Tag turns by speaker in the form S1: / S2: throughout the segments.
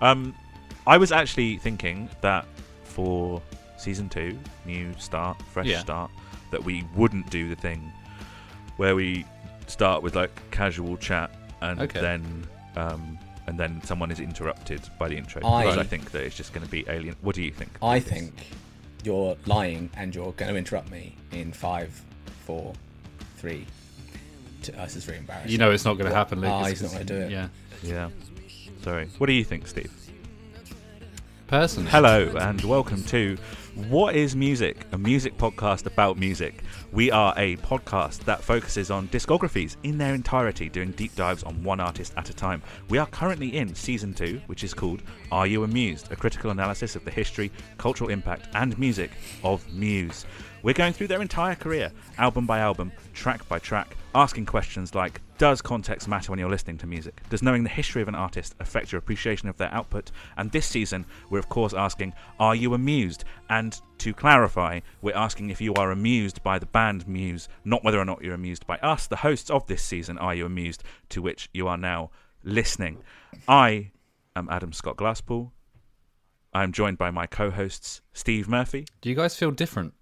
S1: Um, I was actually thinking that for season two, new start, fresh
S2: Yeah.
S1: start, that we wouldn't do the thing where we start with like casual chat and
S2: Okay.
S1: then um, and then someone is interrupted by the intro.
S3: I-
S1: Because I think that it's just going to be alien. What do you think?
S3: I
S1: Lucas?
S3: think you're lying and you're going to interrupt me in five, four, three. Two. Oh, this is very embarrassing.
S2: You know it's not going to happen, Lucas.
S3: Ah, he's not
S2: it's-
S3: gonna do it.
S2: Yeah.
S1: Yeah. Sorry. What do you think, Steve?
S2: Personally.
S1: Hello and welcome to What is Music? A music podcast about music. We are a podcast that focuses on discographies in their entirety, doing deep dives on one artist at a time. We are currently in season two, which is called Are You Amused? A critical analysis of the history, cultural impact, and music of Muse. We're going through their entire career, album by album, track by track, asking questions like Does context matter when you're listening to music? Does knowing the history of an artist affect your appreciation of their output? And this season, we're of course asking Are you amused? And to clarify, we're asking if you are amused by the band Muse, not whether or not you're amused by us, the hosts of this season, Are You Amused? to which you are now listening. I am Adam Scott Glasspool. I'm joined by my co hosts, Steve Murphy
S2: Do you guys feel different?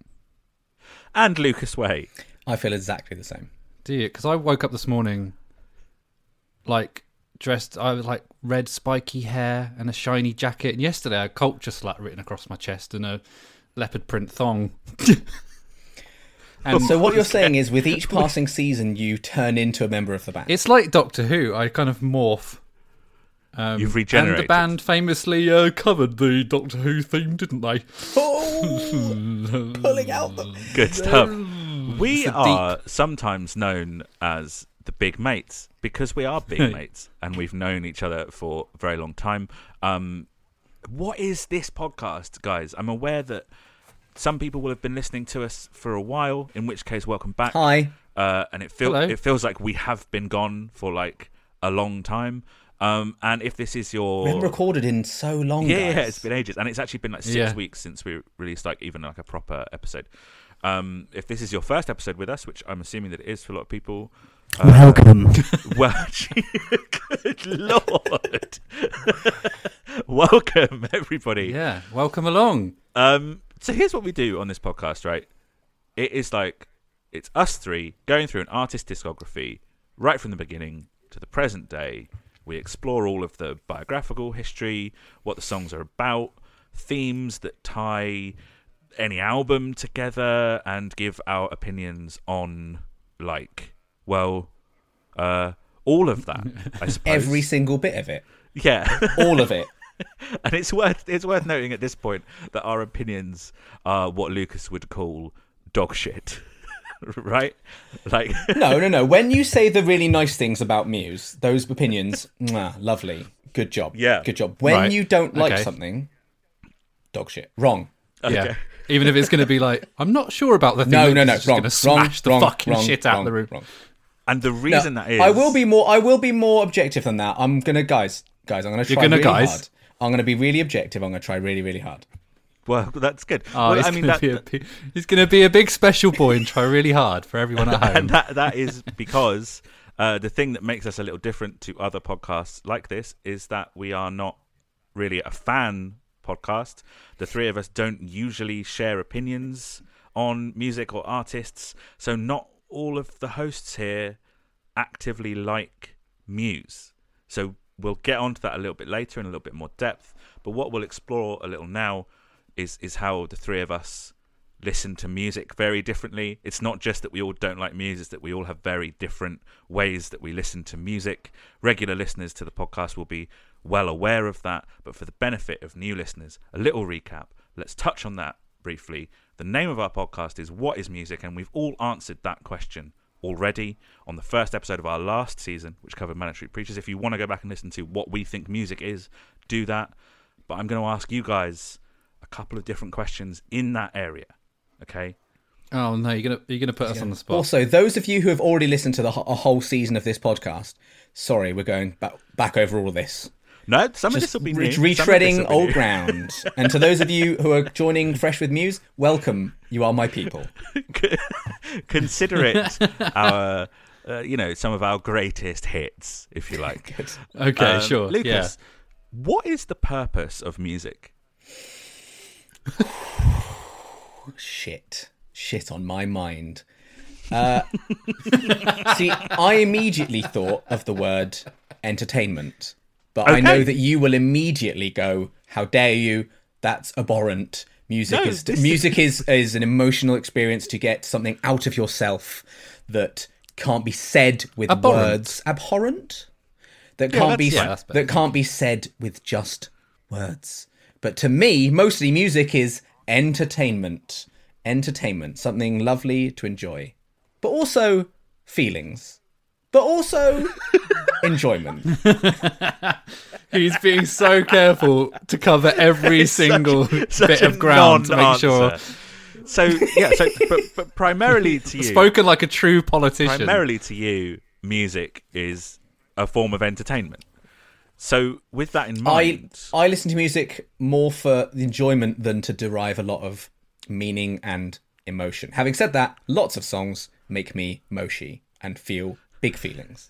S1: and Lucas Way.
S3: I feel exactly the same.
S2: Do you? Because I woke up this morning, like dressed. I was like red spiky hair and a shiny jacket. And yesterday, I had culture slut written across my chest and a leopard print thong. and Um,
S3: So what you're saying is, with each passing season, you turn into a member of the band.
S2: it's like Doctor Who. I kind of morph. Um,
S1: You've regenerated.
S2: And the band famously uh, covered the Doctor Who theme, didn't they?
S3: Oh, pulling out the.
S1: Good stuff. We
S2: the
S1: are sometimes known as the big mates because we are big mates and we've known each other for a very long time. Um, what is this podcast, guys? I'm aware that some people will have been listening to us for a while, in which case, welcome back.
S3: Hi.
S1: Uh, and it feels
S2: Hello.
S1: it feels like we have been gone for like a long time. Um, and if this is your
S3: We haven't recorded in so long.
S1: yeah, yeah,
S3: guys.
S1: it's been ages, and it's actually been like six
S2: Yeah.
S1: weeks since we released like even like a proper episode. Um, if this is your first episode with us, which I'm assuming that it is for a lot of people, uh,
S4: Welcome.
S1: well, gee, good lord, welcome everybody.
S2: Yeah. Welcome along.
S1: Um, so here's what we do on this podcast, right? It is like it's us three going through an artist discography right from the beginning to the present day. We explore all of the biographical history, what the songs are about, themes that tie any album together and give our opinions on like well uh all of that i suppose
S3: Every single bit of it.
S1: yeah
S3: All of it.
S1: and it's worth it's worth noting at this point that our opinions are what lucas would call dog shit right like
S3: No, no, no. When you say the really nice things about Muse, those opinions, mwah, lovely. Good job.
S1: Yeah.
S3: Good job. When
S2: Right.
S3: you don't like
S2: Okay.
S3: something, dog shit. Wrong.
S2: Yeah. Even if it's going to be like, I'm not sure about the thing.
S3: No,
S2: Lucas
S3: no, no.
S2: is just
S3: Wrong.
S2: gonna
S3: Wrong.
S2: smash the
S3: Wrong.
S2: fucking
S3: Wrong.
S2: shit out
S3: wrong,
S2: the room.
S3: wrong.
S1: and the
S3: No,
S1: reason that is
S3: I will be more. I will be more objective than that. I'm gonna, guys, guys. I'm gonna try
S2: gonna
S3: really
S2: guys?
S3: hard. I'm gonna be really objective. I'm gonna try really, really hard.
S1: well that's good
S2: Oh,
S1: well,
S2: it's
S1: i mean
S2: gonna
S1: that,
S2: be a, bi- he's going to be a big special boy and try really hard for everyone at home.
S1: and that that is because uh, the thing that makes us a little different to other podcasts like this is that we are not really a fan podcast. The three of us don't usually share opinions on music or artists, so not all of the hosts here actively like Muse. So we'll get onto that a little bit later in a little bit more depth. But what we'll explore a little now is is how the three of us listen to music very differently. It's not just that we all don't like music, it's that we all have very different ways that we listen to music. Regular listeners to the podcast will be well aware of that, but for the benefit of new listeners, a little recap. Let's touch on that briefly. The name of our podcast is What is Music? And we've all answered that question already on the first episode of our last season, which covered Mandatory Preachers. If you want to go back and listen to what we think music is, do that. But I'm going to ask you guys a couple of different questions in that area. Okay.
S2: Oh no, you're gonna you're gonna put us on the spot.
S3: Also, those of you who have already listened to the wh- a whole season of this podcast, sorry, we're going back back over all of this.
S1: No, some of this
S3: Just
S1: will be
S3: re-
S1: new.
S3: retreading old ground. and to those of you who are joining fresh with Muse, welcome. You are my people.
S1: ground. Consider it our, uh, you know, some of our greatest hits, if you like.
S3: Good.
S2: okay,
S1: Um,
S2: sure.
S1: Lucas, what is the purpose of music?
S3: Shit, shit on my mind. Uh, see, I immediately thought of the word entertainment, but I know
S1: Okay.
S3: that you will immediately go, "How dare you? That's abhorrent." Music
S1: No,
S3: is
S1: this-
S3: music is is an emotional experience to get something out of yourself that can't be said with
S2: Abhorrent.
S3: words. Abhorrent that can't be
S1: that's- yeah,
S2: that's better.
S3: that can't be said with just words. But to me, mostly music is entertainment. Entertainment, something lovely to enjoy, but also feelings, but also enjoyment.
S2: Yeah, he's being so careful to cover every single
S1: Such
S2: bit
S1: a
S2: of ground to make sure
S1: non-answer. So yeah, so but, but primarily to you,
S2: spoken like a true politician.
S1: primarily to you, music is a form of entertainment. So with that in
S3: I
S1: mind,
S3: I listen to music more for the enjoyment than to derive a lot of meaning and emotion. Having said that, lots of songs make me moshi and feel big feelings.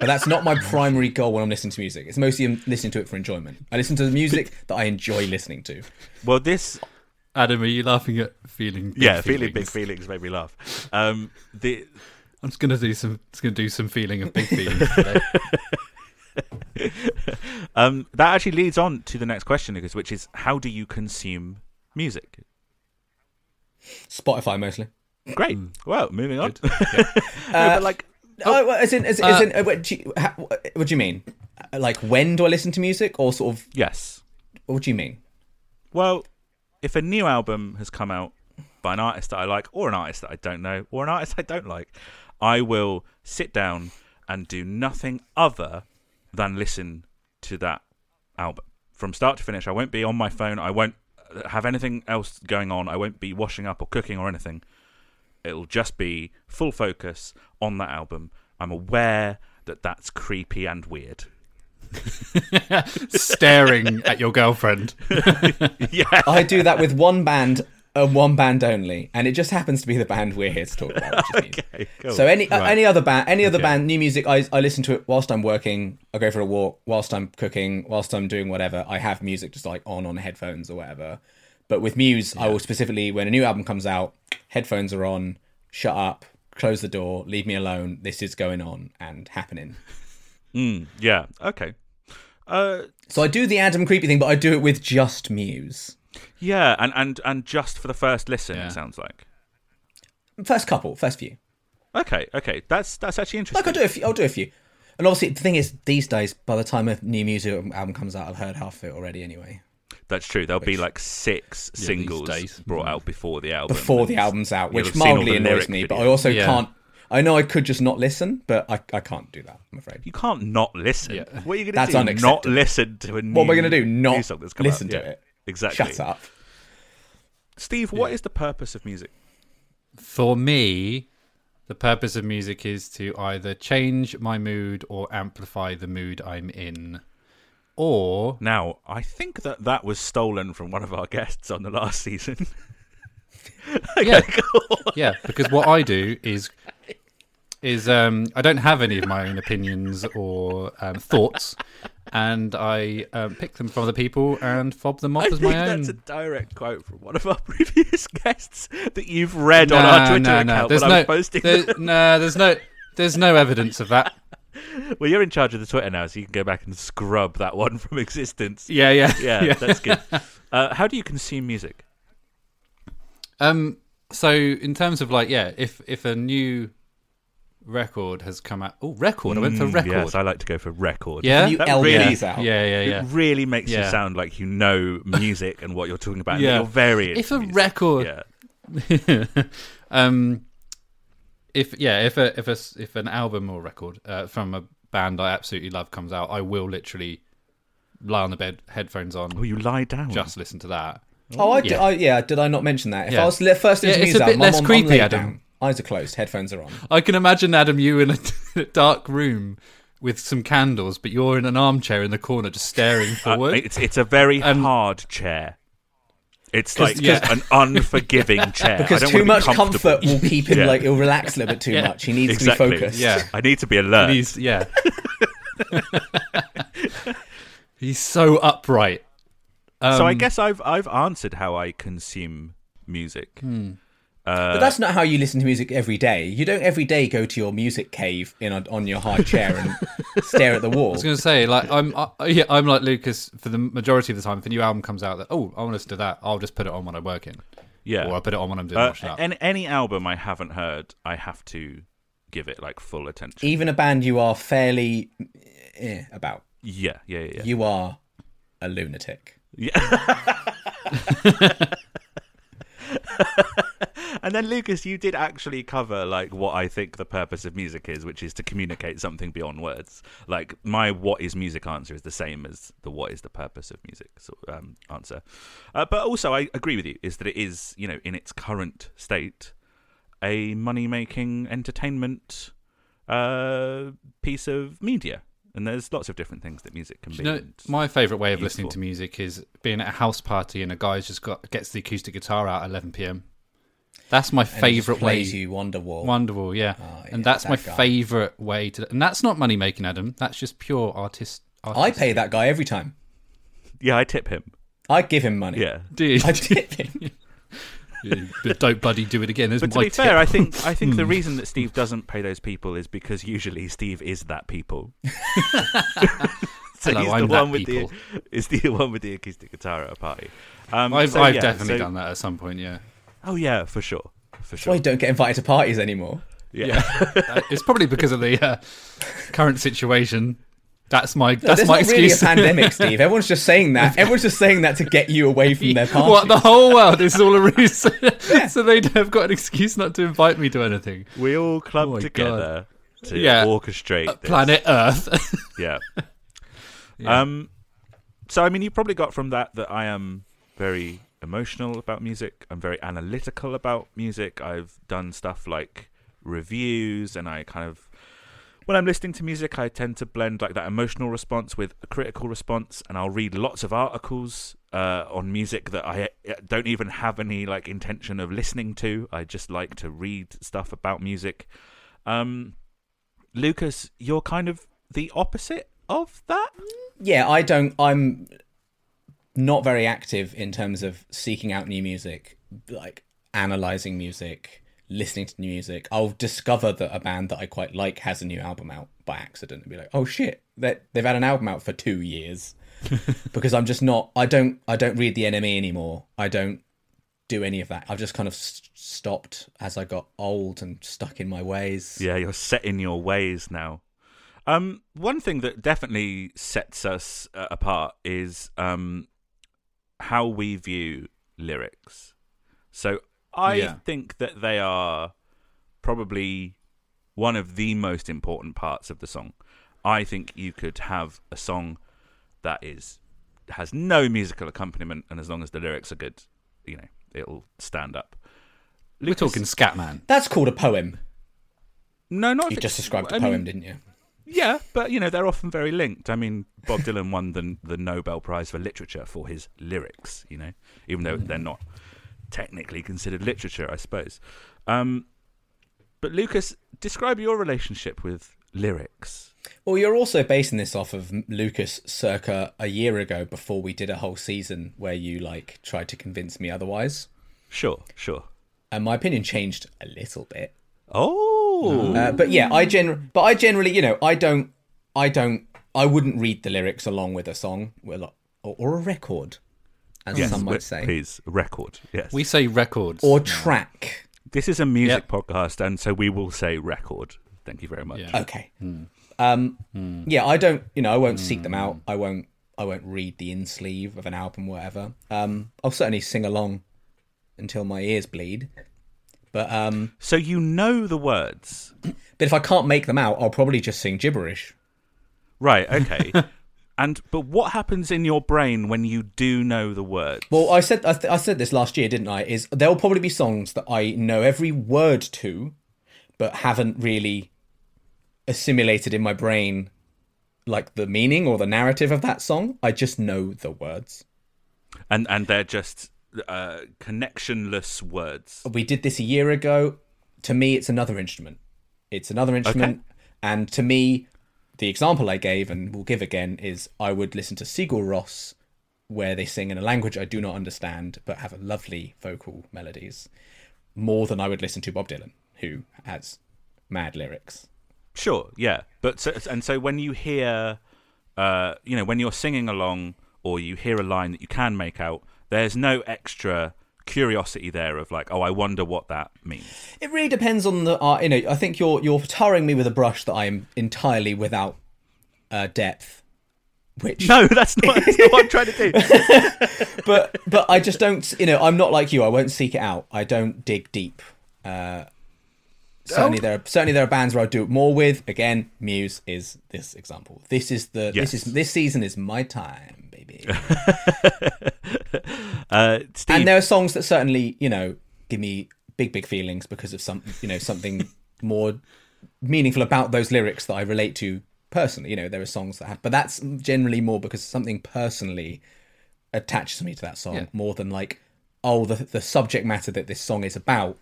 S3: But that's not my primary goal when I'm listening to music. It's mostly I'm listening to it for enjoyment. I listen to the music that I enjoy listening to.
S1: well, this
S2: Adam, are you laughing at feeling? Big
S1: yeah,
S2: feelings?
S1: feeling big feelings made me laugh. Um, the
S2: I'm just gonna do some. Just gonna do some feeling of big feelings today.
S1: um, that actually leads on to the next question, Lucas, which is how do you consume music?
S3: Spotify mostly.
S1: Great. Well, moving on. No, but like,
S3: Oh, well, as in, as, as in, uh, what do you, ha- what do you mean? Uh, Like when do I listen to music, or sort of
S1: yes.
S3: what do you mean?
S1: Well, if a new album has come out by an artist that I like, or an artist that I don't know, or an artist I don't like, I will sit down and do nothing other than listen to that album from start to finish. I won't be on my phone. I won't uh, have anything else going on. I won't be washing up or cooking or anything. It'll just be full focus on that album. I'm aware that that's creepy and weird.
S2: Staring at your girlfriend.
S1: yeah.
S3: I do that with one band and one band only, and it just happens to be the band we're here to talk about. Which is music.
S1: Okay, cool.
S3: So any uh,
S2: Right.
S3: any other band, any other
S2: Okay.
S3: band, new music, I I listen to it whilst I'm working. I go for a walk whilst I'm cooking, whilst I'm doing whatever. I have music just like on on headphones or whatever. But with Muse, I will specifically when a new album comes out, headphones are on. Shut up, close the door, leave me alone. This is going on and happening.
S1: Mm, yeah. Okay. Uh,
S3: So I do the Adam Creepy thing, but I do it with just Muse.
S1: Yeah, and, and, and just for the first listen,
S2: Yeah.
S1: it sounds like.
S3: First couple, first few.
S1: Okay, okay, that's that's actually
S3: Like I'll
S1: interesting.
S3: do a few. I'll do a few. And obviously, the thing is, these days, by the time a new music album comes out, I've heard half of it already anyway.
S1: That's true. There'll be like six
S2: these
S1: singles
S2: days. Mm-hmm.
S1: brought out before the album.
S3: Before the
S1: And-
S3: album's out,
S1: You'll
S3: which
S1: have seen all
S3: mildly
S1: the
S3: annoys
S1: lyric
S3: me, but I
S1: video.
S3: also
S2: Yeah.
S3: can't. I know I could just not listen, but I, I can't do that, I'm afraid.
S1: You can't not listen.
S2: Yeah.
S1: What are you going to
S3: That's
S1: do? Not
S3: unacceptable.
S1: listen to a new
S3: What am I going to do? Not
S1: new song that's come
S3: listen
S1: out?
S3: to
S1: Yeah,
S3: it.
S1: Exactly.
S3: Shut up.
S1: Steve, what is the purpose of music?
S2: For me, the purpose of music is to either change my mood or amplify the mood I'm in. Or
S1: Now, I think that that was stolen from one of our guests on the last season.
S2: yeah, yeah, because what I do is is um, I don't have any of my own opinions or um, thoughts, and I um, pick them from other people and fob them off
S1: I
S2: as
S1: think
S2: my own.
S1: that's a direct quote from one of our previous guests that you've read on our Twitter account
S2: There's
S1: when
S2: no,
S1: I was posting.
S2: there- no, there's no, there's no evidence of that.
S1: Well, you're in charge of the Twitter now, so you can go back and scrub that one from existence. Yeah,
S2: Yeah, yeah,
S1: that's good. Uh, how do you consume music?
S2: Um. So in terms of like, yeah, if if a new record has come out, oh, record. I went for record.
S1: Mm, Yes, I like to go for record.
S2: yeah?
S3: New
S1: That
S3: LPs
S1: really-
S3: out.
S2: yeah, yeah, yeah.
S1: It really makes you
S2: Yeah.
S1: sound like you know music and what you're talking about.
S2: Yeah.
S1: Yeah. You're very
S2: If
S1: into
S2: a
S1: music.
S2: record-
S1: Yeah.
S2: um, if yeah, if a if a s- if an album or record uh, from a band I absolutely love comes out, I will literally lie on the bed, headphones on,
S1: Well, you lie down.
S2: just listen to that.
S3: Oh, I did,
S2: Yeah.
S3: I, yeah. Did I not mention that? If
S2: Yeah.
S3: I was li- first
S2: Yeah,
S3: listening
S2: it's
S3: to
S2: a
S3: music,
S2: bit less
S3: I'm,
S2: creepy,
S3: I'm laid
S2: Adam.
S3: down. Eyes are closed, headphones are on.
S2: I can imagine Adam, you in a dark room with some candles, but you're in an armchair in the corner, just staring
S1: Uh,
S2: forward.
S1: it's it's a very
S2: Um,
S1: hard chair. It's like
S2: yeah.
S1: just an unforgiving chair. I
S3: Because
S1: don't
S3: too
S1: want
S3: much
S1: to be comfortable.
S3: comfort will keep him
S1: Yeah.
S3: like he'll relax a little bit too
S2: Yeah.
S3: much. He needs
S1: exactly.
S3: to be focused.
S2: Yeah.
S1: I need to be alert.
S2: And he's yeah. he's so upright. Um,
S1: so I guess I've I've answered how I consume music.
S2: Hmm.
S3: But that's not how you listen to music every day. You don't every day go to your music cave in a, on your high chair and stare at the wall.
S2: I was going to say like I'm I, yeah I'm like Lucas for the majority of the time. If a new album comes out that oh I want to listen to that, I'll just put it on when I work in,
S1: Yeah.
S2: or I put it on when I'm doing
S1: Uh,
S2: washing up.
S1: any, any album I haven't heard, I have to give it like full attention.
S3: Even a band you are fairly eh, about,
S1: yeah, yeah, yeah. yeah.
S3: you are a lunatic.
S1: And then Lucas, you did actually cover like what I think the purpose of music is, which is to communicate something beyond words. Like my "What is music?" answer is the same as the "What is the purpose of music?" sort of, um, answer. Uh, but also, I agree with you is that it is you know in its current state a money making entertainment uh, piece of media, and there's lots of different things that music can
S2: You
S1: be.
S2: know,
S1: and-
S2: my favorite way of listening
S1: useful.
S2: to music is being at a house party and a guy's just got gets the acoustic guitar out at 11 p.m. That's my
S3: And it just
S2: favorite way.
S3: plays you Wonderwall.
S2: Wonderful, yeah.
S3: yeah,
S2: and that's my
S3: that guy.
S2: favorite way to. And that's not money making, Adam. That's just pure artist.
S3: I pay that guy every time.
S1: yeah, I tip him.
S3: I give him money.
S1: Yeah.
S2: Dude,
S3: I tip him.
S2: but don't bloody do it again. There's
S1: But to
S2: my
S1: be
S2: tip. Hmm.
S1: fair, I think I think the reason that Steve doesn't pay those people is because usually Steve is that people. so
S2: Hello,
S1: he's
S2: I'm
S1: the
S2: that
S1: one with
S2: people.
S1: the is the one with the acoustic guitar at a party. Um,
S2: I've,
S1: so
S2: I've
S1: yeah,
S2: definitely
S1: so-
S2: done that at some point. Yeah,
S1: Oh yeah, for sure, for
S3: Why
S1: sure.
S3: you don't get invited to parties anymore?
S1: yeah.
S2: Uh, it's probably because of the uh, current situation. That's my that's
S3: There's
S2: my
S3: not really a
S2: excuse.
S3: pandemic, Steve. Everyone's just saying that. Everyone's just saying that to get you away from their party.
S2: what the whole world this is all a ruse, so they'd have got an excuse not to invite me to anything.
S1: we all club
S2: Oh my
S1: together to
S2: Yeah. Uh,
S1: orchestrate this.
S2: Planet Earth.
S1: Yeah. Um. So I mean, you probably got from that that I am very emotional about music. I'm very analytical about music. I've done stuff like reviews, and I kind of when I'm listening to music, I tend to blend like that emotional response with a critical response, and I'll read lots of articles uh, on music that I uh, don't even have any like intention of listening to. I just like to read stuff about music. Um, Lucas, you're kind of the opposite of that.
S3: yeah, I don't. I'm not very active in terms of seeking out new music, like analyzing music, listening to new music. I'll discover that a band that I quite like has a new album out by accident and be like, oh shit, that they've had an album out for two years. because I'm just not. I don't. I don't read the NME anymore. I don't do any of that. I've just kind of s- stopped as I got old and stuck in my ways.
S1: Yeah, you're set in your ways now. Um, one thing that definitely sets us uh, apart is um, how we view lyrics. So I
S2: Yeah.
S1: think that they are probably one of the most important parts of the song. I think you could have a song that is has no musical accompaniment, and as long as the lyrics are good, you know, it'll stand up.
S2: We're talking Scatman.
S3: That's called a poem.
S1: No, not if
S3: You
S1: it's-
S3: just described
S1: I
S3: a
S1: mean,
S3: poem, didn't you?
S1: Yeah, but you know they're often very linked. I mean, Bob Dylan won the the Nobel Prize for Literature for his lyrics. You know, even though they're not technically considered literature, I suppose. Um, but Lucas, describe your relationship with lyrics.
S3: Well, you're also basing this off of Lucas circa a year ago before we did a whole season where you like tried to convince me otherwise.
S1: Sure, sure.
S3: And my opinion changed a little bit.
S1: Oh,
S3: Uh, but yeah, I gen but I generally, you know, I don't I don't I wouldn't read the lyrics along with a song well, or, or a record as
S1: yes,
S3: some
S1: we-
S3: might say.
S1: please record. Yes,
S2: We say records.
S3: Or track.
S1: this is a music
S2: Yep.
S1: podcast, and so we will say record. Thank you very much.
S2: Yeah.
S3: Okay. Um yeah, I don't, you know, I won't seek them out. I won't I won't read the in sleeve of an album whatever. Um I'll certainly sing along until my ears bleed. But um
S1: So you know the words.
S3: but if I can't make them out, I'll probably just sing gibberish.
S1: Right, okay. and but what happens in your brain when you do know the words?
S3: Well, I said I, th- I said this last year, didn't I? Is there'll probably be songs that I know every word to, but haven't really assimilated in my brain, like the meaning or the narrative of that song. I just know the words.
S1: and and they're just uh, connectionless words.
S3: We did this a year ago. To me, it's another instrument. It's another instrument, and to me, the example I gave and will give again is I would listen to Sigur Ross, where they sing in a language I do not understand but have a lovely vocal melodies. more than I would listen to Bob Dylan, who has mad lyrics.
S1: Sure, yeah. But so, and so when you hear, uh, you know, when you're singing along or you hear a line that you can make out, there's no extra curiosity there of like, oh, I wonder what that means.
S3: It really depends on the art. You know, I think you're you're tarring me with a brush that I am entirely without uh, depth. Which,
S1: No, that's not, that's not what I'm trying to do.
S3: but but I just don't. You know, I'm not like you. I won't seek it out. I don't dig deep. Uh, certainly there are certainly there are bands where I do it more with. Again, Muse is this example. This is the
S1: Yes.
S3: this is this season is my time, baby.
S1: Uh, Steve,
S3: and there are songs that certainly you know give me big big feelings because of some you know something more meaningful about those lyrics that i relate to personally you know there are songs that have but that's generally more because something personally attaches me to that song
S2: Yeah.
S3: more than like oh the the subject matter that this song is about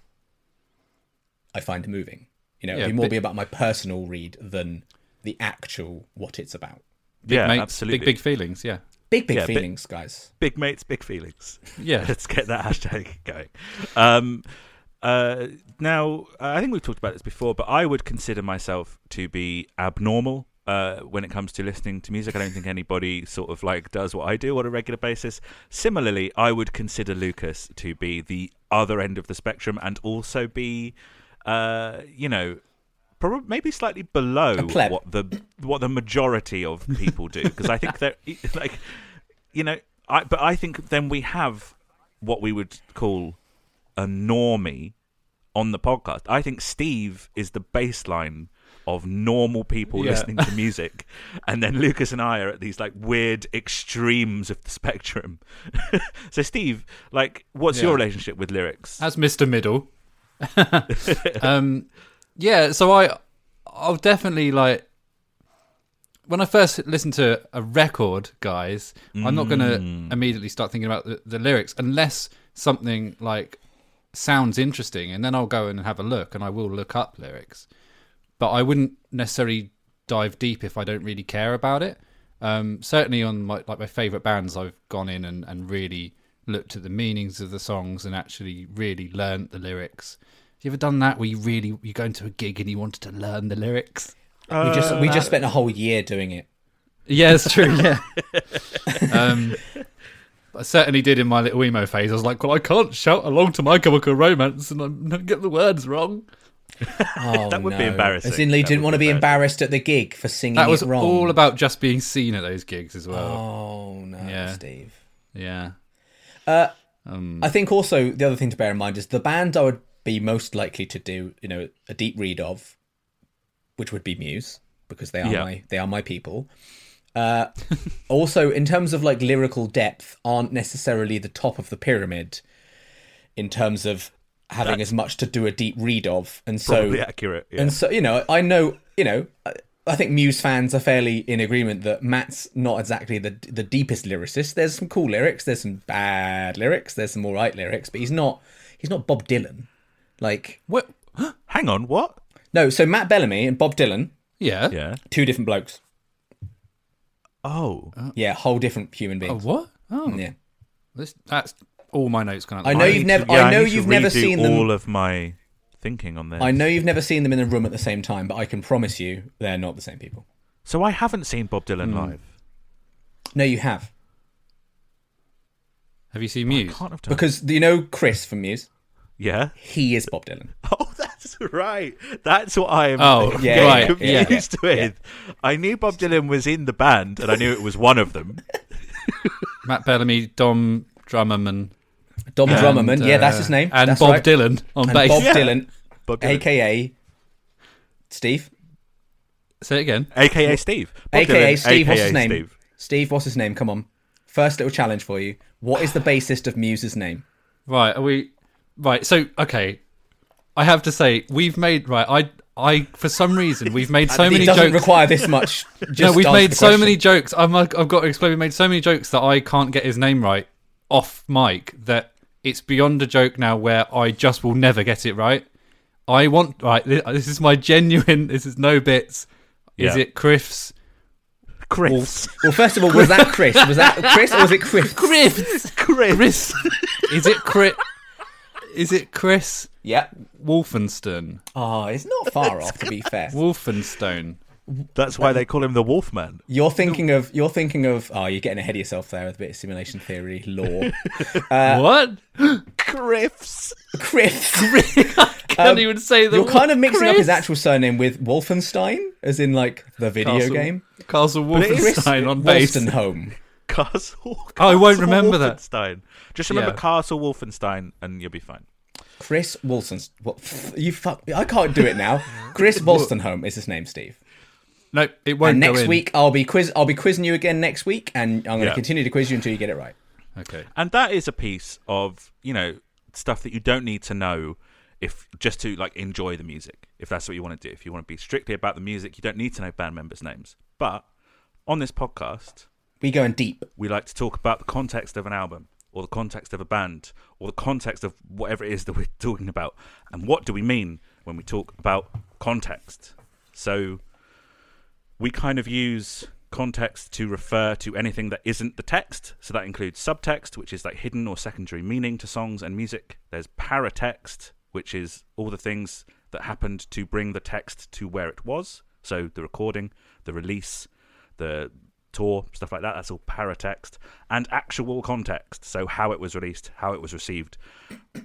S3: i find moving you know
S2: Yeah,
S3: it'd be more
S2: but-
S3: be about my personal read than the actual what it's about
S1: yeah,
S2: Mates,
S1: absolutely.
S2: Big, big feelings, yeah.
S3: big big
S1: Yeah, but-
S3: feelings guys
S1: big mates, big feelings.
S2: Yeah.
S1: let's get that hashtag going. Um, uh, now, I think we've talked about this before, but I would consider myself to be abnormal uh, when it comes to listening to music. I don't think anybody sort of like does what I do on a regular basis. Similarly, I would consider Lucas to be the other end of the spectrum and also be, uh, you know. Probably, maybe slightly below
S3: pleb.
S1: what the what the majority of people do, because I think they're like you know, I but I think then we have what we would call a normie on the podcast. I think Steve is the baseline of normal people
S2: Yeah.
S1: listening to music, and then Lucas and I are at these like weird extremes of the spectrum. so, Steve, like, what's your
S2: Yeah.
S1: relationship with lyrics?
S2: As Mr. Middle. um, yeah, so I I'll definitely like when I first listen to a record, guys, I'm not going to immediately start thinking about the, the lyrics unless something like sounds interesting and then I'll go and have a look and I will look up lyrics. But I wouldn't necessarily dive deep if I don't really care about it. Um, certainly on my like my favorite bands I've gone in and, and really looked at the meanings of the songs and actually really learnt the lyrics you ever done that where you really you go into a gig and you wanted to learn the lyrics?
S3: we just we just spent a whole year doing it.
S2: Yeah, it's true. Yeah. um, I certainly did in my little emo phase. I was like, well, I can't shout along to My Chemical Romance and I'm not get the words wrong.
S3: Oh,
S1: That would be
S3: no.
S1: embarrassing.
S3: As in, Lee
S1: That
S3: didn't
S1: would
S3: want to be embarrassed at the gig for singing
S2: That was
S3: it wrong.
S2: all about just being seen at those gigs as well.
S3: Oh no,
S2: Yeah.
S3: Steve.
S2: Yeah.
S3: I think also the other thing to bear in mind is the band I would be most likely to do, you know, a deep read of, which would be Muse because they are
S1: Yeah.
S3: my they are my people. Uh, also, in terms of like lyrical depth, aren't necessarily the top of the pyramid in terms of having as much to do a deep read of, and so
S1: Probably accurate. Yeah.
S3: and so, you know, I know, you know, I- I think Muse fans are fairly in agreement that Matt's not exactly the the deepest lyricist. There's some cool lyrics, there's some bad lyrics, there's some all right lyrics, but he's not he's not Bob Dylan. Like
S2: What?
S1: Hang on, what?
S3: no, so Matt Bellamy and Bob Dylan,
S2: Yeah.
S1: Yeah.
S3: two different blokes.
S1: Oh,
S3: Yeah, whole different human
S2: Oh,
S3: beings.
S2: what? Oh,
S3: Yeah.
S2: this, that's all my notes going.
S3: I know
S1: I
S3: you've
S1: need
S3: never-
S1: to- yeah,
S3: I know
S1: need to
S3: you've never
S1: redo
S3: seen them-
S1: all of my thinking on this.
S3: I know you've never seen them in a room at the same time, but I can promise you they're not the same people.
S1: So I haven't seen Bob Dylan
S3: Hmm.
S1: live.
S3: No, you have.
S2: Have you seen Muse?
S1: Can't have done.
S3: Because you know Chris from Muse,
S1: yeah.
S3: he is Bob Dylan.
S1: Oh, that's right. That's what I'm
S2: Oh,
S1: getting
S3: yeah, yeah, yeah,
S1: confused with. I knew Bob Dylan was in the band, and I knew it was one of them.
S2: Matt Bellamy, Dom Drummerman,
S3: Dom
S2: and,
S3: Drummerman, yeah, that's
S2: uh,
S3: his name.
S2: and
S3: That's
S2: Bob
S3: right.
S2: Dylan on
S3: And
S2: bass.
S3: Bob
S1: Yeah.
S3: Dylan,
S1: Bob Dylan, AKA,
S3: aka Steve,
S2: Say it again.
S1: Steve. Bob
S3: aka
S1: Dylan,
S3: Steve. what's his
S1: AKA
S3: name? Steve.
S1: Steve.
S3: what's his name? Come on. First little challenge for you. What is the bassist of Muse's name?
S2: Right, are we right, so okay. I have to say, we've made right, I I for some reason we've made so
S3: It
S2: many
S3: doesn't
S2: jokes.
S3: require this much.
S2: no,
S3: Just
S2: we've
S3: answer
S2: made
S3: the
S2: so
S3: question.
S2: many jokes. I'm like, I've got to explain. We made so many jokes that I can't get his name right off mic. That it's beyond a joke now, where I just will never get it right. I want right. thi- This is my genuine. This is no bits. Is
S1: Yeah.
S2: it Criffs?
S1: Chris.
S3: Well, first of all, was that Chris? Was that Chris or was it Chris?
S2: Criffs.
S1: Chris.
S2: Chris. is it Cri Is it Chris
S3: Yeah.
S2: Wolfenstone?
S3: Oh, it's not far off to be fair.
S2: Wolfenstone.
S1: That's why they call him the Wolfman.
S3: You're thinking of you're thinking of oh, you're getting ahead of yourself there with a bit of simulation theory lore. Uh,
S2: what?
S1: Chris.
S3: Chris.
S2: Can't even say the.
S3: um, You're
S2: word.
S3: kind of mixing up his
S2: Chris.
S3: actual surname with Wolfenstein, as in like the video
S2: Castle-
S3: game.
S2: Castle
S1: it is-
S2: Wolfenstein on bass.
S3: Wolstenholme.
S1: Castle.
S2: Oh, I won't
S1: Castle
S2: remember that.
S1: Wolfenstein. Just remember
S2: Yeah.
S1: Castle Wolfenstein, and you'll be fine.
S3: Chris Wilson. What you fuck? I can't do it now. Chris Wolstenholme is his name, Steve.
S2: Nope, it won't
S3: And
S2: go
S3: next
S2: in.
S3: week I'll be quiz. I'll be quizzing you again next week, and I'm going to
S1: Yeah.
S3: continue to quiz you until you get it right.
S2: Okay.
S1: and that is a piece of you know stuff that you don't need to know if just to like enjoy the music if that's what you want to do if you want to be strictly about the music you don't need to know band members names but on this podcast
S3: We going deep.
S1: we like to talk about the context of an album or the context of a band or the context of whatever it is that we're talking about and what do we mean when we talk about context so we kind of use context to refer to anything that isn't the text so that includes subtext which is like hidden or secondary meaning to songs and music there's paratext which is all the things that happened to bring the text to where it was so the recording the release the tour, stuff like that. That's all paratext and actual context. So how it was released, how it was received,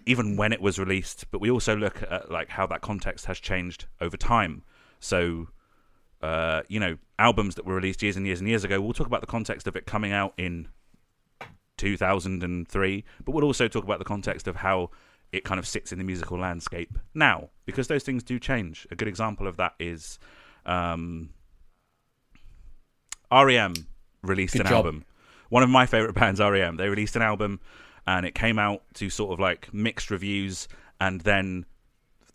S1: even when it was released. But we also look at like how that context has changed over time. So uh, you know, albums that were released years and years and years ago. We'll talk about the context of it coming out in 2003, but we'll also talk about the context of how it kind of sits in the musical landscape now, because those things do change. A good example of that is um, REM released
S3: Good
S1: an
S3: job.
S1: album. One of my favorite bands, REM, they released an album and it came out to sort of like mixed reviews, and then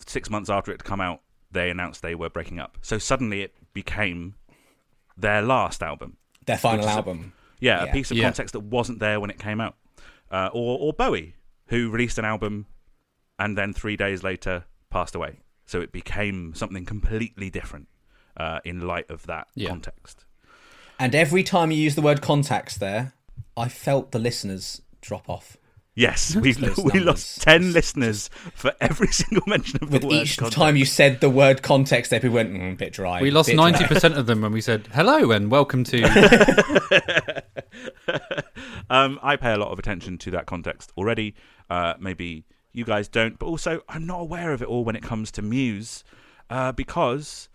S1: six months after it had come out, they announced they were breaking up. So suddenly it became their last album.
S3: Their final album.
S1: Yeah,
S3: Yeah.
S1: a piece of
S2: Yeah.
S1: context that wasn't there when it came out. Uh, or, or Bowie, who released an album and then three days later passed away. So it became something completely different uh, in light of that
S2: Yeah.
S1: context.
S3: And every time you use the word contacts there, I felt the listeners drop off.
S1: Yes, we,
S3: those
S1: we
S3: numbers.
S1: lost 10 listeners for every single mention of
S3: With
S1: the word
S3: each
S1: context.
S3: time you said the word context, everyone went mm, bit dry.
S2: We lost
S3: bit dry."
S2: ninety percent of them when we said hello and welcome to.
S1: Um, I pay a lot of attention to that context already. Uh, maybe you guys don't, but also I'm not aware of it all when it comes to Muse uh, because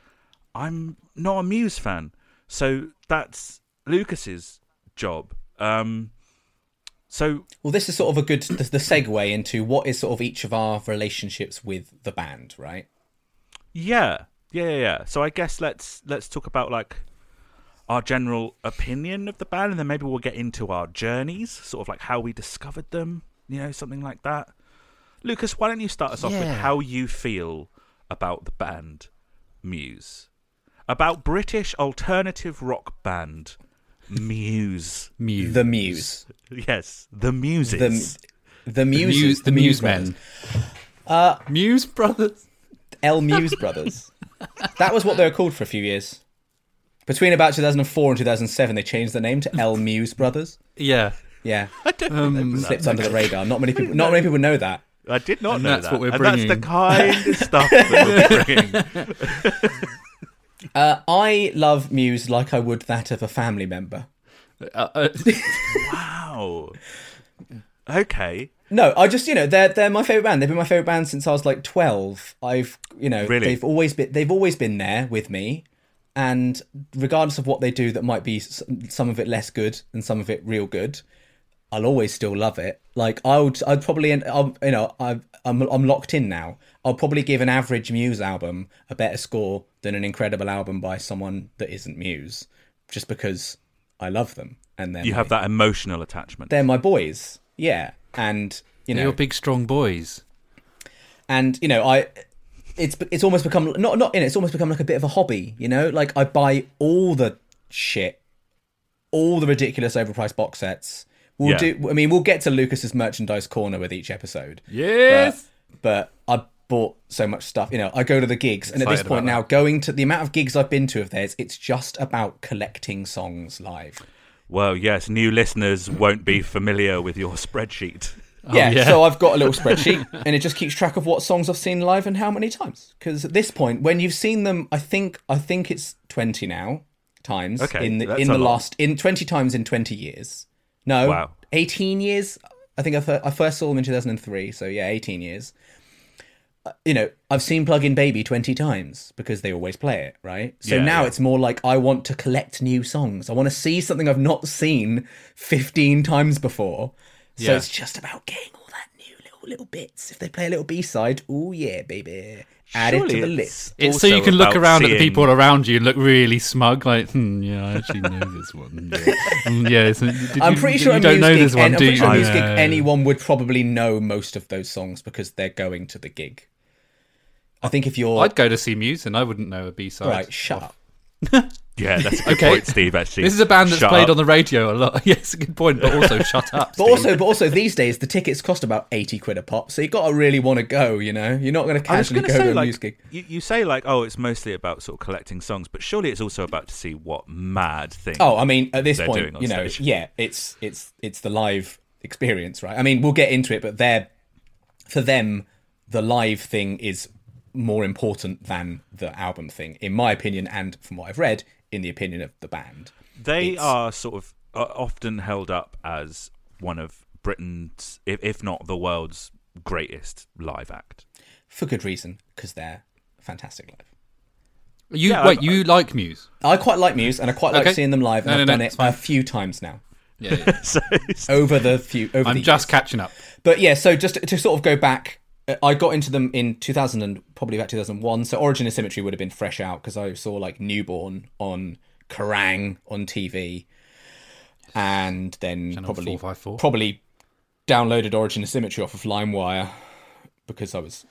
S1: I'm not a Muse fan. So that's Lucas's job. Um, so
S3: Well, this is sort of a good the, the segue into what is sort of each of our relationships with the band, right?
S1: yeah, yeah, yeah, yeah. So I guess let's let's talk about like our general opinion of the band, and then maybe we'll get into our journeys, sort of like how we discovered them, you know, something like that. Lucas, why don't you start us off with
S2: Yeah.
S1: how you feel about the band Muse, about British alternative rock band Muse?
S2: Muse.
S3: The Muse,
S1: yes, the Muses.
S3: the the Muse,
S2: Muse, the Muse men. Uh,
S3: brothers.
S2: Muse brothers.
S3: El Muse Brothers. That was what they were called for a few years. Between about 2004 and 2007, they changed the name to El Muse Brothers.
S2: Yeah,
S3: Yeah,
S2: um,
S3: slipped under the radar. Not many people. Not many people know that.
S1: I did not
S2: And
S1: know
S2: that's
S1: that.
S2: what we're
S1: and that's the
S2: bringing.
S1: kind of stuff that we're bringing.
S3: Uh, I love Muse like I would that of a family member.
S2: uh, uh,
S1: Wow. Oh. Okay.
S3: No, I just you know they're they're my favorite band. They've been my favorite band since I was like twelve. I've you know
S1: Really?
S3: they've always been they've always been there with me, and regardless of what they do, that might be s- some of it less good and some of it real good. I'll always still love it. Like I would, I'd probably, end- I'm, you know, I've, I'm, I'm locked in now. I'll probably give an average Muse album a better score than an incredible album by someone that isn't Muse, just because I love them and they're
S1: You
S3: my,
S1: have that emotional attachment.
S3: they're my boys. Yeah, and you know,
S2: you're big, strong boys.
S3: and you know i it's it's almost become not not in it's almost become like a bit of a hobby you know like i buy all the shit all the ridiculous overpriced box sets we'll
S1: Yeah.
S3: do i mean we'll get to lucas's merchandise corner with each episode
S2: Yes.
S3: but i bought so much stuff you know i go to the gigs and at this
S2: Excited
S3: point
S2: about
S3: now going to the amount of gigs i've been to of theirs it's just about collecting songs live
S1: Well, yes, new listeners won't be familiar with your spreadsheet.
S3: yeah,
S2: yeah.
S3: so I've got a little spreadsheet and it just keeps track of what songs I've seen live and how many times. Because at this point, when you've seen them, I think I think it's twenty now times
S1: Okay,
S3: in the
S1: that's
S3: in
S1: a
S3: the
S1: lot.
S3: last in twenty times in twenty years. No,
S1: Wow.
S3: eighteen years. I think I, fir- I first saw them in two thousand and three. So yeah, eighteen years. Uh, You know, I've seen Plug In Baby 20 times because they always play it, right? So
S1: Yeah,
S3: now
S1: yeah.
S3: it's more like I want to collect new songs. I want to see something I've not seen 15 times before. So
S2: Yeah.
S3: it's just about getting all that new little little bits. If they play a little B side, oh yeah, baby, add it
S1: Surely
S3: to the
S1: it's-
S3: list.
S2: It's so
S1: also
S2: you can look
S1: about
S2: around at the
S1: seeing-
S2: people around you and look really smug, like, hmm, yeah, I actually know this one. Yeah, Mm, yeah so did
S3: I'm
S2: you-
S3: pretty
S2: you
S3: sure. at
S2: don't
S3: Muse
S2: know
S3: gig,
S2: this one,
S3: and I'm
S2: do
S3: pretty
S2: you?
S3: sure at Muse gig,
S2: No.
S3: anyone would probably know most of those songs because they're going to the gig. I think if you're
S2: I'd go to see Muse and I wouldn't know a B side.
S3: right, shut up.
S1: Yeah, that's a good
S2: Okay.
S1: point, Steve, actually.
S2: This is a band that's
S1: Shut
S2: played
S1: up.
S2: on the radio a lot. yes, good point, but also shut up.
S3: But also, but also, these days the tickets cost about eighty quid a pop, so you gotta really want to go. You know, you're not gonna
S1: I was
S3: casually
S1: going
S3: go
S1: to say,
S3: to a
S1: like,
S3: Muse gig.
S1: you, you say, like, oh, it's mostly about sort of collecting songs, but surely it's also about to see what mad thing.
S3: Oh, I mean, at this
S1: they're
S3: point,
S1: doing on
S3: you know,
S1: stage.
S3: yeah, it's it's it's the live experience, right? I mean, we'll get into it, but they're for them, the live thing is more important than the album thing, in my opinion, and from what I've read, in the opinion of the band.
S1: They
S3: It's-
S1: are sort of are often held up as one of Britain's, if, if not the world's greatest live act.
S3: For good reason, because they're fantastic live.
S2: you
S1: Yeah,
S2: wait,
S1: I-
S2: you like Muse?
S3: I quite like Muse, and I quite like
S2: Okay.
S3: seeing them live,
S2: No,
S3: and I've
S2: no, no,
S3: done
S2: it's
S3: it
S2: fine.
S3: a few times now
S2: Yeah, yeah.
S1: So
S3: over the few. Over
S2: I'm
S3: the
S2: just catching up.
S3: But yeah, so just to, to sort of go back, uh, I got into them in 2000 and probably about 2001. So Origin of Symmetry would have been fresh out because I saw like Newborn on Kerrang on TV, and then
S2: Channel
S3: probably
S2: 454.
S3: probably downloaded Origin of Symmetry off of LimeWire because I was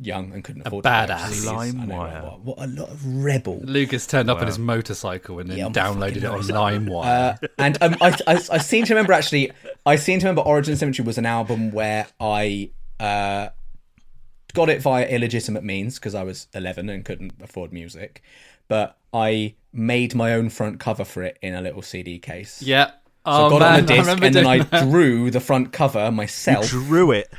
S3: young and couldn't afford to buy
S2: badass.
S3: CDs. I know,
S1: LimeWire.
S3: What, what a lot of rebel.
S2: Lucas turned up on his motorcycle and then
S3: I'm
S2: downloaded it on LimeWire.
S3: Uh, and um, I, I, I seem to remember actually, I seem to remember Origin Symmetry was an album where I uh, got it via illegitimate means because I was 11 and couldn't afford music, but I made my own front cover for it in a little CD case.
S2: yeah,
S3: So I
S2: Oh,
S3: got
S2: man,
S3: it on the
S2: I
S3: disc
S2: remember
S3: and then I
S2: doing
S3: drew the front cover myself
S1: Drew it.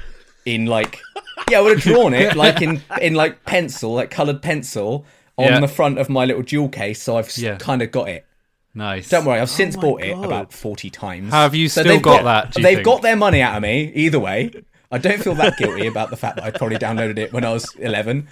S3: in like yeah, I would have drawn it like in in like pencil, like coloured pencil on
S2: Yeah.
S3: the front of my little jewel case. So I've
S2: Yeah.
S3: kind of got it.
S2: Nice.
S3: Don't worry, I've since
S1: Oh my
S3: bought
S1: God.
S3: it about forty times.
S2: Have you still
S3: they've
S2: got that, do you
S3: they've
S2: think?
S3: got their money out of me either way. I don't feel that guilty about the fact that I probably downloaded it when I was eleven.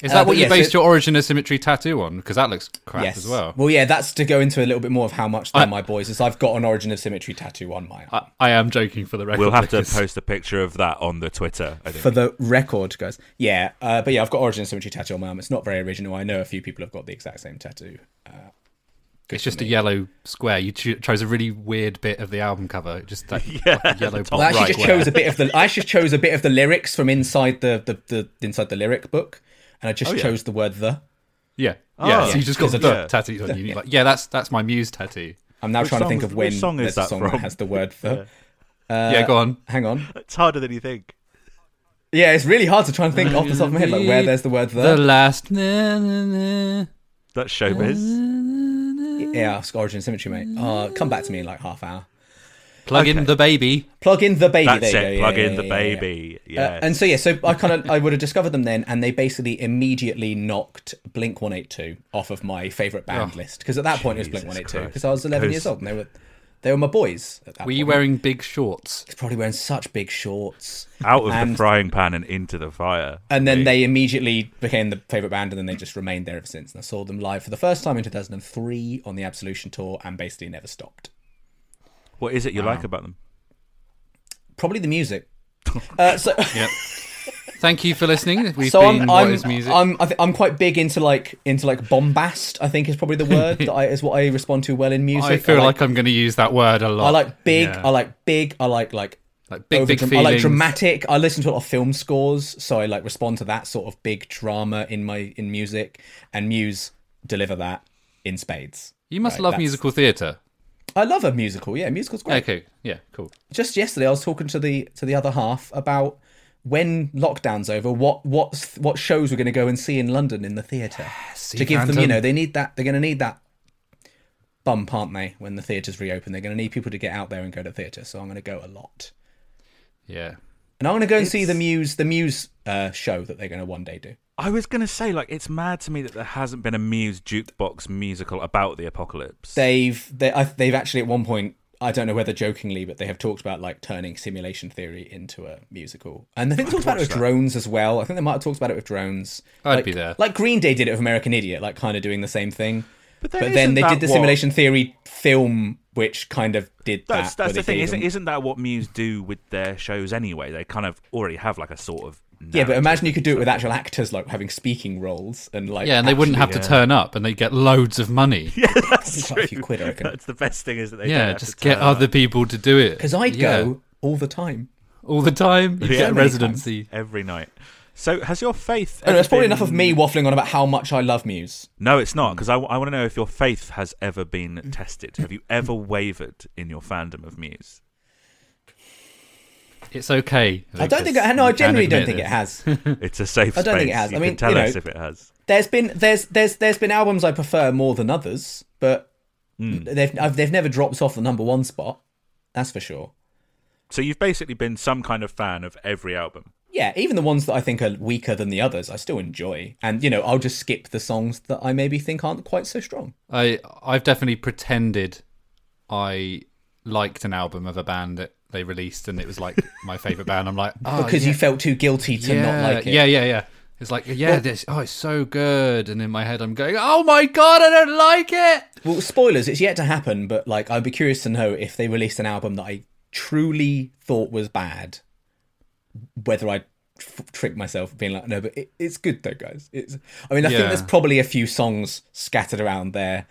S2: Is
S3: Uh,
S2: that
S3: but
S2: what you
S3: yes,
S2: based
S3: it-
S2: your origin of symmetry tattoo on? Because that looks crap
S3: yes.
S2: as well.
S3: yeah, that's to go into a little bit more of how much they're
S2: I-
S3: my boys. Is I've got an origin of symmetry tattoo on my arm.
S2: I, I am joking for the record.
S1: We'll have to
S2: because-
S1: post a picture of that on the Twitter. I think.
S3: for the record, guys. Yeah, uh, but yeah, I've got Origin of Symmetry tattoo on my arm. It's not very original. I know a few people have got the exact same tattoo.
S2: It's just a yellow square. You cho- chose a really weird bit of the album cover. Just that like, yellow.
S1: top
S2: block.
S3: Well, I actually
S2: Right,
S3: just
S2: where-
S3: chose a bit of the. I actually chose a bit of the lyrics from inside the the, the inside the lyric book, and I
S2: Oh,
S3: just chose the word the.
S2: Yeah, yeah.
S1: Oh,
S2: so you just got
S3: because
S2: the
S3: of
S1: the-
S2: tattoos on you. You're Like, yeah, that's that's my muse tattoo.
S3: I'm now
S1: Which
S3: trying to
S1: song
S3: think
S1: was-
S3: of when
S1: which song is
S3: there's a
S1: that
S3: song
S1: from?
S3: that has the word the. Uh,
S2: yeah, go on.
S3: Hang on.
S1: it's harder than you think.
S3: Yeah, it's really hard to try and think off the top of my head like where there's the word
S2: The
S3: the.
S2: last. na- na- na-
S1: That's
S3: Ah.
S1: showbiz.
S3: Yeah, it's got Origin of Symmetry, mate. Uh, come back to me in like half hour.
S2: Plug in the baby.
S3: Plug in the baby.
S1: That's
S3: there you
S1: it.
S3: go.
S1: Plug
S3: Yeah,
S1: in
S3: yeah,
S1: the
S3: yeah, yeah, yeah.
S1: baby.
S3: Uh,
S1: Yeah.
S3: and so yeah, so I kind of I would have discovered them then, and they basically immediately knocked Blink One Eight Two off of my favorite band list because at that point it was
S1: Oh, Jesus
S3: Blink One Eight Two
S1: Christ.
S3: because I was eleven years
S1: Those-
S3: old and they were they were my boys at that.
S2: Were you
S3: point.
S2: wearing big shorts?
S3: probably wearing such big shorts?
S1: out of the
S3: and-
S1: frying pan and into the fire.
S3: And then they immediately became the favorite band, and then they just remained there ever since. And I saw them live for the first time in two thousand and three on the Absolution tour, and basically never stopped.
S1: What is it you like about them?
S3: Probably the music. Uh, so.
S2: Thank you for listening. We've
S3: so
S2: been
S3: I'm
S2: What
S3: I'm,
S2: Is music.
S3: I'm I thi- I'm quite big into like into like bombast. I think is probably the word that I, is what I respond to well in music.
S2: I feel like,
S3: I like,
S2: I'm going to use that word a lot.
S3: I like big.
S2: Yeah.
S3: I like big. I like like
S2: Like big, big
S3: overdram- I like
S2: feelings.
S3: dramatic. I listen to a lot of film scores, so I like respond to that sort of big drama in my in music. And Muse deliver that in spades.
S2: You must
S3: Right,
S2: love
S3: that's-
S2: musical theatre.
S3: I love a musical. Yeah, musicals great.
S2: Okay, yeah, cool.
S3: Just yesterday, I was talking to the to the other half about when lockdown's over, what what what shows we're going to go and see in London in the theatre. to give them, you know, they need that. They're going to need that bump, aren't they? When the theatres reopen, they're going to need people to get out there and go to theatre. So I'm going to go a lot,
S2: yeah.
S3: and I'm going to go and see the Muse, the Muse uh, show that they're going to one day do.
S1: I was gonna say, like, it's mad to me that there hasn't been a Muse jukebox musical about the apocalypse.
S3: They've they, I, they've actually at one point. I don't know whether jokingly, but they have talked about like turning simulation theory into a musical, and I think they talked about it with drones as well. I think they might have talked about it with drones.
S2: I'd
S3: like,
S2: be there.
S3: Like Green Day did it with American Idiot, like kind of doing the same thing. But,
S1: then
S3: then
S1: isn't
S3: they
S1: that
S3: did the
S1: what-
S3: simulation theory film, which kind of did
S1: that's that's
S3: that. where
S1: the
S3: they
S1: thing,
S3: gave
S1: isn't
S3: them-
S1: isn't that what Muse do with their shows anyway? They kind of already have like a sort of
S3: Yeah, but
S1: narrative.
S3: imagine you could do it with actual actors, like having speaking roles and like.
S2: Yeah, and they wouldn't have to turn
S3: uh,
S2: up, and they get loads of money. Yeah,
S3: actually quite a few quid, I reckon.
S1: that's the best thing is that they don't have
S2: just
S1: to
S2: get
S1: turn up
S2: other people to do it.
S3: Because I'd
S2: Yeah,
S3: go all the time.
S2: all the time.
S1: Yeah.
S2: You get
S1: So
S2: a
S3: many
S2: residency.
S1: every night. So has your faith?
S3: Oh, no,
S1: ever
S3: that's probably
S1: been-
S3: enough of me waffling on about how much I love Muse.
S1: No, it's not because I, want to know if your faith has ever
S3: Mm.
S1: been tested. Have you ever wavered in your fandom of Muse?
S2: It's okay.
S3: I don't think. I, no, I generally don't think it has.
S1: It's a safe.
S3: Hmm. I don't think
S1: space.
S3: it has.
S1: You
S3: I
S1: can
S3: mean,
S1: tell
S3: you know-
S1: us if it has.
S3: There's been there's there's there's been albums I prefer more than others, but they've I've, they've never dropped off the number one spot. That's for sure.
S1: So you've basically been some kind of fan of every album.
S3: Yeah, even the ones that I think are weaker than the others, I still enjoy. And you know, I'll just skip the songs that I maybe think aren't quite so strong.
S2: I I've definitely pretended I liked an album of a band that they released, and it was like my favorite band. I'm like, oh,
S3: Because
S2: yeah,
S3: you felt too guilty to
S2: yeah,
S3: not like it.
S2: yeah, yeah, yeah. It's like, yeah, this oh, it's so good, and in my head I'm going, oh my god, I don't like it.
S3: Well, spoilers, it's yet to happen, but like I'd be curious to know if they released an album that I truly thought was bad, whether I'd f- trick myself being like, no, but it, it's good though, guys. It's. I mean, I
S2: Yeah.
S3: think there's probably a few songs scattered around their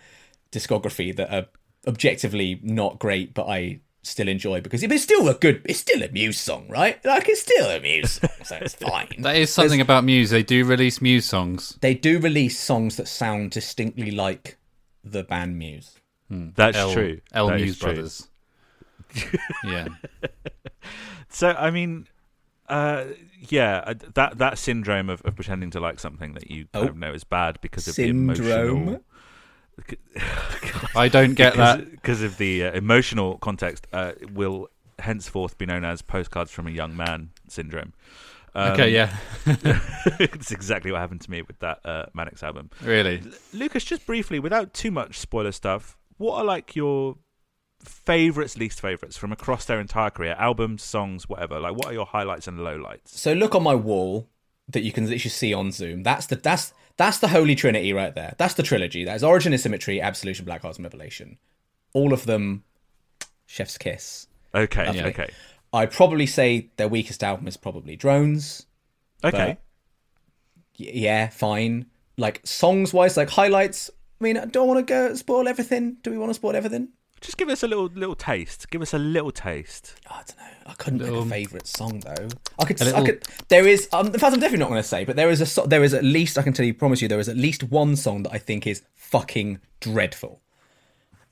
S3: discography that are objectively not great, but I still enjoy because it's still a good, it's still a Muse song, right? Like it's still a Muse song, so it's fine.
S2: That is something about Muse. They do release Muse songs.
S3: they do release songs that sound distinctly like the band Muse.
S1: That's
S2: L,
S1: true.
S2: L
S1: That is
S2: Muse
S1: true.
S2: Brothers. yeah,
S1: So I mean, uh, yeah, I- that that syndrome of, of pretending to like something that you kind of know is bad because of the
S3: Oh. Syndrome?
S1: emotional
S2: I don't get that.
S1: because of the uh, emotional context, uh, it will henceforth be known as postcards from a young man syndrome. Um,
S2: okay, yeah,
S1: it's exactly what happened to me with that uh, Mannix album.
S2: really.
S1: Lucas, just briefly, without too much spoiler stuff, what are like your favorites, least favorites from across their entire career, albums, songs, whatever? Like, what are your highlights and lowlights?
S3: So look on my wall that you can literally see on Zoom. That's the that's that's the holy trinity right there. That's the trilogy. That is Origin, Asymmetry, Absolution, Black Hearts, and Revelation. All of them, Chef's Kiss.
S1: Okay, okay,
S3: I probably say their weakest album is probably Drones.
S1: okay.
S3: Y- yeah, fine. Like songs wise, like highlights. I mean, I don't want to go spoil everything. Do we want to spoil everything?
S1: Just give us a little little taste. Give us a little taste.
S3: I don't know. I couldn't pick a
S2: Little-
S3: favorite song though. I could.
S2: A
S3: I
S2: little-
S3: could. There is. Um, in fact, I'm definitely not going to say. But there is a. so- There is at least. I can tell you. Promise you. There is at least one song that I think is fucking dreadful.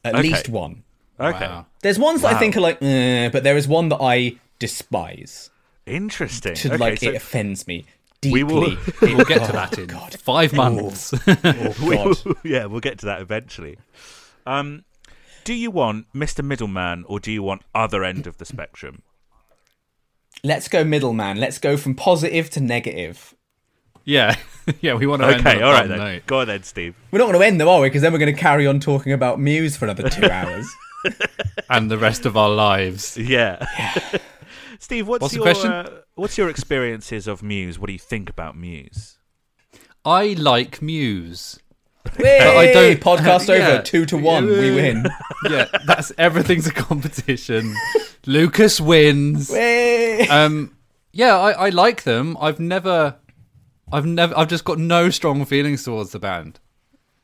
S3: At
S1: Okay.
S3: least one.
S1: Okay,
S2: Wow.
S3: There's ones that I think are like. "Eh," but there is one that I despise.
S1: interesting.
S3: To
S1: okay,
S3: like
S1: so
S3: it offends me
S1: We
S3: deeply.
S1: will-
S2: We'll get to that in five months.
S3: Oh, God.
S1: yeah, we'll get to that eventually. Um, do you want Mr. Middleman or do you want other end of the spectrum?
S3: Let's go middleman. Let's go from positive to negative.
S2: yeah, yeah. We want to end on
S1: Okay,
S2: a
S1: all right then.
S2: bum note.
S1: Go on then, Steve.
S3: We're not going to end though, are we? Because then we're going to carry on talking about Muse for another two hours.
S2: and the rest of our lives.
S1: Yeah. Steve, what's,
S2: What's the
S1: your
S2: question?
S1: Uh, what's your experiences of Muse? What do you think about Muse?
S2: I like Muse.
S3: But I
S2: don't-
S3: don't. Podcast
S2: Yeah.
S3: over. Two to one. We win.
S2: Yeah, that's everything's a competition. Lucas wins.
S3: Hey!
S2: Um, yeah, I, I like them. I've never, I've never, I've just got no strong feelings towards the band,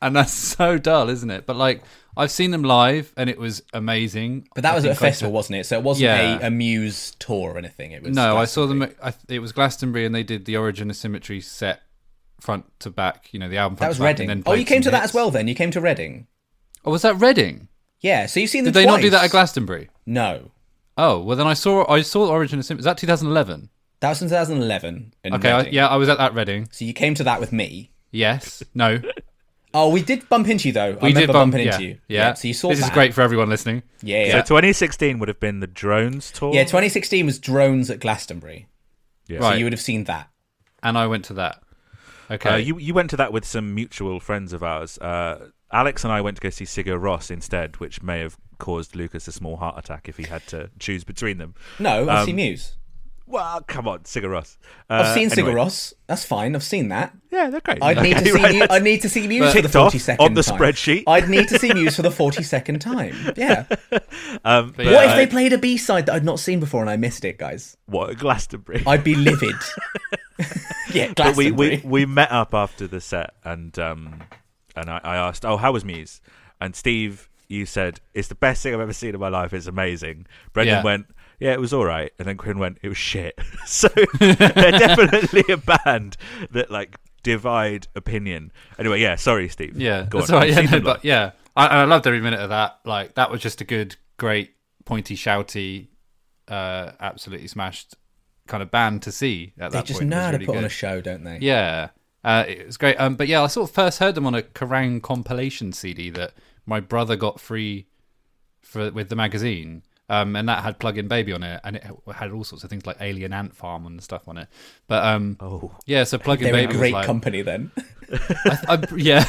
S2: and that's so dull, isn't it? But like, I've seen them live, and it was amazing.
S3: But that was at a
S2: think I
S3: festival, wasn't it? So it wasn't
S2: Yeah.
S3: a, a Muse tour or anything. It was
S2: No, I saw them. At, I, it was Glastonbury, and they did the Origin of Symmetry set front to back. You know, the album.
S3: That
S2: front
S3: was
S2: to back, and
S3: Reading.
S2: then
S3: Oh,
S2: played
S3: you came
S2: some
S3: to that
S2: hits.
S3: as well. Then you came to Reading.
S2: Oh, was that Reading?
S3: Yeah. So you've seen them.
S2: Did they not do that at
S3: twice.
S2: Glastonbury?
S3: No,
S2: Oh, well then I saw I saw Origin of Symmetry. Is that 2011?
S3: that was in 2011. In
S2: Okay, I,
S3: Reading.
S2: yeah, I was at that Reading.
S3: So you came to that with me.
S2: Yes. No.
S3: Oh, we did bump into you though. I
S2: We
S3: remember
S2: did bump
S3: bumping
S2: yeah,
S3: into you.
S2: Yeah.
S3: So you saw
S2: This
S3: that.
S2: is great for everyone listening.
S3: Yeah.
S1: So
S3: Yeah.
S1: 2016 Uh, would have been the Drones tour.
S3: Uh, yeah. 2016 was drones at Glastonbury.
S1: Yeah.
S3: So
S2: Right.
S3: you would have seen that.
S2: and I went to that. Okay.
S1: Uh, you you went to that with some mutual friends of ours. Uh, Alex and I went to go see Sigur Ross instead, which may have caused Lucas a small heart attack if he had to choose between them.
S3: No, I've
S2: Um,
S3: seen Muse.
S1: Well, come on, Sigur Ross.
S2: uh,
S3: I've seen
S1: anyway.
S3: Sigur Rós. That's fine. I've seen that.
S1: Yeah, they're great.
S3: I'd need to see. Mu- I need to see Muse for the
S1: Ticked off
S3: forty second
S1: on the
S3: time.
S1: spreadsheet.
S3: I'd need to see Muse for the forty second time. Yeah.
S2: But
S3: What
S2: yeah,
S3: if they played a B side that I'd not seen before and I missed it, guys?
S1: What Glastonbury?
S3: I'd be livid. yeah,
S1: But we,
S3: Glastonbury.
S1: we we met up after the set and um and I, I asked, oh, how was Muse? And Steve, you said it's the best thing I've ever seen in my life. It's amazing. Brendan
S2: Yeah.
S1: went, yeah, it was all right. And then Quinn went, it was shit. so they're definitely a band that like divide opinion. Anyway, yeah, sorry, Steve.
S2: yeah.
S1: go
S2: That's
S1: on.
S2: all right.
S1: You've
S2: Yeah,
S1: seen
S2: no,
S1: them live.
S2: but yeah. I, and I loved every minute of that. Like that was just a good, great, pointy, shouty, uh, absolutely smashed kind of band to see at
S3: they
S2: that
S3: just
S2: point. It
S3: know
S2: was
S3: how to
S2: really
S3: put on
S2: good.
S3: a show, don't they?
S2: Yeah, uh, it was great. Um, but yeah, I sort of first heard them on a Kerrang compilation CD that my brother got free for with the magazine. Um, and that had Plug In Baby on it, and it had all sorts of things like Alien Ant Farm and stuff on it. But um,
S1: Oh.
S2: yeah, so Plug In
S3: They're a
S2: Baby was
S3: great
S2: like,
S3: company then.
S2: I, yeah,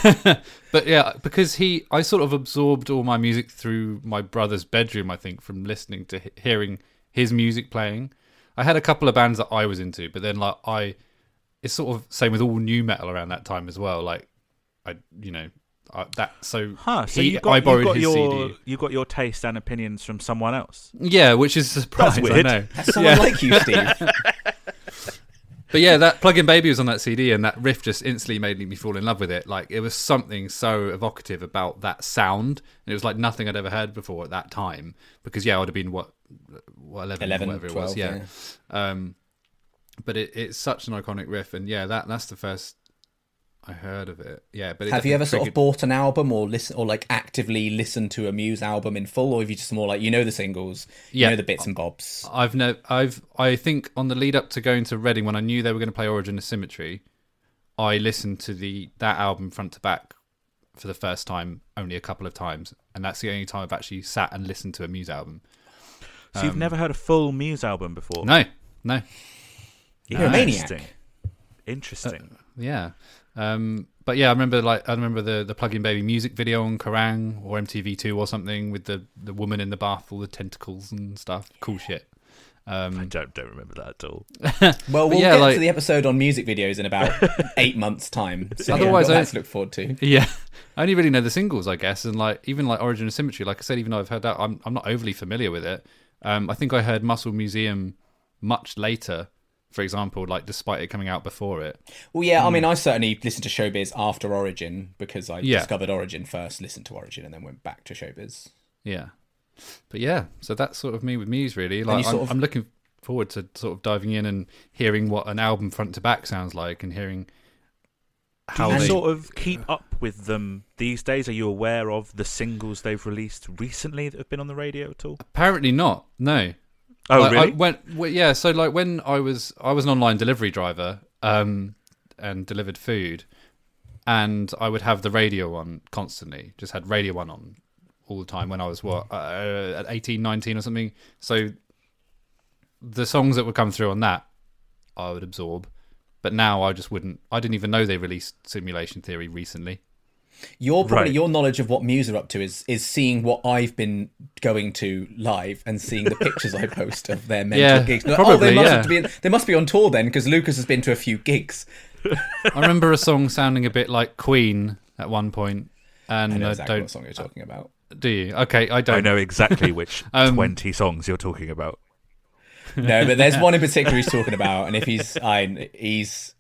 S2: but yeah, because he, I sort of absorbed all my music through my brother's bedroom. I think from listening to he- hearing his music playing, I had a couple of bands that I was into, but then like I, it's sort of same with all new metal around that time as well. Like I, you know, I, that so,
S1: Huh, so
S2: he-
S1: you got,
S2: I borrowed
S1: you got
S2: his
S1: your
S2: CD.
S1: you got your taste and opinions from someone else.
S2: Yeah, which is a surprise. I
S1: weird.
S2: know.
S3: That's someone like you, Steve.
S2: But yeah, that plug-in baby was on that CD, and that riff just instantly made me fall in love with it. Like it was something so evocative about that sound, and it was like nothing I'd ever heard before at that time. Because yeah, I'd have been what, what 11,
S3: 11,
S2: whatever it was.
S3: 12,
S2: Yeah. Um, but it, it's such an iconic riff, and yeah, that that's the first I heard of it. Yeah, but it
S3: Have you
S2: definitely
S3: ever sort of
S2: triggered-
S3: bought an album or listen or like actively listened to a Muse album in full, or have you just more like you know the singles,
S2: Yeah. Uh,
S3: you know the bits and bobs?
S2: I've no, I've, I think on the lead up to going to Reading, when I knew they were going to play Origin of Symmetry, I listened to the that album front to back for the first time only a couple of times, and that's the only time I've actually sat and listened to a Muse album.
S1: So you've never heard a full Muse album before?
S2: Um, No, no,
S3: You're a maniac.
S1: Interesting. Interesting.
S2: yeah. Um, but yeah, I remember like I remember the the Plug In Baby music video on Kerrang or MTV Two or something with the the woman in the bath, all the tentacles and stuff. Cool shit.
S1: I don't don't remember that at all.
S3: Well, we'll
S2: yeah,
S3: get
S2: like-
S3: to the episode on music videos in about eight months' time. So
S2: Otherwise,
S3: Otherwise,
S2: I-
S3: that's to look forward to.
S2: Yeah, I only really know the singles, I guess, and like even like Origin of Symmetry. Like I said, even though I've heard that, I'm I'm not overly familiar with it. Um, I think I heard Muscle Museum much later, for example, like despite it coming out before it.
S3: Well, yeah, I mean, I certainly listened to Showbiz after Origin because I
S2: Mm. Yeah.
S3: discovered Origin first, listened to Origin, and then went back to Showbiz.
S2: Yeah, but yeah, so that's sort of me with Muse really. Like
S3: you
S2: I'm,
S3: sort of-
S2: I'm looking forward to sort of diving in and hearing what an album front to back sounds like and hearing how
S1: Do you
S2: they
S1: sort of keep up with them these days? Are you aware of the singles they've released recently that have been on the radio at all?
S2: apparently not no
S1: Oh,
S2: Like,
S1: really?
S2: I went, well, yeah. So like when I was I was an online delivery driver um, and delivered food, and I would have the radio on constantly. Just had radio one on all the time when I was what uh, at 18, 19 or something. So the songs that would come through on that, I would absorb. But now I just wouldn't. I didn't even know they released Simulation Theory recently.
S3: Your probably
S1: Right.
S3: your knowledge of what Muse are up to is is seeing what I've been going to live and seeing the pictures I post of their mental
S2: Yeah,
S3: gigs. oh,
S2: probably,
S3: they must
S2: yeah.
S3: have been they must be on tour then because Lucas has been to a few gigs.
S2: I remember a song sounding a bit like Queen at one point, and
S3: I know
S2: I,
S3: exactly what
S2: don't. Uh,
S3: song you're talking about.
S2: Do you? Okay, I don't.
S1: I know exactly which
S2: Um,
S1: 20 songs you're talking about.
S3: No, but there's one in particular he's talking about, and if he's I he's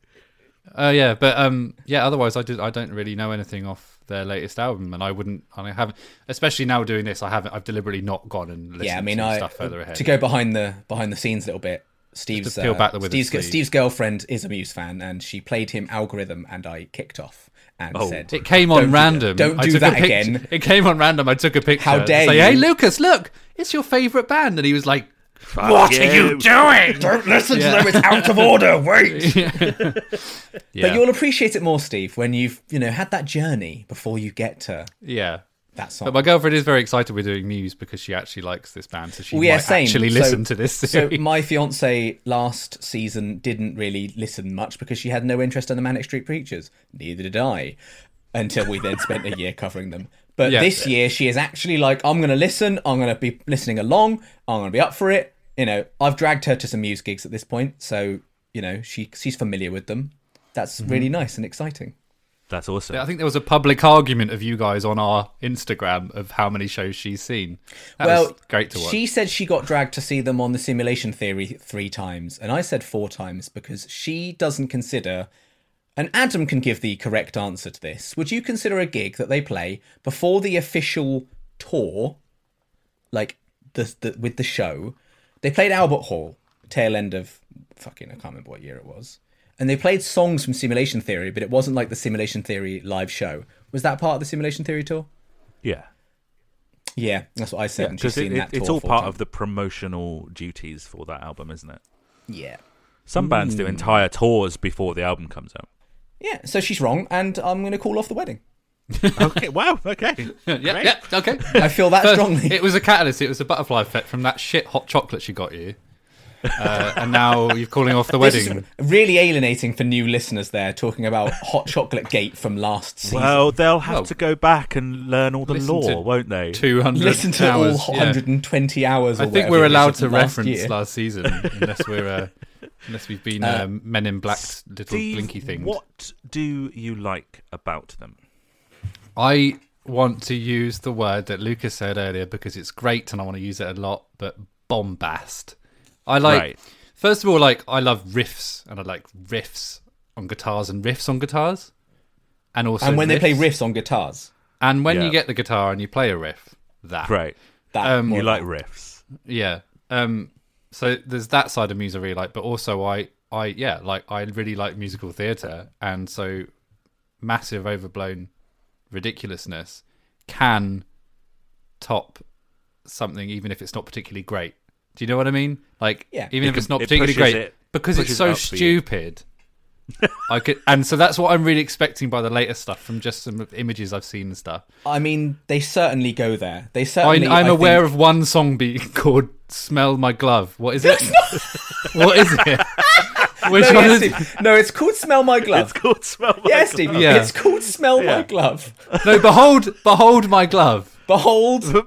S2: Oh yeah, but um, yeah. Otherwise, I did. I don't really know anything off their latest album, and I wouldn't. And I haven't, especially now doing this. I haven't. I've deliberately not gone and listened
S3: yeah. I mean,
S2: to
S3: I
S2: stuff further ahead.
S3: to go behind the behind the scenes a little bit. Steve's uh,
S2: to peel back the withered
S3: Steve's,
S2: sleeve.
S3: Steve's girlfriend is a Muse fan, and she played him Algorithm, and I kicked off and
S1: Oh.
S3: said,
S2: it came
S3: "Don't
S2: on
S3: do that.
S2: random.
S3: Don't
S2: I
S3: do
S2: took
S3: that
S2: a pic-
S3: again."
S2: It came on random. I took a picture.
S3: How
S2: and
S3: dare
S2: say,
S3: you.
S2: Hey, Lucas, look, it's your favorite band, and he was like,
S1: What are you doing?
S3: Don't listen
S2: Yeah.
S3: to them; it's out of order. Wait.
S2: "Yeah,
S3: But you'll appreciate it more, Steve, when you've you know had that journey before you get to
S2: yeah."
S3: that song.
S2: But my girlfriend is very excited we're doing Muse because she actually likes this band, so she
S3: Well, yeah,
S2: might
S3: same.
S2: actually
S3: So-
S2: listen to this.
S3: so
S2: series.
S3: my fiance last season didn't really listen much because she had no interest in the Manic Street Preachers. Neither did I, until we then spent a year covering them. But
S2: Yeah.
S3: this year she is actually like, I'm going to listen. I'm going to be listening along. I'm going to be up for it. You know, I've dragged her to some Muse gigs at this point, so you know she she's familiar with them. That's
S2: Mm-hmm.
S3: really nice and exciting.
S1: That's awesome.
S2: I think there was a public argument of you guys on our Instagram of how many shows she's seen. That was great to watch.
S3: She said she got dragged to see them on the simulation theory three times, and I said four times because she doesn't consider. And Adam can give the correct answer to this. Would you consider a gig that they play before the official tour, like the, the with the show? They played Albert Hall, tail end of fucking I can't remember what year it was, and they played songs from Simulation Theory, but it wasn't like the Simulation Theory live show. Was that part of the Simulation Theory tour?
S1: yeah.
S3: Yeah, that's what I said. and she's
S1: Because it,
S3: seen
S1: it-
S3: that tour
S1: it's all
S3: four
S1: part
S3: times.
S1: of the promotional duties for that album, isn't it?
S3: Yeah.
S1: Some bands
S3: Hmm.
S1: do entire tours before the album comes out.
S3: Yeah, so she's wrong, and I'm going to call off the wedding.
S1: okay, wow, okay.
S2: yeah, yeah, okay.
S3: I feel that
S2: First,
S3: strongly.
S2: It was a catalyst. It was a butterfly effect from that shit hot chocolate she got you. Uh, and now you're calling off the
S3: This
S2: wedding.
S3: is really alienating for new listeners there, talking about Hot Chocolate Gate from last season.
S1: Well, they'll have
S2: Well,
S1: to go back and learn all the
S2: listen to
S1: law, won't they?
S2: 200
S3: Listen to
S2: hours.
S3: all
S2: yeah.
S3: 120 hours or
S2: I think
S3: whatever
S2: we're
S3: it is
S2: allowed to
S3: from last
S2: reference
S3: year.
S2: last season unless we're uh, unless we've been uh, men in black little
S1: Steve,
S2: blinky things.
S1: What do you like about them?
S2: I want to use the word that Lucas said earlier because it's great and I want to use it a lot, but bombast. I like
S1: Right.
S2: first of all, like I love riffs and I like riffs on guitars and riffs on guitars. And also
S3: and when they play
S2: riffs.
S3: riffs on guitars,
S2: And when
S1: Yeah.
S2: you get the guitar and you play a riff, that
S1: Right.
S3: that
S2: Um,
S1: You
S3: more-
S1: like riffs.
S2: yeah. Um, so there's that side of music I really like, but also I, I yeah, like I really like musical theatre, and so massive overblown ridiculousness can top something, even if it's not particularly great. Do you know what I mean? Like,
S3: Yeah.
S2: even
S1: It
S2: if it's
S1: com-
S2: not
S1: it
S2: particularly
S1: pushes
S2: great,
S1: it-
S2: because it's
S1: pushes it
S2: so
S1: up for you.
S2: stupid, I could, and so that's what I'm really expecting by the later stuff from just some images I've seen and stuff.
S3: I mean, they certainly go there. They
S2: I,
S3: certainly.
S2: I'm
S3: I
S2: aware
S3: think-
S2: of one song being called "Smell My Glove." What is it? what is it? Which
S3: No,
S2: one
S3: yes,
S2: is?
S3: Steve. no, it's called Smell My Glove.
S1: It's called Smell My
S3: yes,
S1: Glove.
S3: Steve.
S2: Yeah.
S3: It's called Smell My
S1: Yeah.
S3: Glove.
S2: No, behold, behold my glove.
S3: Behold,
S1: The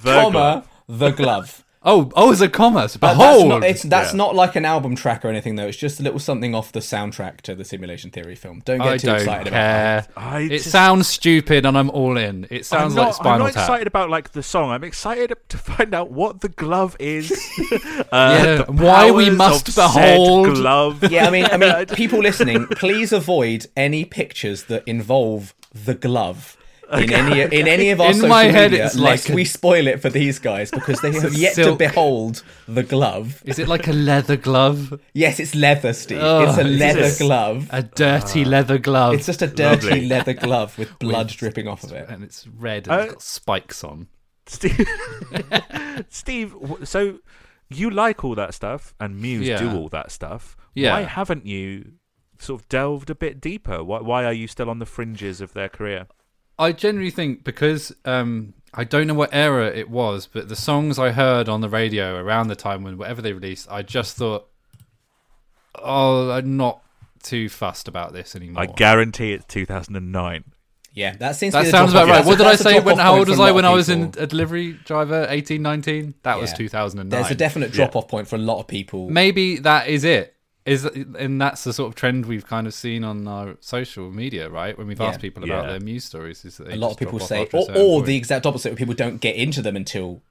S1: Glove.
S3: comma, the glove.
S2: Oh, oh, it's a comma. So
S3: But
S2: behold.
S3: That's not, it's, that's
S1: Yeah.
S3: not like an album track or anything, though. It's just a little something off the soundtrack to the Simulation Theory film. Don't get
S2: I
S3: too
S2: don't
S3: excited about
S2: care.
S1: I
S2: it
S1: just-
S2: sounds stupid, and I'm all in. It sounds
S1: I'm not,
S2: like Spinal
S1: I'm not
S2: Tap.
S1: excited about like the song. I'm excited to find out what the glove is. uh,
S2: Yeah,
S1: the
S2: why we
S1: powers
S2: must
S1: of said
S2: behold-
S1: glove.
S3: that. Yeah, I mean, I mean, people listening, please avoid any pictures that involve the glove. In any in any of our
S2: In
S3: social
S2: my head,
S3: media,
S2: it's
S3: lest
S2: like a-
S3: we spoil it for these guys because they have yet
S2: silk.
S3: to behold the glove.
S2: Is it like a leather glove?
S3: Yes, it's leather, Steve.
S2: Ugh,
S3: it's a
S2: it's
S3: leather
S1: just-
S3: glove.
S2: Oh, A dirty leather glove.
S3: Uh, It's just a dirty
S1: Lovely.
S3: leather glove with blood dripping off of it.
S2: and it's red and it's
S1: Uh,
S2: got spikes on.
S1: Steve, Steve, w- so you like all that stuff, and Muse
S2: Yeah.
S1: do all that stuff.
S2: Yeah.
S1: Why haven't you sort of delved a bit deeper? Why, why are you still on the fringes of their career?
S2: I generally think because um, I don't know what era it was, but the songs I heard on the radio around the time when whatever they released, I just thought, oh, I'm not too fussed about this anymore.
S1: I guarantee it's 2009.
S3: Yeah, that seems. to
S2: that
S3: be the
S2: sounds
S3: drop-off-
S2: about right.
S3: that's a-
S2: What did I
S3: that's a
S2: say? When
S3: drop-off
S2: how
S3: point
S2: old
S3: for
S2: was
S3: a lot
S2: I
S3: of
S2: when I was
S3: people.
S2: in a delivery driver? 18, 19? That was
S3: Yeah.
S2: 2009.
S3: There's a definite
S1: Yeah.
S3: drop off point for a lot of people.
S2: Maybe that is it. Is and that's the sort of trend we've kind of seen on our social media, right? When we've asked
S3: Yeah.
S2: people about
S1: Yeah.
S2: their news stories, is that
S3: a lot of people say, "Oh,
S2: or,
S3: or, or the exact opposite. where People don't get into them until.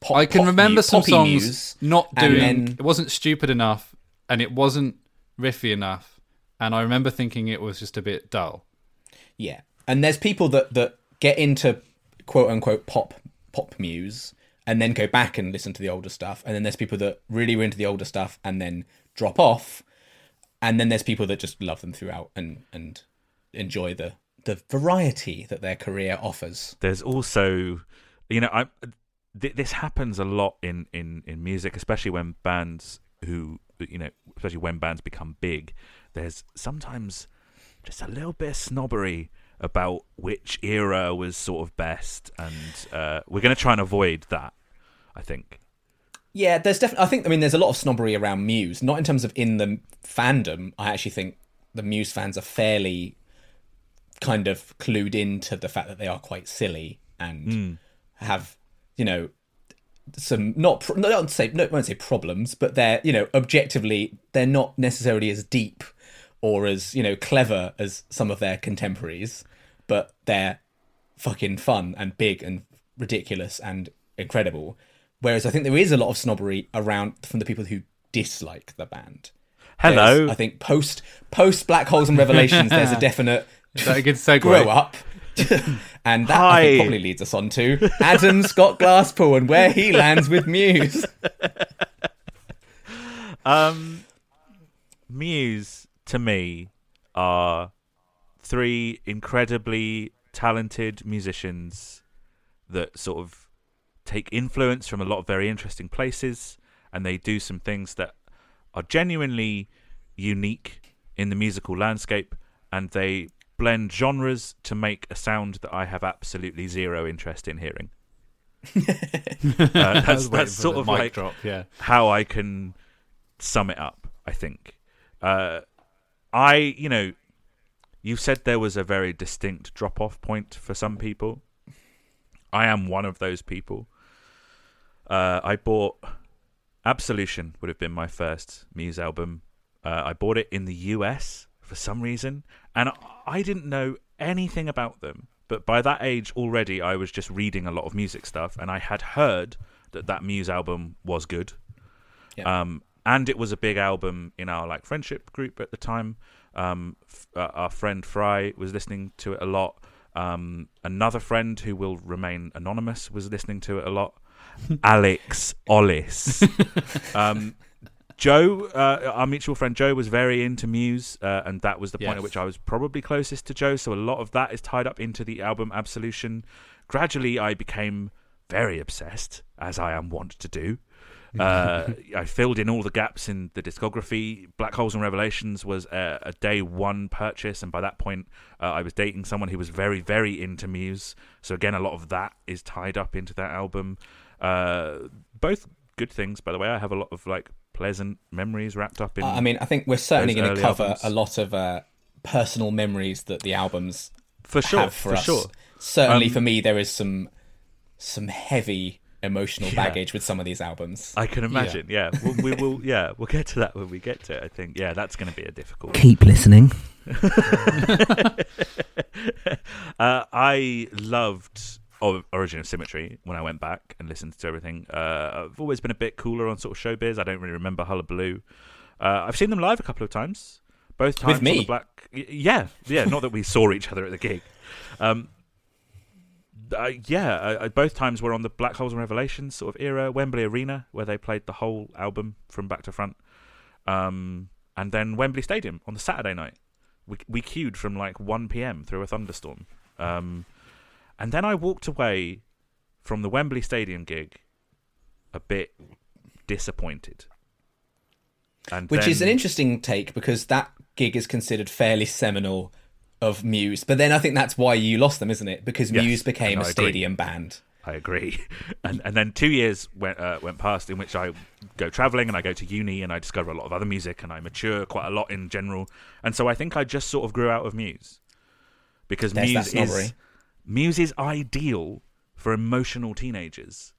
S3: Pop,
S2: I can
S3: pop
S2: remember
S3: mu-
S2: some
S3: poppy
S2: songs
S3: news,
S2: not
S3: and
S2: doing.
S3: then-
S2: It wasn't stupid enough, and it wasn't riffy enough, and I remember thinking it was just a bit dull.
S3: yeah, and there's people that that get into quote unquote pop pop muse and then go back and listen to the older stuff, and then there's people that really were into the older stuff and then drop off, and then there's people that just love them throughout and and enjoy the the variety that their career offers.
S1: there's also you know i th- this happens a lot in in in music especially when bands who you know especially when bands become big there's sometimes just a little bit of snobbery about which era was sort of best and uh, we're going to try and avoid that i think
S3: Yeah, there's definitely. I think. I mean, there's a lot of snobbery around Muse. Not in terms of in the fandom. I actually think the Muse fans are fairly kind of clued into the fact that they are quite silly and have, you know, some not pro- no, not say no, won't say problems, but they're you know objectively they're not necessarily as deep or as you know clever as some of their contemporaries, but they're fucking fun and big and ridiculous and incredible. Whereas I think there is a lot of snobbery around from the people who dislike the band.
S1: hello
S3: There's, I think post post black holes and revelations, there's a definite
S2: Is that a good segue?
S3: grow up. and that I
S1: Hi.
S3: think, probably leads us on to Adam Scott Glasspool and where he lands with Muse.
S1: Um, Muse to me are three incredibly talented musicians that sort of take influence from a lot of very interesting places, and they do some things that are genuinely unique in the musical landscape, and they blend genres to make a sound that I have absolutely zero interest in hearing. Uh,
S2: I
S1: that's
S2: was waiting
S1: that's
S2: for
S1: sort
S2: the
S1: of
S2: mic
S1: like
S2: drop. Yeah,
S1: how I can sum it up. I think. Uh, I, you know, you said there was a very distinct drop off point for some people. I am one of those people. Uh, I bought Absolution would have been my first Muse album. Uh, I bought it in the US for some reason, and I didn't know anything about them. But by that age already, I was just reading a lot of music stuff, and I had heard that that Muse album was good.
S3: Yeah.
S1: Um, and it was a big album in our like friendship group at the time. Um, f- uh, our friend Fry was listening to it a lot. Um, another friend who will remain anonymous was listening to it a lot. Alex Ollis. um, Joe, uh, our mutual friend Joe, was very into Muse, uh, and that was the point at
S2: Yes.
S1: which I was probably closest to Joe. So a lot of that is tied up into the album Absolution. Gradually, I became very obsessed, as I am wont to do. Uh, I filled in all the gaps in the discography. Black Holes and Revelations was a, a day one purchase, and by that point, uh, I was dating someone who was very, very into Muse. So again, a lot of that is tied up into that album. Uh, both good things, by the way. I have a lot of like pleasant memories wrapped up in.
S3: I I mean, I think we're certainly
S1: Those
S3: going to
S1: early
S3: cover
S1: albums.
S3: a lot of uh, personal memories that the albums
S1: for sure,
S3: have for, us.
S1: sure.
S3: Certainly
S1: Um,
S3: for me, there is some some heavy emotional
S1: Yeah. Uh,
S3: baggage with some of these albums.
S1: I can imagine. Yeah, We'll, we will. Yeah, we'll get to that when we get to it. I think. Yeah, that's going to be a difficult.
S5: Keep listening.
S1: Uh, I loved O- Origin of Symmetry when I went back and listened to everything. Uh, I've always been a bit cooler on sort of showbiz. I don't really remember Hullabaloo. Uh, I've seen them live a couple of times. Both times on
S3: me?
S1: the black. y- Yeah, yeah. Not that we saw each other at the gig. Um, uh, yeah, I, I, both times were on the Black Holes and Revelations sort of era, Wembley Arena, where they played the whole album from back to front, um, and then Wembley Stadium on the Saturday night. We we queued from like one p.m. through a thunderstorm, um, and then I walked away from the Wembley Stadium gig a bit disappointed. And
S3: Which
S1: then-
S3: is an interesting take because that gig is considered fairly seminal of Muse. But then I think that's why you lost them, isn't it? Because
S1: Yes,
S3: Muse became
S1: and
S3: a
S1: I agree.
S3: stadium band.
S1: I agree. And and then two years went uh, went past in which I go traveling and I go to uni and I discover a lot of other music and I mature quite a lot in general. And so I think I just sort of grew out of Muse because
S3: There's that
S1: Muse is
S3: snobbery.
S1: Muse is ideal for emotional teenagers.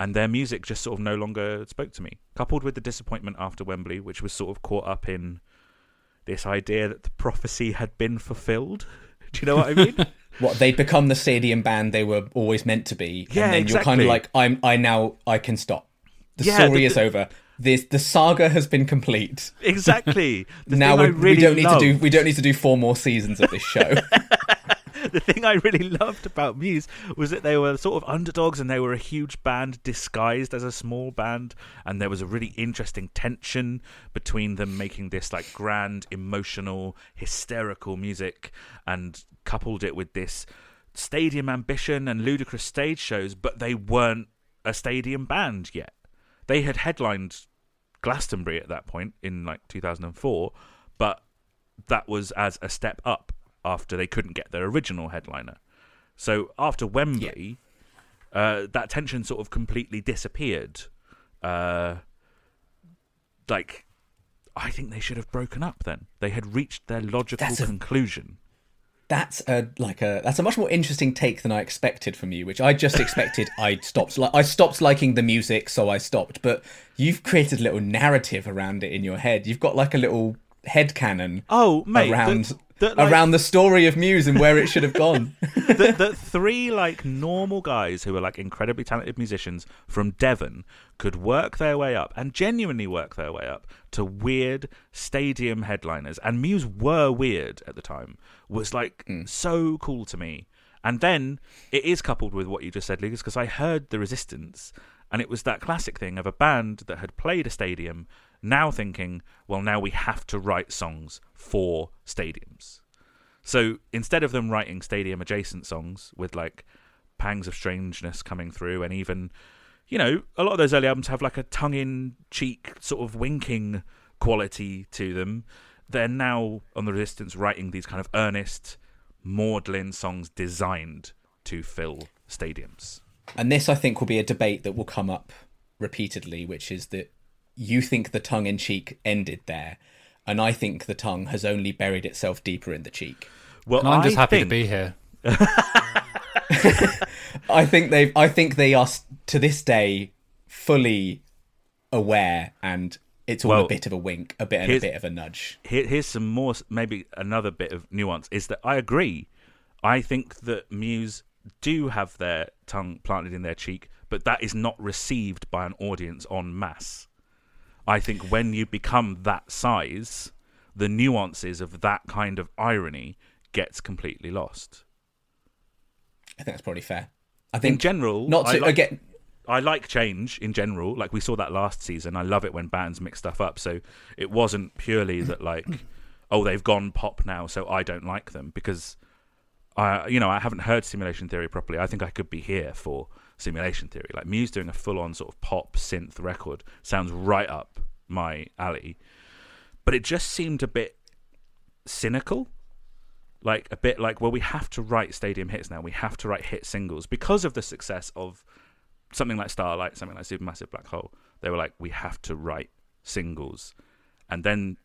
S1: And their music just sort of no longer spoke to me. Coupled with the disappointment after Wembley, which was sort of caught up in this idea that the prophecy had been fulfilled. Do you know what I mean?
S3: What they'd become the stadium band they were always meant to be.
S1: Yeah,
S3: and then you're kind
S1: exactly.
S3: of like, I'm I now I can stop. The
S1: Yeah,
S3: story
S1: the-
S3: is over. This the saga has been complete.
S1: exactly. The
S3: now
S1: thing
S3: we,
S1: I
S3: we
S1: really
S3: don't need to do
S1: loved-
S3: we don't need to do four more seasons of this show.
S1: the thing I really loved about Muse was that they were sort of underdogs and they were a huge band disguised as a small band, and there was a really interesting tension between them making this like grand, emotional, hysterical music and coupled it with this stadium ambition and ludicrous stage shows, but they weren't a stadium band yet. They had headlined Glastonbury at that point in like 2004, but that was as a step up after they couldn't get their original headliner. So after Wembley, uh, that tension sort of completely disappeared. Uh, like, I think they should have broken up then. They had reached their logical
S3: That's a-
S1: conclusion.
S3: that's a like a that's a much more interesting take than I expected from you, which I just expected I stopped like I stopped liking the music, so I stopped. But you've created a little narrative around it in your head. You've got like a little head cannon
S1: Oh, mate. the-
S3: around
S1: the, like,
S3: around the story of Muse and where it should have gone.
S1: that, that three like normal guys who are like incredibly talented musicians from Devon could work their way up and genuinely work their way up to weird stadium headliners and Muse were weird at the time was like so cool to me and then it is coupled with what you just said Lucas because I heard the resistance and it was that classic thing of a band that had played a stadium now thinking well now we have to write songs for stadiums so instead of them writing stadium adjacent songs with like pangs of strangeness coming through, and even, you know, a lot of those early albums have like a tongue in cheek sort of winking quality to them, they're now on the Resistance writing these kind of earnest, maudlin songs designed to fill stadiums.
S3: And this, I think, will be a debate that will come up repeatedly, which is that you think the tongue in cheek ended there, and I think the tongue has only buried itself deeper in the cheek.
S1: Well,
S2: And I'm just
S1: I
S2: happy
S1: think-
S2: to be here.
S3: I think they've. I think they are s- to this day fully aware, and it's all
S1: Well,
S3: a bit of a wink, a bit and a
S1: here's-
S3: bit of a nudge.
S1: here, here's some more maybe another bit of nuance is that I agree. I think that Muse do have their tongue planted in their cheek, but that is not received by an audience en masse. I think when you become that size, the nuances of that kind of irony gets completely lost.
S3: I think that's probably fair. I think
S1: In general,
S3: not
S1: I
S3: to
S1: like-
S3: again.
S1: I like change in general. Like we saw that last season. I love it when bands mix stuff up. So it wasn't purely that like, oh, they've gone pop now, so I don't like them because I, you know, I haven't heard Simulation Theory properly. I think I could be here for simulation theory. Like Muse doing a full on sort of pop synth record sounds right up my alley. But it just seemed a bit cynical. Like a bit like, well, we have to write stadium hits now. We have to write hit singles because of the success of something like Starlight, something like Supermassive Black Hole. They were like, we have to write singles. And then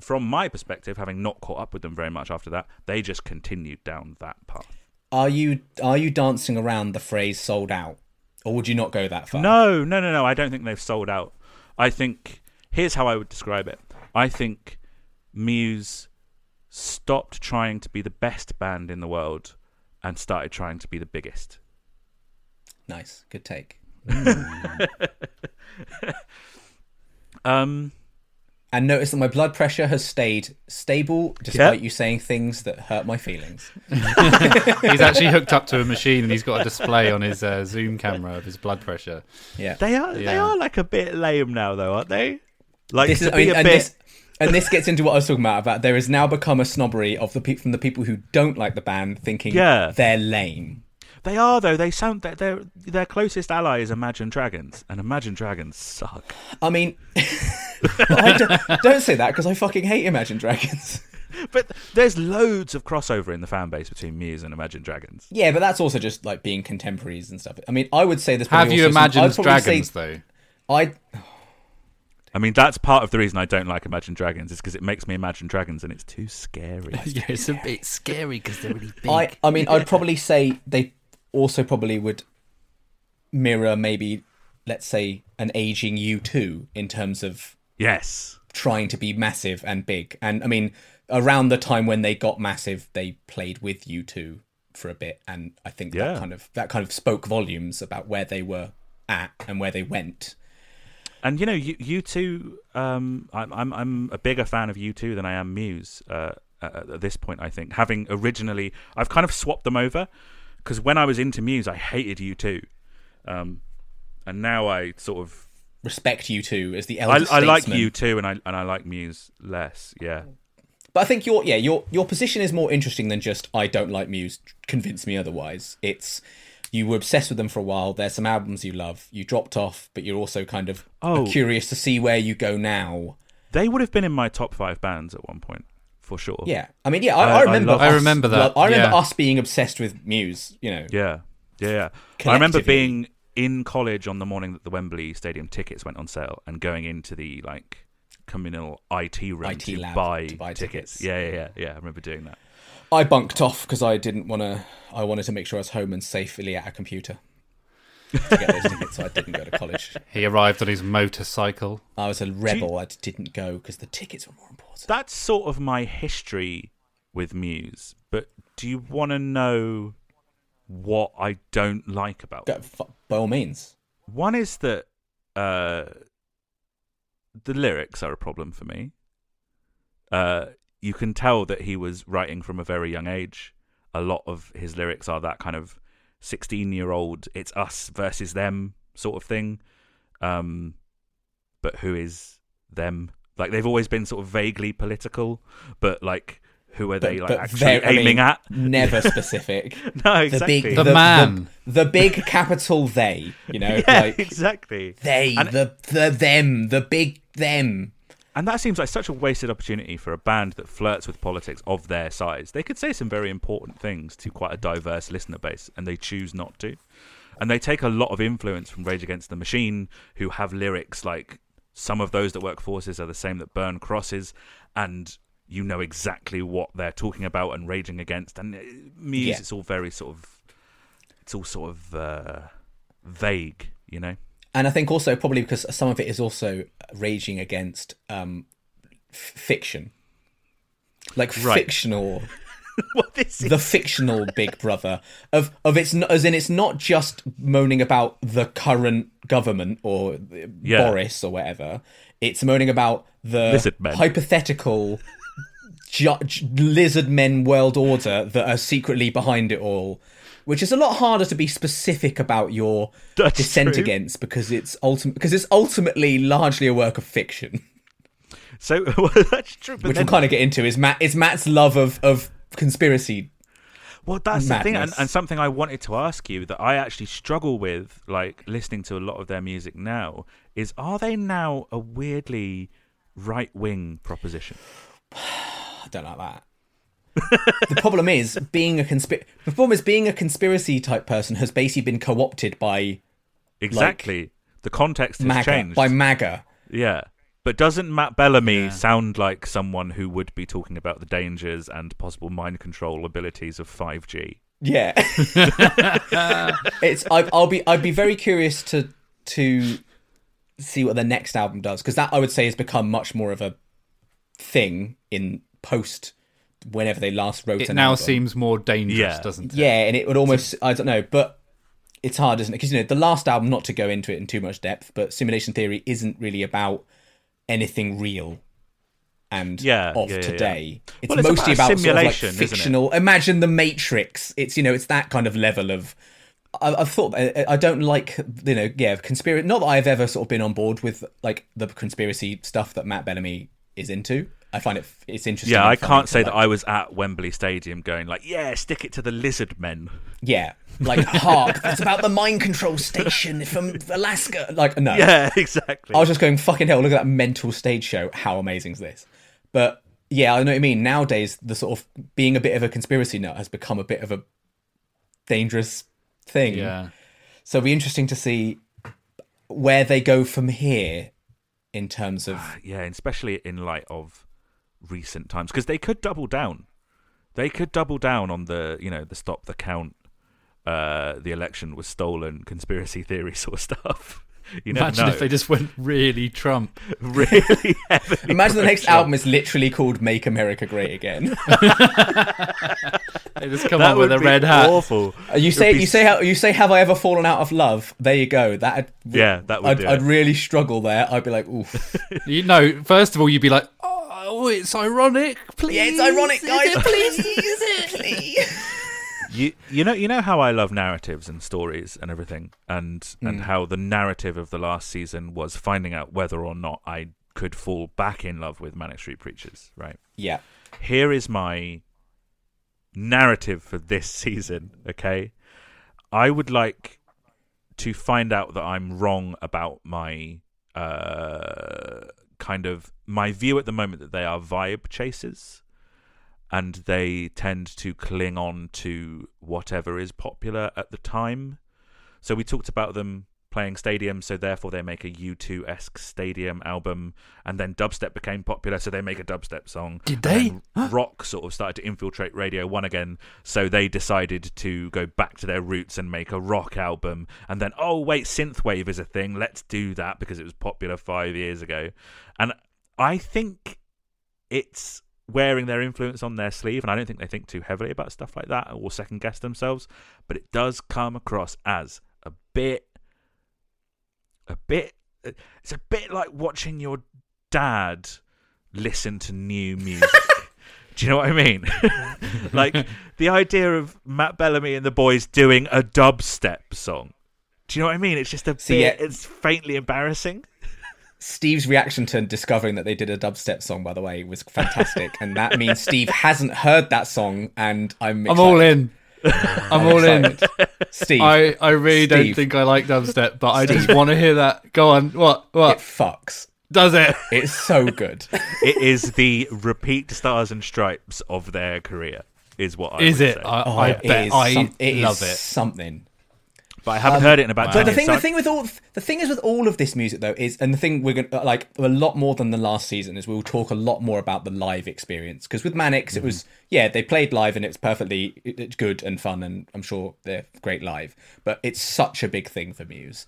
S1: from my perspective, having not caught up with them very much after that, they just continued down that path.
S3: Are you are you dancing around the phrase sold out? Or would you not go that far?
S1: No, no, no, no. I don't think they've sold out. I think here's how I would describe it. I think Muse stopped trying to be the best band in the world and started trying to be the biggest.
S3: Nice. Good take.
S1: Um,
S3: And notice that my blood pressure has stayed stable despite you saying things that hurt my feelings.
S2: He's actually hooked up to a machine and he's got a display on his uh, Zoom camera of his blood pressure.
S3: Yeah.
S1: they are they
S2: Yeah.
S1: are like a bit lame now though, aren't they? Like
S3: this
S1: to
S3: is,
S1: be
S3: I mean,
S1: a
S3: and
S1: bit
S3: this, and this gets into what I was talking about. About there has now become a snobbery of the pe- from the people who don't like the band, thinking
S1: Yeah.
S3: they're lame.
S1: They are though. They sound that their their closest ally is Imagine Dragons, and Imagine Dragons suck.
S3: I mean, I don't, don't say that because I fucking hate Imagine Dragons.
S1: But there's loads of crossover in the fan base between Muse and Imagine Dragons.
S3: yeah, but that's also just like being contemporaries and stuff. I mean, I would say this.
S2: Have
S3: probably
S2: you
S3: also some-
S2: imagined
S3: I'd probably say-
S2: dragons though?
S3: I
S1: I mean, that's part of the reason I don't like Imagine Dragons is because it makes me Imagine Dragons, and it's too scary.
S2: Yeah, it's a bit scary because they're really big.
S3: I, I mean, I'd probably say they also probably would mirror maybe, let's say, an aging U2 in terms of
S1: yes,
S3: trying to be massive and big. And I mean, around the time when they got massive, they played with U2 for a bit, and I think
S1: Yeah.
S3: that kind of that kind of spoke volumes about where they were at and where they went.
S1: and you know, you you two, um, I'm I'm I'm a bigger fan of you two than I am Muse. Uh, at, at this point, I think having originally, I've kind of swapped them over because when I was into Muse, I hated you two, um, and now I sort of
S3: Respect U2 as the
S1: I,
S3: elder
S1: I like
S3: statesman.
S1: you too, and I and I like Muse less. Yeah,
S3: But I think your yeah your your position is more interesting than just I don't like Muse. Convince me otherwise. It's you were obsessed with them for a while. There's some albums you love. You dropped off, but you're also kind of
S1: Oh.
S3: curious to see where you go now.
S1: they would have been in my top five bands at one point for sure.
S3: Yeah, I mean, yeah,
S1: I-
S3: I,
S1: I
S3: I remember.
S1: love-
S2: I
S3: us-
S2: remember that,
S3: well, I remember
S2: yeah.
S3: us being obsessed with Muse. You know,
S1: yeah, yeah. yeah. I remember
S3: Collectively.
S1: being in college on the morning that the Wembley Stadium tickets went on sale, and going into the like communal IT room
S3: IT
S1: to,
S3: lab
S1: buy
S3: to buy
S1: tickets.
S3: tickets.
S1: Yeah, yeah, yeah, yeah. I remember doing that.
S3: I bunked off because I didn't want to. I wanted to make sure I was home and safely at a computer. to get those tickets, so I didn't go to college.
S2: He arrived on his motorcycle.
S3: I was a rebel. I didn't go because the tickets were more important.
S1: That's sort of my history with Muse. But do you want to know what I don't like about?
S3: Go, fu- by all means.
S1: One is that uh, the lyrics are a problem for me. Uh, you can tell that he was writing from a very young age. A lot of his lyrics are that kind of 16 year old, it's us versus them sort of thing. Um, but who is them? Like, they've always been sort of vaguely political, but like, who are they like actually
S3: very- I mean,
S1: aiming at?
S3: Never specific.
S1: No, exactly.
S2: The man.
S3: the, big capital they. You know,
S1: yeah,
S3: like
S1: exactly.
S3: they,
S1: And-
S3: the the them, the big them.
S1: And that seems like such a wasted opportunity for a band that flirts with politics of their size. They could say some very important things to quite a diverse listener base, and they choose not to. And they take a lot of influence from Rage Against the Machine, who have lyrics like some of those that work forces are the same that burn crosses, and you know exactly what they're talking about and raging against. And uh, Muse,
S3: Yeah.
S1: it's all very sort of, it's all sort of uh, vague, you know.
S3: And I think also probably because some of it is also raging against um, f- fiction, like
S1: Right.
S3: fictional,
S1: well, this
S3: the fictional Big Brother of of it's n- as in it's not just moaning about the current government or the-
S1: Yeah.
S3: Boris or whatever. It's moaning about the
S1: Lizard men.
S3: hypothetical. Judge lizard men world order that are secretly behind it all, which is a lot harder to be specific about your
S1: That's
S3: dissent
S1: true.
S3: against because it's ultimate because it's ultimately largely a work of fiction,
S1: so well, that's true. But
S3: which
S1: then,
S3: we'll kind of get into. Is Matt is Matt's love of of conspiracy
S1: Well, that's the thing, and,
S3: Madness.
S1: and something I wanted to ask you that I actually struggle with, like listening to a lot of their music now, is are they now a weirdly right wing proposition?
S3: I don't like that. the problem is being a conspiracy. The problem is being a conspiracy type person has basically been co-opted by
S1: Exactly. the context has
S3: MAGA.
S1: changed.
S3: By MAGA.
S1: yeah. But doesn't Matt Bellamy
S2: Yeah.
S1: sound like someone who would be talking about the dangers and possible mind control abilities of 5G?
S3: Yeah. it's I, I'll be I'd be very curious to to see what the next album does because that I would say has become much more of a thing in post whenever they last wrote
S2: It
S3: an
S2: now
S3: album.
S2: seems more dangerous,
S1: Yeah.
S2: doesn't it?
S3: yeah, and it would almost I don't know, but it's hard, isn't it? Because you know the last album, not to go into it in too much depth, but Simulation Theory isn't really about anything real and
S1: Yeah,
S3: of
S1: yeah, yeah,
S3: today. It's
S1: Well, it's
S3: mostly
S1: about
S3: about, sort of like
S1: simulation, isn't it?
S3: fictional. Imagine the Matrix. It's you know it's that kind of level of. I, I've thought I, I don't like you know yeah conspiracy. Not that I've ever sort of been on board with like the conspiracy stuff that Matt Bellamy is into. I find it it's interesting.
S1: Yeah,
S3: and
S1: I
S3: funny
S1: can't
S3: to,
S1: say
S3: like,
S1: that I was at Wembley Stadium going like, yeah, stick it to the lizard men.
S3: Yeah. Like, hark, that's about the mind control station from Alaska. Like, no.
S1: Yeah, exactly.
S3: I was just going, fucking hell, look at that mental stage show. How amazing is this? But yeah, I know what you mean. Nowadays, the sort of being a bit of a conspiracy nut has become a bit of a dangerous thing.
S2: Yeah.
S3: So it'll be interesting to see where they go from here in terms of.
S1: yeah, and especially in light of recent times, because they could double down. They could double down on the, you know, the stop the count, uh, the election was stolen, conspiracy theory sort of stuff. You never
S2: Imagine
S1: know.
S2: if they just went really Trump.
S1: really heavily
S3: Imagine the next
S1: pro-Trump.
S3: album is literally called Make America Great Again.
S2: They just come
S1: That
S2: out with
S1: would
S2: a
S1: be
S2: red hat.
S1: Awful.
S3: Uh, You
S1: It
S3: say
S1: would be
S3: you say how you say have I ever fallen out of love? There you go. That
S1: Yeah, that would
S3: I'd,
S1: do
S3: I'd
S1: it.
S3: really struggle there. I'd be like, oof.
S2: You know, first of all, you'd be like, "Oh, it's ironic, please."
S3: yeah, it's ironic,
S2: Is
S3: guys.
S2: it,
S3: Please, please.
S1: you you know you know how I love narratives and stories and everything and
S2: Hmm.
S1: and how the narrative of the last season was finding out whether or not I could fall back in love with Manic Street Preachers, right?
S3: yeah,
S1: Here is my narrative for this season, okay? I would like to find out that I'm wrong about my uh kind of my view at the moment that they are vibe chasers and they tend to cling on to whatever is popular at the time. So we talked about them playing stadium, so therefore they make a U2 esque stadium album, and then dubstep became popular, so they make a dubstep song.
S2: Did
S1: And then rock sort of started to infiltrate Radio 1 again, so they decided to go back to their roots and make a rock album. And then, oh, wait, synthwave is a thing, let's do that because it was popular five years ago. And I think it's wearing their influence on their sleeve, and I don't think they think too heavily about stuff like that or second guess themselves. But it does come across as a bit, a bit. It's a bit like watching your dad listen to new music. Do you know what I mean? like the idea of Matt Bellamy and the boys doing a dubstep song. Do you know what I mean? It's just a
S3: See,
S1: bit.
S3: yeah.
S1: It's faintly embarrassing.
S3: Steve's reaction to discovering that they did a dubstep song, by the way, was fantastic, and that means Steve hasn't heard that song, and I'm
S2: I'm all
S3: excited.
S2: in. I'm all in.
S3: excited. Steve,
S2: I, I really don't
S3: Steve.
S2: think I like dubstep, but I just want to hear that. Go on. What?
S3: it
S2: What?
S3: fucks.
S2: Does it?
S3: It's so good.
S1: it is the repeat stars and stripes of their career is what I
S2: Is
S1: would
S2: it?
S1: say.
S2: I,
S3: Oh,
S2: I
S3: it
S2: bet
S3: is
S2: I
S3: some- it is
S2: love it.
S3: Something.
S1: but I haven't heard it in about
S3: Um, But
S1: 10
S3: the thing,
S1: years.
S3: the thing with all the thing is with all of this music though is, and the thing we're gonna like a lot more than the last season is we'll talk a lot more about the live experience because with Manix it was yeah they played live and it's perfectly it- it's good and fun and I'm sure they're great live, but it's such a big thing for Muse,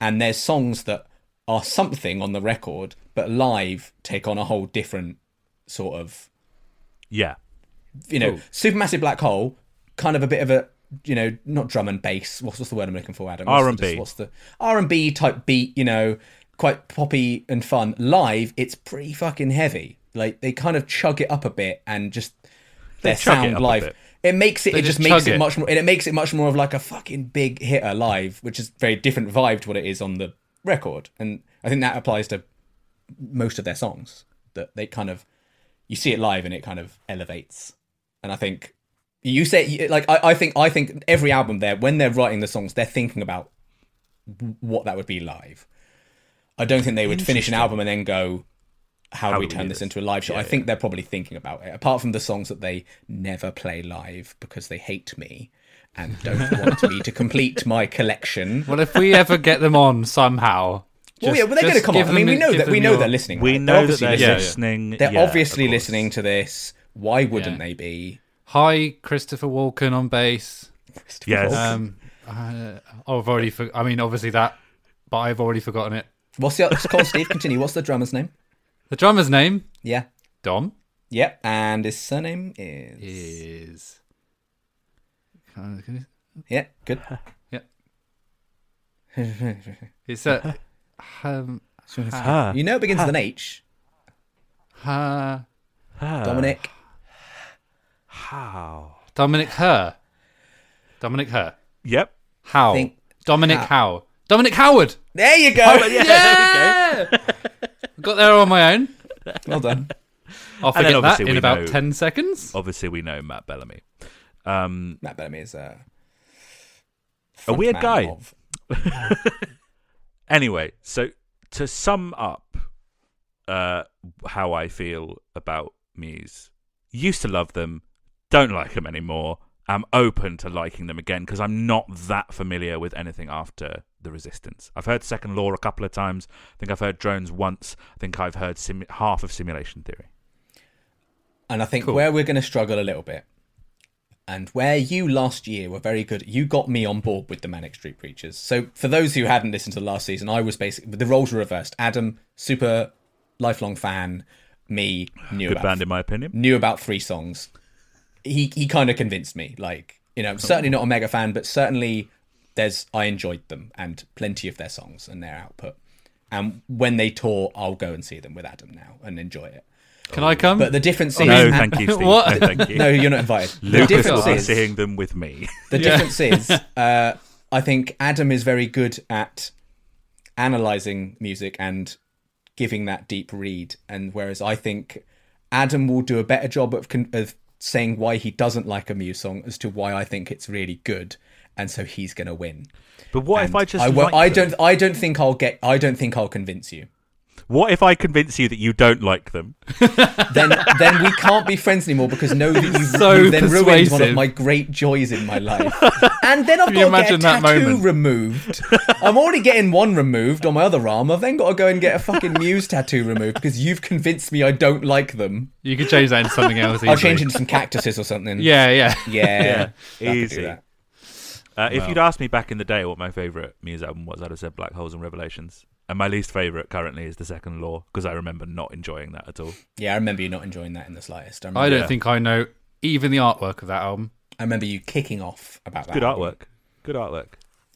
S3: and there's songs that are something on the record but live take on a whole different sort of
S1: yeah.
S3: you know, supermassive black hole, kind of a bit of a you know, not drum and bass. What's, what's the word I'm looking for, Adam? What's the-
S1: R&B.
S3: What's the R and B type beat? You know, quite poppy and fun. Live, it's pretty fucking heavy. Like they kind of chug it up a bit and just their
S1: chug it
S3: sound
S1: up a
S3: live.
S1: bit.
S3: It makes it. it
S2: just
S3: just makes
S2: chug
S3: it
S2: it.
S3: much more. And it makes it much more of like a fucking big hitter live, which is very different vibe to what it is on the record. And I think that applies to most of their songs that they kind of you see it live and it kind of elevates. And I think You say like I, I think I think every album there when they're writing the songs they're thinking about w- what that would be live. I don't think they would finish an album and then go, "How, do we turn this into a live show?" I think they're probably thinking about it. Apart from the songs that they never play live because they hate me and don't want me to complete my collection.
S2: Well, if we ever get them on somehow,
S3: well,
S2: just-
S3: yeah, well, they're going to
S2: just
S3: come
S2: give
S3: on. I mean,
S2: them-
S3: we know
S2: give
S3: that we
S2: them
S3: know
S2: your-
S3: they're listening.
S1: We
S3: right?
S1: know that
S3: obviously
S1: they're
S3: listening.
S1: listening.
S3: They're
S1: Yeah, of
S3: obviously
S1: course.
S3: listening to this. Why wouldn't
S2: Yeah.
S3: they be?
S2: Hi, Christopher Walken on bass.
S3: Christopher
S1: Yes.
S3: Walken.
S2: Um, uh, I've already. For- I mean, obviously that, but I've already forgotten it.
S3: What's the other? Call Steve. Continue. What's the drummer's name?
S2: The drummer's name
S3: Yeah.
S2: Dom
S3: Yep. And his surname is.
S2: is. Can I- can you-
S3: Yeah. Good.
S2: It's a. Um,
S1: Her.
S3: You know it begins with an H.
S2: ha,
S1: Her.
S3: Dominic.
S1: ah, Uh. How?
S2: Dominic Her. Dominic Her.
S1: Yep.
S2: How?
S3: Think-
S2: Dominic How. Dominic Howard.
S3: There you go.
S1: Oh, yeah,
S2: Yeah. Got there on my own.
S3: Well done.
S2: I'll
S1: And then
S2: forget that
S1: obviously
S2: in
S1: we
S2: about
S1: know- Oh,
S2: ten seconds.
S1: Obviously, we know Matt Bellamy. Um,
S3: Matt Bellamy is a.
S1: A weird
S3: frontman
S1: guy.
S3: of-
S1: anyway, so to sum up uh, how I feel about Muse, used to love them, don't like them anymore. I'm open to liking them again because I'm not that familiar with anything after the Resistance. I've heard Second Law a couple of times. I think I've heard Drones once. I think I've heard simu- half of Simulation Theory.
S3: And I think
S2: Cool.
S3: where we're going to struggle a little bit, and where you last year were very good, you got me on board with the Manic Street Preachers. So for those who hadn't listened to last season, I was basically the roles were reversed. Adam, super lifelong fan. Me, knew
S1: Good
S3: about
S1: band, in my opinion.
S3: knew about three songs. He he kind of convinced me. Like you know, I'm certainly not a mega fan, but certainly there's I enjoyed them and plenty of their songs and their output. And when they tour, I'll go and see them with Adam now and enjoy it.
S2: Can I come?
S3: But the difference is
S1: Oh, No, thank you, Steve.
S2: What?
S1: No, thank you.
S3: No, you're not invited. the
S1: Lucas will
S3: difference
S1: be
S3: is
S1: seeing them with me.
S3: the difference is uh, I think Adam is very good at analyzing music and giving that deep read, and whereas I think Adam will do a better job of con- of saying why he doesn't like a Muse song as to why I think it's really good, and so he's going to win.
S1: But what if I just?
S3: I won't-
S1: like
S3: I
S1: them?
S3: don't. I don't think I'll get. I don't think I'll convince you.
S1: What if I convince you that you don't like them?
S3: then then we can't be friends anymore because know that you've,
S2: So
S3: you've then ruined one of
S2: persuasive.
S3: my great joys in my life. And then I've
S2: you
S3: got to get a
S2: imagine that
S3: tattoo
S2: moment?
S3: removed. I'm already getting one removed on my other arm. I've then got to go and get a fucking Muse tattoo removed because you've convinced me I don't like them.
S2: you could change that into something else.
S3: I'll
S2: easily.
S3: change into some cactuses or something.
S2: Yeah, yeah.
S3: Yeah. I could do
S1: easy.
S3: that.
S1: Uh, If you'd asked me back in the day what my favourite Muse album was, I'd have said Black Holes and Revelations. And my least favourite currently is The Second Law, because I remember not enjoying that at all.
S3: Yeah, I remember you not enjoying that in the slightest. I remember,
S2: I don't
S1: Yeah.
S2: think I know even the artwork of that album.
S3: I remember you kicking off about that.
S1: Good artwork. Good artwork.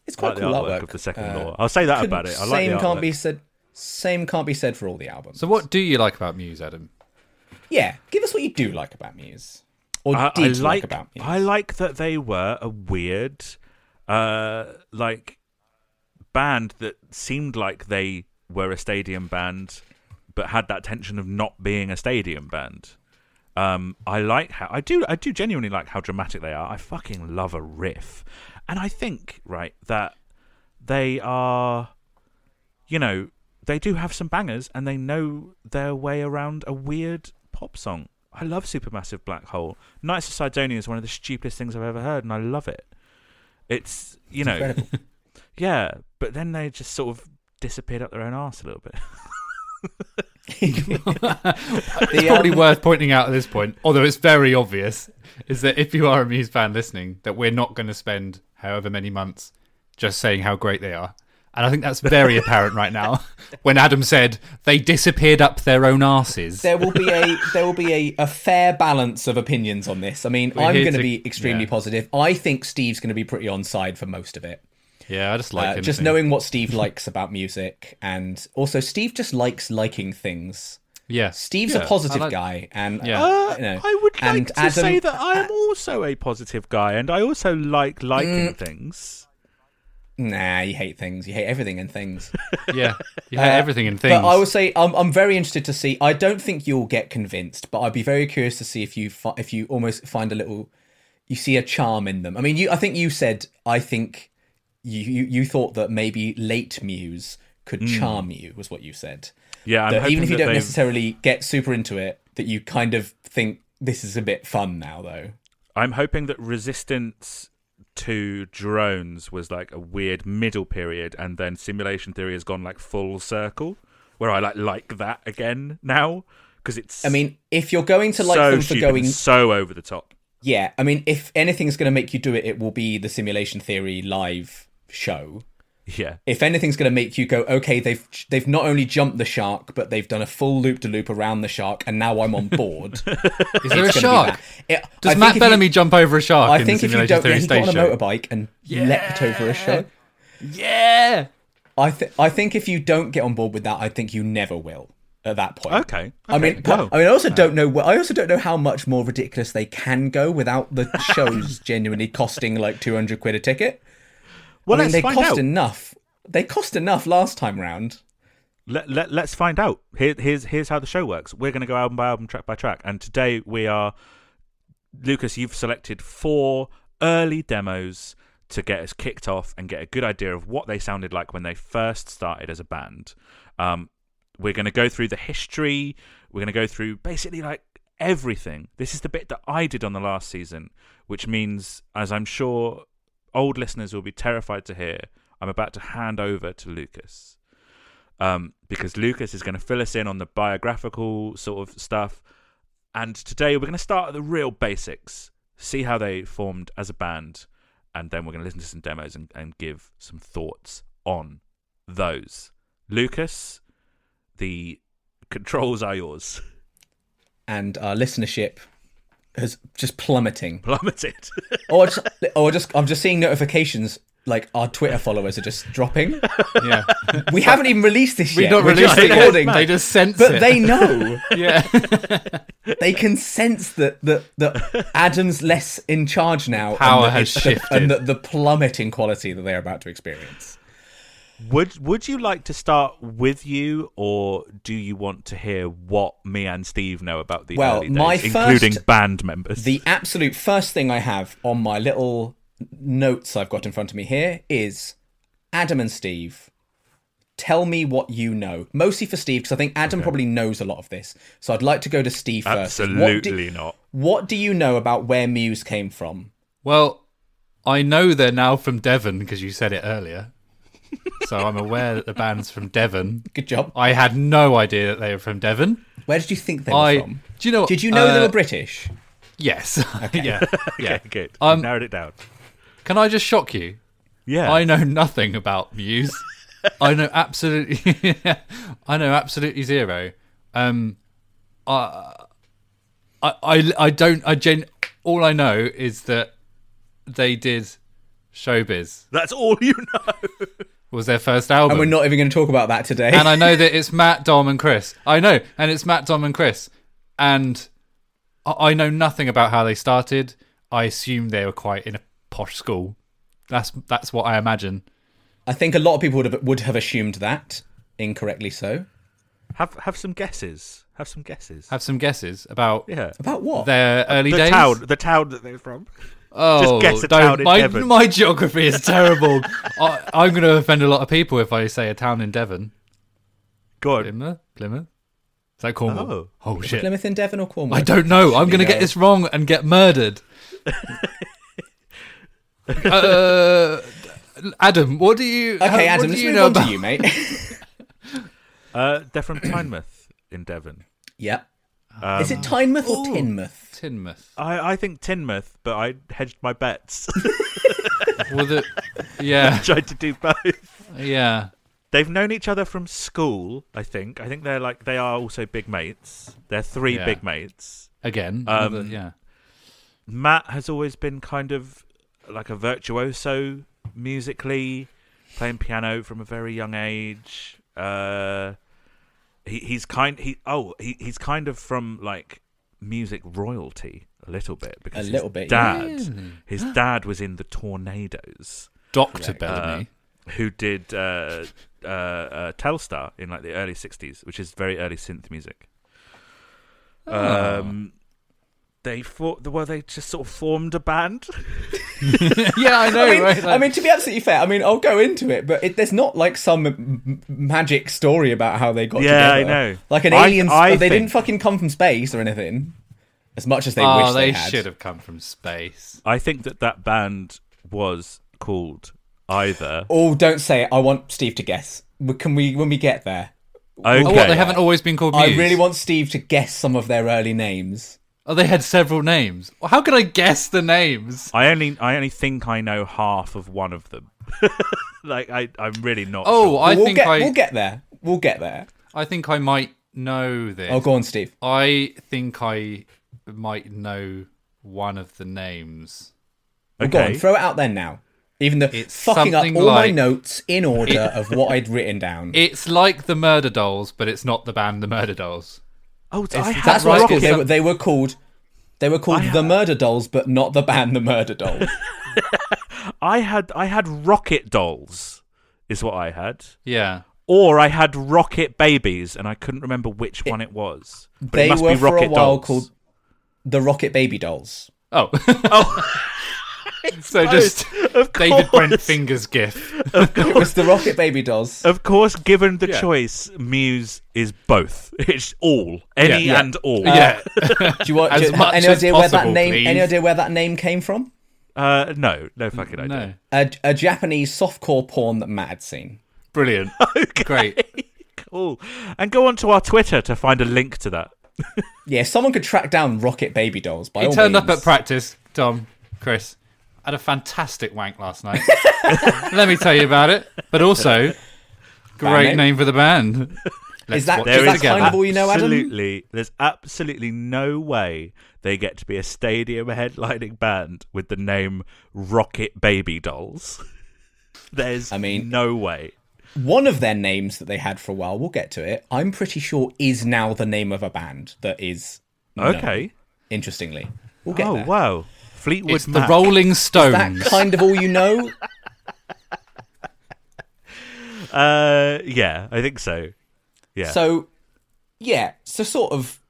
S3: It's
S1: I
S3: quite
S1: like the
S3: cool
S1: artwork,
S3: artwork.
S1: of The Second
S3: Uh,
S1: Law. I'll say that
S3: couldn't-
S1: about it. I like
S3: same
S1: the
S3: can't be
S1: artwork.
S3: said. Same can't be said for all the albums.
S2: So, what do you like about Muse, Adam?
S3: Yeah, give us what you do like about Muse, or
S1: I,
S3: did
S1: I
S3: like,
S1: like,
S3: about Muse.
S1: I like that they were a weird, uh, like band that seemed like they were a stadium band, but had that tension of not being a stadium band. Um, I like how I do. I do genuinely like how dramatic they are. I fucking love a riff, and I think right that they are, you know, they do have some bangers and they know their way around a weird pop song. I love Supermassive Black Hole. Nights of Sidonia is one of the stupidest things I've ever heard, and I love it. It's you know,
S3: Incredible.
S1: yeah, but then they just sort of disappeared up their own arse a little bit.
S3: The,
S2: Probably
S3: um,
S2: worth pointing out at this point, although it's very obvious, is that if you are a Muse fan listening, that we're not going to spend however many months just saying how great they are. And I think that's very apparent right now when Adam said they disappeared up their own arses.
S3: there will be a there will be a, a fair balance of opinions on this. I mean, I'm
S2: here
S3: going to
S2: to-
S3: be extremely
S2: yeah.
S3: positive. I think Steve's going to be pretty on side for most of it.
S2: Yeah, I just
S3: Uh,
S2: like it.
S3: just knowing what Steve likes about music, and also Steve just likes liking things.
S2: Yeah.
S3: Steve's
S2: Yeah,
S3: a
S2: I
S3: positive
S2: like-
S3: guy, and
S2: Yeah.
S3: uh, you know,
S1: I would like
S3: and
S1: to
S3: Adam-
S1: say that I am also a positive guy, and I also like
S3: Mm.
S1: liking things.
S3: Nah, you hate things. You hate everything and things.
S2: Yeah. You had everything in things.
S3: Uh, But I would say I'm, I'm very interested to see. I don't think you'll get convinced, but I'd be very curious to see if you fi- if you almost find a little you see a charm in them. I mean, you I think you said I think you you, you thought that maybe late muse could charm you was what you said.
S1: Yeah, Hmm. I'm
S3: That
S1: hoping
S3: even if you
S1: that
S3: don't
S1: they've-
S3: necessarily get super into it, that you kind of think this is a bit fun now though.
S1: I'm hoping that resistance to drones was like a weird middle period, and then simulation theory has gone like full circle, where I like like that again now because it's.
S3: I mean, if you're going to like
S1: so
S3: them for
S1: stupid,
S3: going
S1: and so over the top.
S3: Yeah, I mean, if anything's going to make you do it, it will be the simulation theory live show.
S1: Yeah,
S3: If anything's going to make you go, okay, they've they've not only jumped the shark, but they've done a full loop to loop around the shark, and now I'm on board.
S2: Is there a
S3: It's gonna be
S2: shark?
S3: that. It- I
S2: Does
S3: think if
S2: Matt
S3: you-
S2: Bellamy jump over a shark?
S3: I
S2: in
S3: think
S2: the
S3: if you
S2: Simulation
S3: don't, yeah,
S2: Theory
S3: he got on a
S2: Station?
S3: motorbike and leapt over a shark.
S2: Yeah.
S3: I th- I think if you don't get on board with that, I think you never will at that point.
S1: Okay.
S3: I mean,
S1: Okay, well.
S3: I mean, I also don't know. wh- I also don't know how much more ridiculous they can go without the shows genuinely costing like two hundred quid a ticket.
S1: well,
S3: I mean,
S1: let's
S3: they
S1: find
S3: cost
S1: out.
S3: enough. They cost enough last time round.
S1: Let, let, let's find out. Here, here's here's how the show works. We're going to go album by album, track by track, and today we are. Lucas, you've selected four early demos to get us kicked off and get a good idea of what they sounded like when they first started as a band. Um, we're going to go through the history. We're going to go through basically like everything. This is the bit that I did on the last season, which means, as I'm sure old listeners will be terrified to hear, I'm about to hand over to Lucas um, because Lucas is going to fill us in on the biographical sort of stuff. And today we're going to start at the real basics, see how they formed as a band, and then we're going to listen to some demos and, and give some thoughts on those. Lucas, the controls are yours.
S3: and our listenership has just plummeting.
S1: Plummeted.
S3: Or just, or just, I'm just seeing notifications like our Twitter followers are just dropping.
S2: Yeah.
S3: We haven't even released this
S2: We're
S3: yet.
S2: not
S3: We're just
S2: releasing it.
S3: recording,
S2: They just sense
S3: but
S2: it.
S3: they know.
S2: yeah.
S3: They can sense that that that Adam's less in charge now. and
S2: Power
S3: that
S2: has
S3: it's-
S2: shifted.
S3: and the, the plummeting quality that they're about to experience.
S1: would Would you like to start with you, or do you want to hear what me and Steve know about the
S3: Well,
S1: early
S3: my
S1: days, including
S3: first-
S1: band members?
S3: The absolute first thing I have on my little notes I've got in front of me here is Adam and Steve. Tell me what you know. Mostly for Steve, because I think Adam probably knows a lot of this. So I'd like to go to Steve first. What do-
S1: Absolutely not.
S3: What do you know about where Muse came from?
S2: Well, I know they're now from Devon because you said it earlier. So I'm aware that the band's from Devon.
S3: Good job.
S2: I had no idea that they were from Devon.
S3: Where did you think they were
S2: I
S3: from?
S2: do you know?
S3: Did you know they
S2: uh,
S3: were British?
S2: Yes. yeah.
S1: Okay,
S2: Yeah.
S1: good.
S2: Um,
S1: Narrowed it down.
S2: Can I just shock you?
S1: Yeah.
S2: I know nothing about Muse. I know absolutely. I know absolutely zero. Um, I, I, I, I don't. I gen. All I know is that they did showbiz
S1: That's all you know.
S2: was their first album,
S3: And we're not even going to talk about that today.
S2: and I know that it's Matt, Dom, and Chris. I know, and it's Matt, Dom, and Chris. And I I know nothing about how they started. I assume they were quite in a posh school. That's that's what I imagine.
S3: I think a lot of people would have, would have assumed that, incorrectly so.
S1: Have have some guesses. Have some guesses.
S2: Have some guesses about
S1: yeah.
S3: About what?
S2: their early
S1: The
S2: days.
S1: town, the town that they're from.
S2: Oh,
S1: guess a
S2: don't-
S1: town in
S2: my,
S1: Devon.
S2: my geography is terrible. I, I'm going to offend a lot of people if I say a town in Devon.
S1: Go on.
S2: Plymouth, Plymouth. Is that Cornwall?
S1: Oh.
S2: oh shit!
S3: Plymouth in Devon or Cornwall?
S2: I don't know. I'm going to
S3: know.
S2: get this wrong and get murdered. uh, Adam, what do you? how-
S3: Okay,
S2: what
S3: Adam,
S2: do
S3: let's
S2: you
S3: move
S2: know
S3: on
S2: about?
S3: to you, mate.
S1: Uh, they're from Tynemouth in Devon.
S3: yep.
S1: Um,
S3: Is it Tynemouth or Tinmouth?
S2: Tinmouth.
S1: I, I think Tinmouth, but I hedged my bets.
S2: Well, the, yeah,
S1: Tried to do both.
S2: yeah.
S1: They've known each other from school, I think. I think they're like they are also big mates. They're three
S2: Yeah.
S1: big mates.
S2: Again,
S1: Um,
S2: another- yeah.
S1: Matt has always been kind of like a virtuoso musically, playing piano from a very young age. Uh, he, he's kind he oh he, he's kind of from like music royalty a little bit because his
S3: little bit, yeah.
S1: dad his dad was in the Tornadoes
S2: Doctor
S3: Correct.
S2: Bellamy.
S1: who did uh, uh, uh, Telstar in like the
S3: Oh.
S1: early '60s, which is very early synth music. Um, They for- well, they just sort of formed a band.
S2: yeah, I know.
S3: uh, I mean,
S2: right?
S3: I mean, to be absolutely fair, I mean, I'll go into it, but it, there's not like some m- m- magic story about how they got
S1: Yeah,
S3: together.
S1: I know.
S3: Like an
S1: I-
S3: alien.
S1: I
S3: they didn't
S1: think-
S3: fucking come from space or anything. As much as they wish
S2: oh,
S3: they,
S2: they,
S3: had.
S2: should have come from space.
S1: I think that that band was called either.
S3: Oh, don't say it. I want Steve to guess. W- Can we when we get there?
S1: Okay.
S2: Oh, what? They haven't always been called.
S3: I
S2: Muse?
S3: really want Steve to guess some of their early names.
S2: Oh, they had several names. Well, How could I guess the names?
S1: I only I only think I know half of one of them. like I I'm really not.
S2: Oh,
S1: sure.
S2: I
S3: we'll
S2: think
S3: get
S2: I,
S3: we'll get there. We'll get there.
S2: I think I might know this.
S3: Oh, go on, Steve.
S2: I think I might know one of the names.
S3: Well, Oh, Go on, throw it out there now. Even though
S2: It's
S3: fucking up
S2: something
S3: all my
S2: like-
S3: notes in order of what I'd written down.
S2: It's like the Murder Dolls, but it's not the band The Murder Dolls.
S1: oh, I had
S3: That's
S2: right,
S3: right.
S2: it's
S3: They
S2: some-
S3: were, they were called they were called the Murder Dolls, but not the band the Murder Dolls.
S1: I had I had rocket dolls, is what I had,
S2: Yeah.
S1: or I had rocket babies, and I couldn't remember which one it was. But
S3: they
S1: it must
S3: were
S1: be
S3: for
S1: rocket
S3: a while
S1: dolls.
S3: called the Rocket Baby Dolls.
S2: Oh.
S1: Oh.
S2: so just
S1: Of
S2: David Brent
S1: course. Uh,
S2: fingers gif.
S3: It was the Rocket Baby Dolls.
S1: Of course, given the
S2: Yeah.
S1: choice, Muse is both. It's all, any
S2: Yeah.
S1: and all.
S2: yeah.
S3: Do you want
S2: As
S3: do you,
S2: much
S3: any
S2: as
S3: idea where that
S2: possible,
S3: name? Any
S2: please.
S3: idea where that name came from?
S1: Uh, no, no fucking idea.
S2: No.
S3: A, a Japanese softcore porn that Matt had seen.
S2: Brilliant. Great.
S1: Cool. And go on to our Twitter to find a link to that.
S3: Yeah, if someone could track down Rocket Baby Dolls. By
S2: He
S3: all
S2: turned up
S3: means.
S2: at practice, Tom, Chris. Had a fantastic wank last night. Let me tell you about it. But also, great
S3: name.
S2: name. for the band. Let's
S3: Is that-
S2: watch
S3: is
S2: it
S3: that
S2: together.
S3: kind of all you know, Adam?
S1: absolutely, there's absolutely no way they get to be a stadium headlining band with the name Rocket Baby Dolls. There's,
S3: I mean-
S1: no way.
S3: One of their names that they had for a while. We'll get to it. I'm pretty sure is now the name of a band that is. known,
S1: Okay.
S3: Interestingly, we'll get
S1: oh
S3: there.
S1: wow, Fleetwood
S2: It's the
S1: Mac.
S2: Rolling
S3: That
S2: Stones.
S3: kind of all you know.
S1: Uh, yeah, I think so. Yeah.
S3: So, yeah, so sort of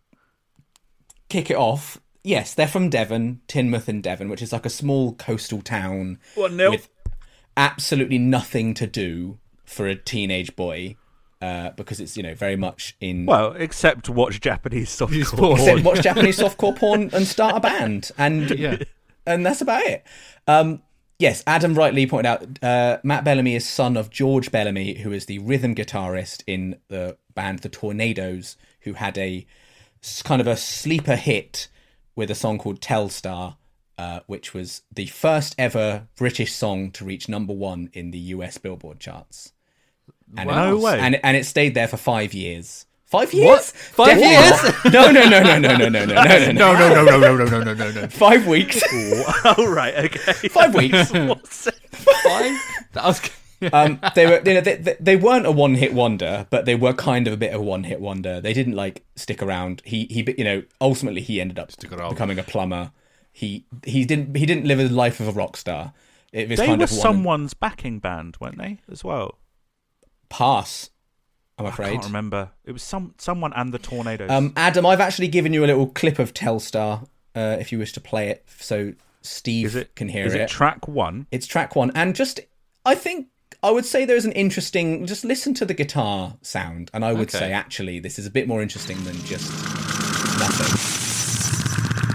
S3: kick it off. Yes, they're from Devon, Tynmouth in Devon, which is like a small coastal town
S1: One nil.
S3: with absolutely nothing to do for a teenage boy uh, because it's, you know, very much in.
S1: well, except watch Japanese
S2: Use
S1: softcore.
S2: porn.
S3: Except watch Japanese softcore porn and start a band. And
S2: yeah.
S3: and that's about it. Um, yes, Adam rightly pointed out uh, Matt Bellamy is son of George Bellamy, who is the rhythm guitarist in the band The Tornadoes, who had a s- kind of a sleeper hit with a song called Telstar, uh, which was the first ever British song to reach number one in the US Billboard charts. And
S1: No
S3: it,
S1: way.
S3: And, and it stayed there for five years. Five years?
S2: Five
S3: Definitely not. No, no, no, no, no, no, no, no, no, no.
S2: No, no, no, no, no, no, no, no, no, no.
S3: Five weeks.
S1: oh right, okay.
S3: Five weeks.
S1: What's it?
S2: Five? That was.
S3: um, they were you know they, they, they weren't a one hit wonder, but they were kind of a bit of a one hit wonder. They didn't like stick around. He he you know ultimately he ended up
S2: around.
S3: becoming a plumber. He he didn't he didn't live the life of a rock star. It was
S1: They
S3: kind
S1: were
S3: of one
S1: someone's backing band, weren't they? As well.
S3: pass. I'm
S1: I
S3: afraid.
S1: can't remember. It was some someone and the tornadoes.
S3: Um, Adam, I've actually given you a little clip of Telstar uh, if you wish to play it, so Steve
S1: is it?
S3: can hear
S1: is it. track one?
S3: It's track one, and just I think I would say there's an interesting. Just listen to the guitar sound, and I would
S2: Okay.
S3: say actually this is a bit more interesting than just nothing.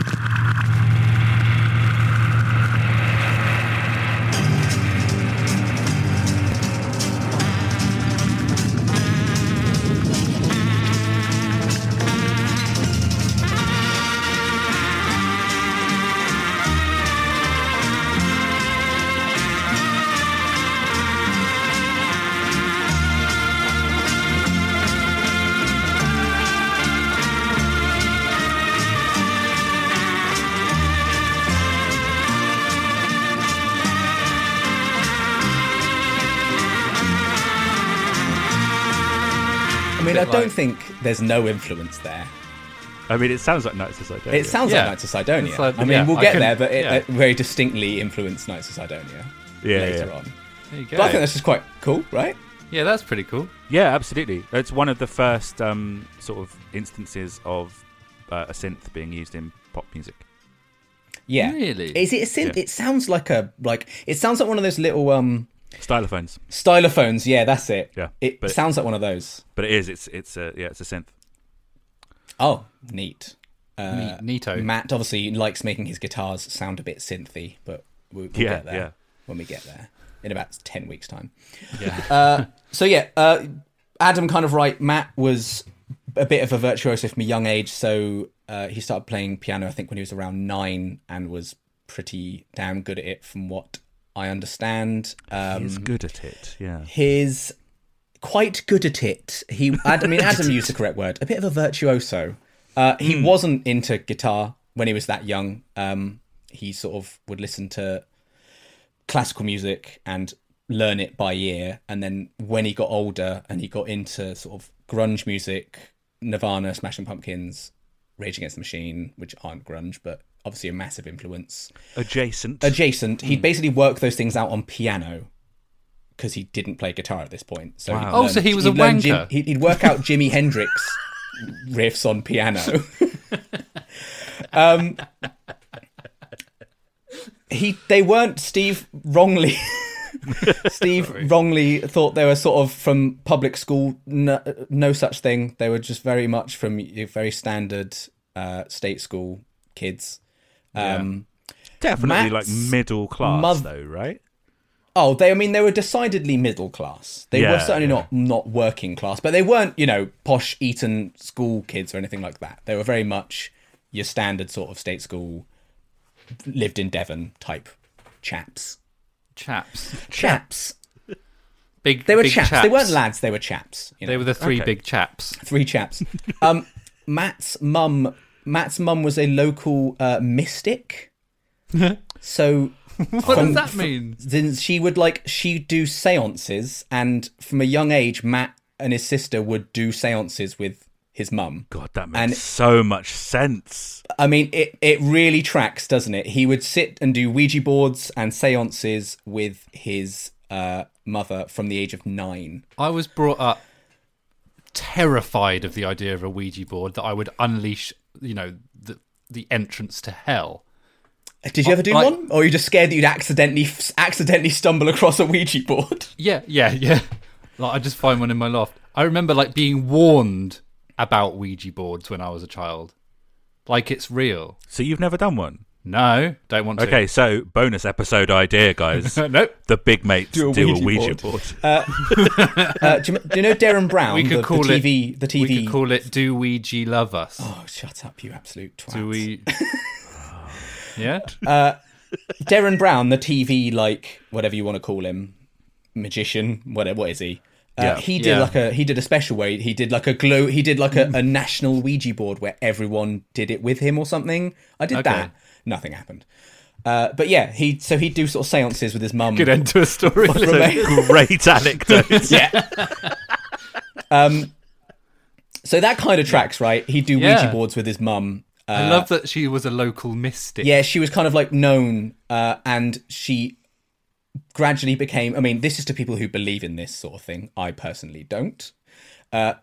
S3: I mean, I
S2: bit
S3: don't
S2: like-
S3: think there's no influence there.
S1: I mean, it sounds like Knights of Sidonia.
S3: It sounds
S2: Yeah.
S3: like Knights of Sidonia.
S2: It's like-
S3: I mean,
S2: yeah,
S3: we'll
S2: I
S3: get
S2: can-
S3: there, but it
S2: yeah.
S3: uh, very distinctly influenced Knights of Sidonia
S1: yeah,
S3: later
S1: yeah.
S3: on.
S2: There you
S3: But I think
S2: go.
S3: that's just quite cool, right?
S2: Yeah, that's pretty cool.
S1: Yeah, absolutely. It's one of the first um, sort of instances of uh, a synth being used in pop music.
S3: Yeah.
S2: Really?
S3: Is it a synth?
S1: Yeah.
S3: It sounds like a like it sounds like one of those little um
S1: Stylophones,
S3: stylophones. Yeah, that's it.
S1: Yeah,
S3: It
S1: but-
S3: sounds like one of those.
S1: but it is it's it's a yeah it's a synth.
S3: Oh, neat. Uh,
S2: Ne- neato.
S3: Matt obviously likes making his guitars sound a bit synthy, but we'll, we'll
S1: Yeah,
S3: get there
S1: yeah.
S3: when we get there in about ten weeks' time.
S2: Yeah.
S3: Uh, so yeah, uh, Adam kind of right. Matt was a bit of a virtuoso from a young age, so uh, he started playing piano. I think when he was around nine, and was pretty damn good at it, from what I understand. Um,
S1: He's good at it. Yeah,
S3: his quite good at it. He, I mean, Adam used the correct word. A bit of a virtuoso. Uh, he wasn't into guitar when he was that young. Um, he sort of would listen to classical music and learn it by ear. And then when he got older and he got into sort of grunge music, Nirvana, Smashing Pumpkins, Rage Against the Machine, which aren't grunge, but obviously a massive influence
S1: adjacent.
S3: adjacent. He'd
S1: Hmm.
S3: basically worked those things out on piano because he didn't play guitar at this point. So he'd
S1: Wow.
S2: Oh, so he was a
S3: he'd learn
S2: wanker.
S3: he'd, he'd work out Jimi Hendrix riffs on piano. um, he they weren't Steve wrongly. Steve wrongly thought they were sort of from public school. No, no such thing. They were just very much from your very standard uh, state school kids. Um,
S1: Definitely
S3: Matt's
S1: like middle class
S3: moth-
S1: though, right?
S3: Oh, they. I mean, they were decidedly middle class. They were
S1: Yeah,
S3: certainly
S1: yeah.
S3: not not working class, but they weren't, you know, posh Eton school kids or anything like that. They were very much your standard sort of state school, lived in Devon type chaps.
S2: chaps.
S3: Chaps.
S2: Big.
S3: They were
S2: big
S3: chaps. They weren't lads. They were chaps. You know,
S2: They were the three
S1: Okay.
S2: big chaps.
S3: three chaps. um, Matt's mum. Matt's mum was a local uh, mystic. so
S2: What does that mean?
S3: then she would like she'd do seances and from a young age matt and his sister would do seances with his mum
S1: God, that makes
S3: And-
S1: so much sense.
S3: i mean it, it really tracks doesn't it he would sit and do ouija boards and seances with his uh, mother from the age of nine
S2: I was brought up terrified of the idea of a Ouija board that I would unleash, you know, the the entrance to hell.
S3: did you ever do
S2: Uh, like-
S3: one or were you just scared that you'd accidentally accidentally stumble across a ouija board
S2: Yeah, yeah, yeah. Like I just find one in my loft. I remember like being warned about Ouija boards when I was a child. Like it's real.
S1: So you've never done one?
S2: No, don't want to.
S1: Okay, so bonus episode idea, guys.
S2: nope.
S1: the big mates do a Ouija, board.
S3: uh, do, you, do you know darren brown
S2: Um, We could
S3: the,
S2: call
S3: the tv
S2: it
S3: the tv
S2: We could call it "Do Ouija Love Us?"
S3: oh shut up you absolute twat
S2: Do we? yeah.
S3: Um, Darren Brown, the TV like whatever you want to call him, magician, whatever. What is he? Uh,
S1: Yeah.
S3: He did
S2: Yeah.
S3: like a he did a special where he did like a glow. He did like a, a national Ouija board where everyone did it with him or something. I did
S2: Okay.
S3: that. Nothing happened. Uh, but yeah, he so he'd do sort of seances with his mum.
S2: Good end to a story.
S3: From a-
S1: Great anecdote.
S3: yeah. um. So that kind of tracks, right? He'd do Ouija
S2: Yeah.
S3: boards with his mum. Uh,
S2: I love that she was a local mystic.
S3: yeah, she was kind of like known, uh, and she gradually became. I mean, this is to people who believe in this sort of thing. I personally don't. Uh,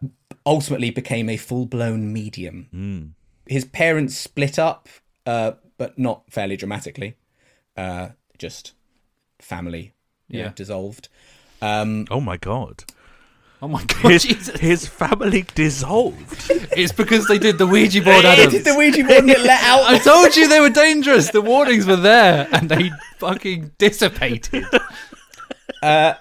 S3: ultimately, became a full blown medium. His parents split up, uh, but not fairly dramatically. Uh, just family, yeah,
S2: Yeah.
S3: dissolved. Um,
S1: oh my god.
S2: Oh my god,
S1: His,
S2: Jesus!
S1: his family dissolved.
S2: It's because they did the Ouija board, Adam.
S3: did the Ouija board get let
S2: I
S3: out?
S2: told you they were dangerous. The warnings were there, and they fucking dissipated.
S3: Uh,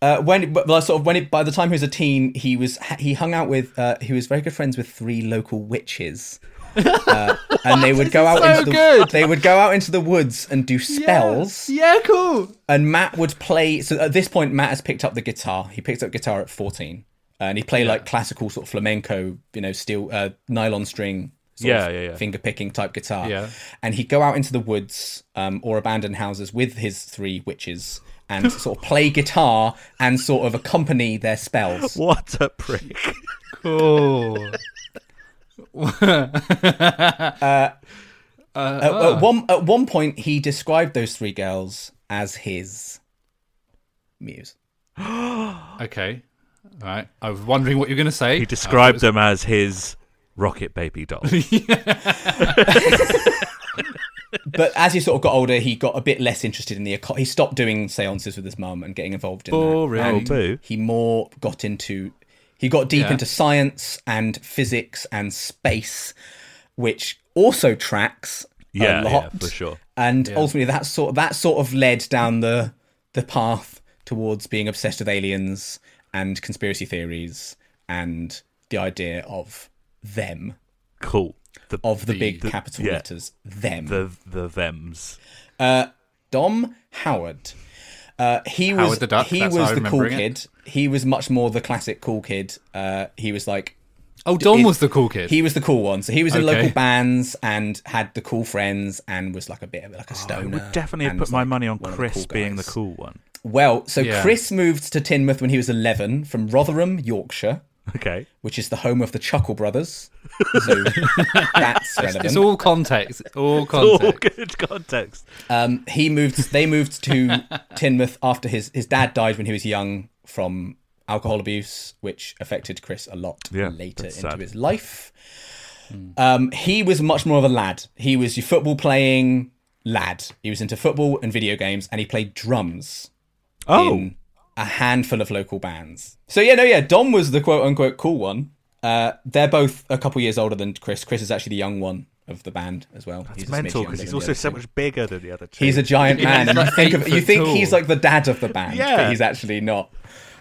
S3: when, but- well, sort of when it, by the time he was a teen, he was he hung out with uh, he was very good friends with three local witches. Uh, and they would go out
S2: so
S3: into the
S2: good.
S3: they would go out into the woods and do spells.
S2: Yeah, cool.
S3: And Matt would play. So at this point, Matt has picked up the guitar. He picked up guitar at fourteen, and he played like classical sort of flamenco, you know, steel uh, nylon string, sort
S1: Yeah,
S3: of
S1: yeah, yeah.
S3: finger picking type guitar.
S2: Yeah.
S3: And he'd go out into the woods um, or abandoned houses with his three witches and sort of play guitar and sort of accompany their spells.
S1: What a prick.
S2: Cool.
S3: At- at one at one point, he described those three girls as his muse.
S2: Okay. All right. I was wondering what you were going to say.
S1: He described them as his Rocket Baby Doll.
S3: But as he sort of got older, he got a bit less interested in the occult. He stopped doing seances with his mum and getting involved in
S2: Boring.
S3: that.
S1: oh,
S3: And
S1: boo.
S3: he more got into he got deep
S2: Yeah.
S3: into science and physics and space, which also tracks
S1: Yeah,
S3: a lot
S1: yeah, for sure.
S3: And ultimately, that sort that sort of led down the the path towards being obsessed with aliens and conspiracy theories and the idea of them
S1: Cool. The,
S3: of the, big capital
S1: yeah.
S3: letters them
S1: the the thems.
S3: Dom Howard. Uh, he was
S2: Howard the Duck,
S3: he
S2: that's
S3: was
S2: how I
S3: the cool
S2: remember it.
S3: kid. He was much more the classic cool kid. Uh, he was like
S2: Oh, Dom
S3: it-
S2: was the cool kid.
S3: he was the cool one. So he was in
S2: Okay.
S3: local bands and had the cool friends and was like a bit of like a stoner.
S1: I Oh, would definitely have
S3: and
S1: put
S3: was,
S1: my
S3: like,
S1: money on
S3: one of
S1: Chris
S3: cool
S1: being the
S3: guys.
S1: cool one.
S3: Well, so
S2: Yeah.
S3: Chris moved to Tynmouth when he was eleven from Rotherham, Yorkshire,
S1: Okay.
S3: which is the home of the Chuckle Brothers. So that's relevant.
S2: it's all context. It's all
S1: All
S2: context.
S1: good context.
S3: Um, he moved. They moved to Tynmouth after his his dad died when he was young from alcohol abuse, which affected Chris a lot
S1: Yeah,
S3: later into
S1: that's sad.
S3: his life. Um, he was much more of a lad. He was your football playing lad. He was into football and video games, and he played drums
S1: Oh,
S3: in a handful of local bands. So yeah, no, yeah, Dom was the quote unquote cool one. Uh, they're both a couple years older than Chris. Chris is actually the young one of the band as well.
S1: it's
S3: He's a smidge
S1: mental
S3: younger
S1: because he's
S3: than the
S1: also
S3: other
S1: so
S3: two.
S1: much bigger than the other two.
S3: He's a giant man, and you think of,
S2: eight
S3: you
S2: foot
S3: think
S2: tall.
S3: he's like the dad of the band,
S1: Yeah.
S3: but he's actually not.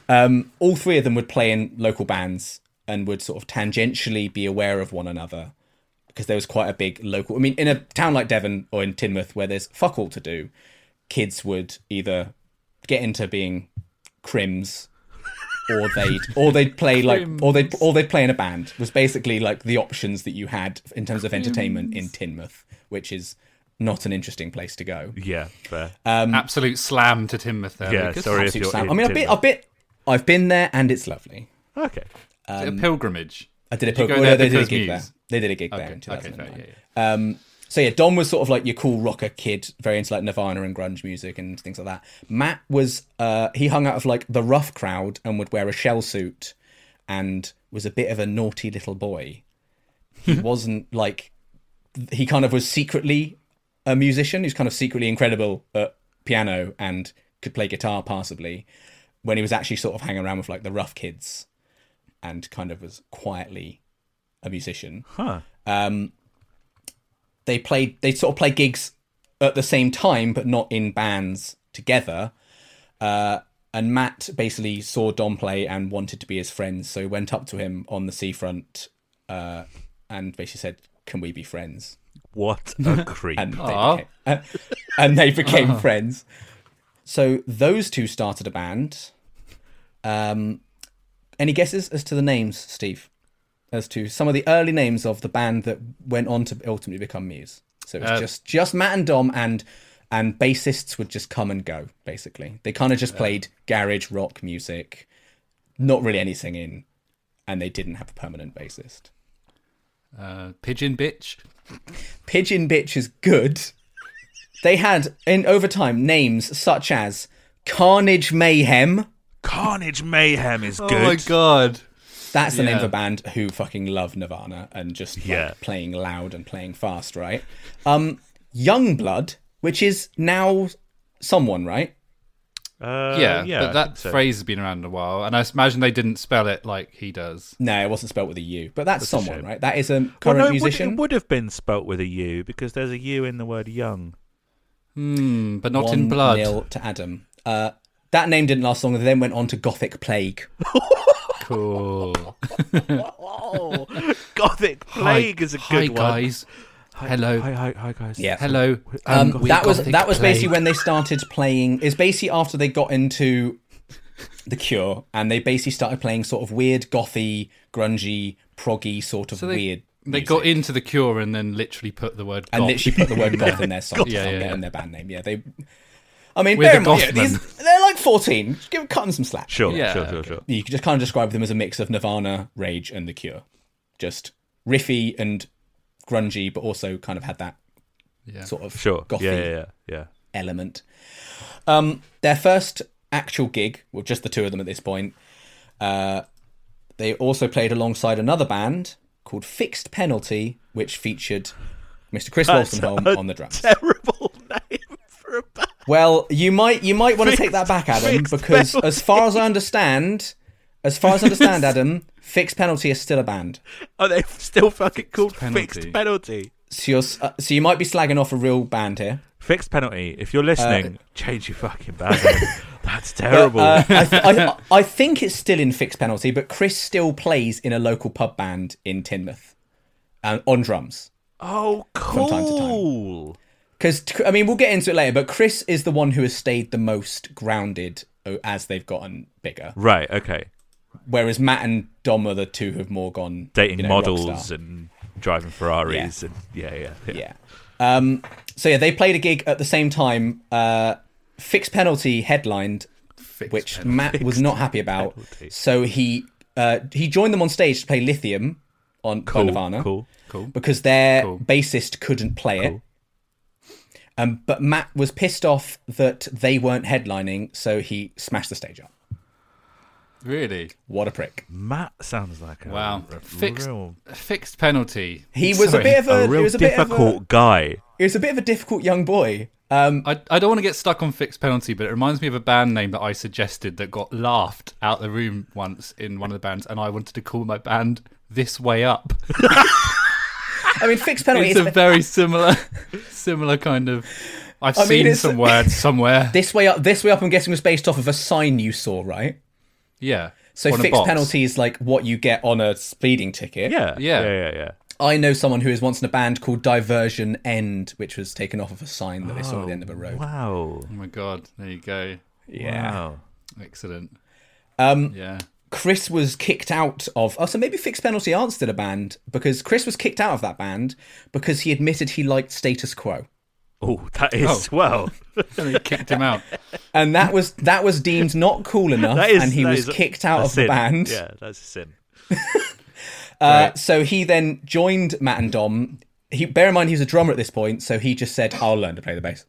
S3: Um, all three of them would play in local bands and would sort of tangentially be aware of one another because there was quite a big local. I mean, in a town like Devon or in Tynmouth where there's fuck all to do, kids would either get into being crims or they'd or they'd play like or they'd or they'd play in a band was basically like the options that you had in terms of entertainment in Tynmouth, which is not an interesting place to go.
S1: yeah, fair.
S3: Uh,
S2: Absolute slam to Timoth there.
S1: yeah,
S2: Lucas.
S1: sorry if
S3: Absolute
S1: you're.
S3: slam.
S1: in
S3: I mean, I've been, I've been, I've been there, and it's lovely.
S1: Okay.
S2: It's
S3: Um,
S2: a pilgrimage.
S3: I did a
S2: you
S3: pub-
S2: go
S3: well,
S2: there
S3: they did a
S2: because
S3: gig there.
S2: Muse?
S3: They did a gig there in
S2: Okay, okay,
S3: 2009.
S2: fair, yeah, yeah.
S3: So yeah, Dom was sort of like your cool rocker kid, very into like Nirvana and grunge music and things like that. Matt was, uh, he hung out of like the rough crowd and would wear a shell suit, and was a bit of a naughty little boy. He wasn't like, he kind of was secretly a musician who's kind of secretly incredible at piano and could play guitar passably when he was actually sort of hanging around with like the rough kids and kind of was quietly a musician.
S1: Huh.
S3: They played they sort of play gigs at the same time but not in bands together. Uh and Matt basically saw Dom play and wanted to be his friend, so he went up to him on the seafront uh, and basically said, "Can we be friends?"
S1: What a creep.
S3: and they
S2: Aw.
S3: became, uh, and they became friends. So those two started a band. Um, any guesses as to the names, Steve? As to some of the early names of the band that went on to ultimately become Muse. So it was
S2: Uh,
S3: just just Matt and Dom and and bassists would just come and go. Basically, they kind of just played garage rock music, not really any singing, and they didn't have a permanent bassist.
S2: Uh, pigeon bitch.
S3: Pigeon Bitch is good. They had, in over time, names such as Carnage Mayhem.
S1: Carnage Mayhem is good.
S2: Oh my god.
S3: That's the name of
S2: Yeah.
S3: a band who fucking love Nirvana and just like,
S1: Yeah.
S3: playing loud and playing fast, right? Um, Youngblood, which is now someone, right?
S1: Uh,
S2: Yeah,
S1: yeah. I
S2: but that
S1: think so.
S2: phrase has been around a while, and I imagine they didn't spell it like he does.
S3: No, it wasn't spelled with a U, but that's,
S1: a
S3: someone,
S1: shame.
S3: right? That is a current
S1: Well, no, it would-
S3: musician.
S1: It would have been spelt with a U because there's a U in the word young.
S2: Hmm, but not in
S3: One
S2: blood.
S3: nil to Adam. Uh, that name didn't last long. They then went on to Gothic Plague.
S2: Cool.
S1: Oh, Gothic Plague is a good
S2: hi,
S1: one.
S2: guys. Hello.
S1: Hi, hi, hi, guys.
S3: Yeah.
S2: Hello.
S3: Um,
S2: Um,
S3: that was
S2: Gothic
S3: that was basically
S2: plague.
S3: when they started playing. It's basically after they got into the Cure, and they basically started playing sort of weird, gothy, grungy, proggy sort of
S2: So they,
S3: weird.
S2: They
S3: music.
S2: got into the cure and then literally put the word
S3: and
S2: goth.
S3: literally put the word goth in their song
S2: Yeah,
S3: and
S2: yeah, yeah.
S3: their band name. Yeah, they. I mean,
S2: We're
S3: bear
S2: the
S3: in mind, yeah,
S2: Gothmen.
S3: these, they're like fourteen. Just Give cut them some slack.
S1: Sure,
S2: Yeah,
S1: sure, sure,
S2: okay.
S1: sure.
S3: You could just kind of describe them as a mix of Nirvana, Rage, and The Cure, just riffy and grungy, but also kind of had that
S2: Yeah.
S3: sort of
S1: Sure.
S3: gothy
S1: Yeah, yeah, yeah, yeah.
S3: element. Um, their first actual gig, well, just the two of them at this point, uh, they also played alongside another band called Fixed Penalty, which featured Mr. Chris
S1: That's
S3: Wolstenholme
S1: a
S3: on the drums.
S1: Terrible name for a band.
S3: Well, you might you might want to take that back, Adam,
S1: fixed
S3: because as far as I understand, as far as I understand, Adam, Fixed Penalty is still a band.
S1: Are they still fucking called
S2: penalty.
S1: fixed penalty?
S3: So you're s- uh, so you might be slagging off a real band here.
S1: Fixed penalty. If
S3: Uh,
S1: you're listening, change your fucking band. name. That's terrible.
S3: Uh, I, th- I, I think it's still in fixed penalty, but Chris still plays in a local pub band in Tynmouth and on drums.
S1: oh,
S3: time to time.
S1: cool.
S3: Because I mean, we'll get into it later, but Chris is the one who has stayed the most grounded uh, as they've gotten bigger,
S1: Right. Okay.
S3: whereas Matt and Dom are the two who've more gone
S1: Dating
S3: you know, rock
S1: models
S3: star.
S1: and driving Ferraris and yeah, yeah, yeah.
S3: yeah. Um, so yeah, they played a gig at the same time. Uh, fixed penalty headlined
S2: Fixed
S3: which
S2: penalty.
S3: Matt was not happy about. So he uh, he joined them on stage to play Lithium on by
S1: Cool.
S3: Nirvana
S1: Cool.
S3: because their
S2: Cool.
S3: bassist couldn't play it. Um, but Matt was pissed off that they weren't headlining, so he smashed the stage up.
S2: Really?
S3: What a prick!
S1: Matt sounds like a
S2: Wow.
S1: a
S2: Fixed,
S1: real,
S2: fixed penalty.
S3: He was
S2: Sorry.
S3: a bit of a,
S1: a real
S3: he was a bit
S1: difficult
S3: of a,
S1: guy.
S3: he was a bit of a difficult young boy. Um,
S2: I, I don't want to get stuck on fixed penalty, but it reminds me of a band name that I suggested that got laughed out the room once in one of the bands, and I wanted to call my band This Way Up.
S3: I mean, fixed penalty.
S2: It's
S3: is
S2: a very similar, similar kind of. I've
S3: I mean,
S2: seen
S3: it's-
S2: some words somewhere.
S3: this way up, this way up. I'm guessing was based off of a sign you saw, right?
S2: Yeah.
S3: So
S2: on a
S3: fixed
S2: box.
S3: penalty is like what you get on a speeding ticket.
S1: Yeah.
S2: Yeah.
S1: Yeah. Yeah. yeah.
S3: I know someone who was once in a band called Diversion End, which was taken off of a sign that they saw at the end of a road.
S1: Oh, Wow.
S2: Oh my god! There you go.
S3: Yeah.
S1: Wow.
S2: Excellent. Um. Yeah.
S3: Chris was kicked out of. Oh, so maybe Fixed Penalty aren't still a band because Chris was kicked out of that band because he admitted he liked status quo.
S1: Oh, that is well.
S2: And he kicked him out.
S3: And that was that was deemed not cool enough,
S1: That is,
S3: Oh, and he
S1: that
S3: was
S1: is-
S3: kicked out
S1: that's
S3: of the
S1: sin.
S3: band.
S1: Yeah, that's a sin.
S3: Uh, so he then joined Matt and Dom. He, bear in mind, he was a drummer at this point, so he just said, "I'll learn to play the bass."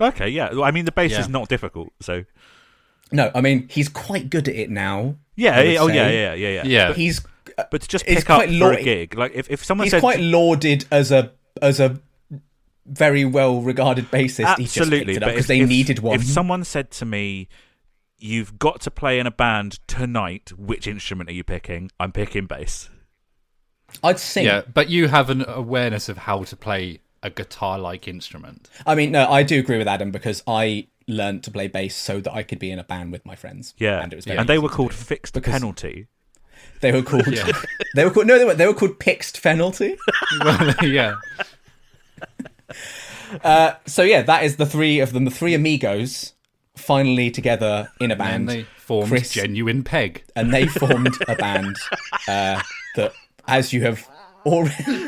S1: Okay, yeah. Well, I mean, the bass
S2: Yeah.
S1: is not difficult, so
S3: No, I mean he's quite good at it now.
S1: yeah.
S3: I would
S1: yeah, oh, yeah,
S3: say.
S1: yeah, yeah, yeah.
S2: Yeah.
S3: He's
S1: But to just
S3: It's
S1: pick up
S3: quite
S1: for a
S3: lordy.
S1: gig, like if, if someone
S3: he's
S1: said
S3: quite lauded as a as a very well regarded bassist. he just picked
S1: absolutely,
S3: it
S1: but
S3: because
S1: if,
S3: they
S1: if-
S3: needed one.
S1: If someone said to me, "You've got to play in a band tonight," which instrument are you picking? I'm picking bass.
S3: I'd sing.
S2: Yeah. But you have an awareness of how to play a guitar-like instrument.
S3: I mean, no, I do agree with Adam because I learned to play bass so that I could be in a band with my friends.
S1: Yeah,
S3: and it was very
S1: and they
S3: easy
S1: were
S3: to
S1: called
S3: do.
S1: fixed
S3: because-
S1: penalty.
S3: They were called. they were called. No, they were. They were called Pixed Penalty.
S2: well, yeah.
S3: so yeah, that is the three of them, the three amigos, finally together in a
S2: And
S3: band,
S2: they formed
S3: Chris-
S2: genuine peg.
S3: and they formed a band uh, that, as you have already.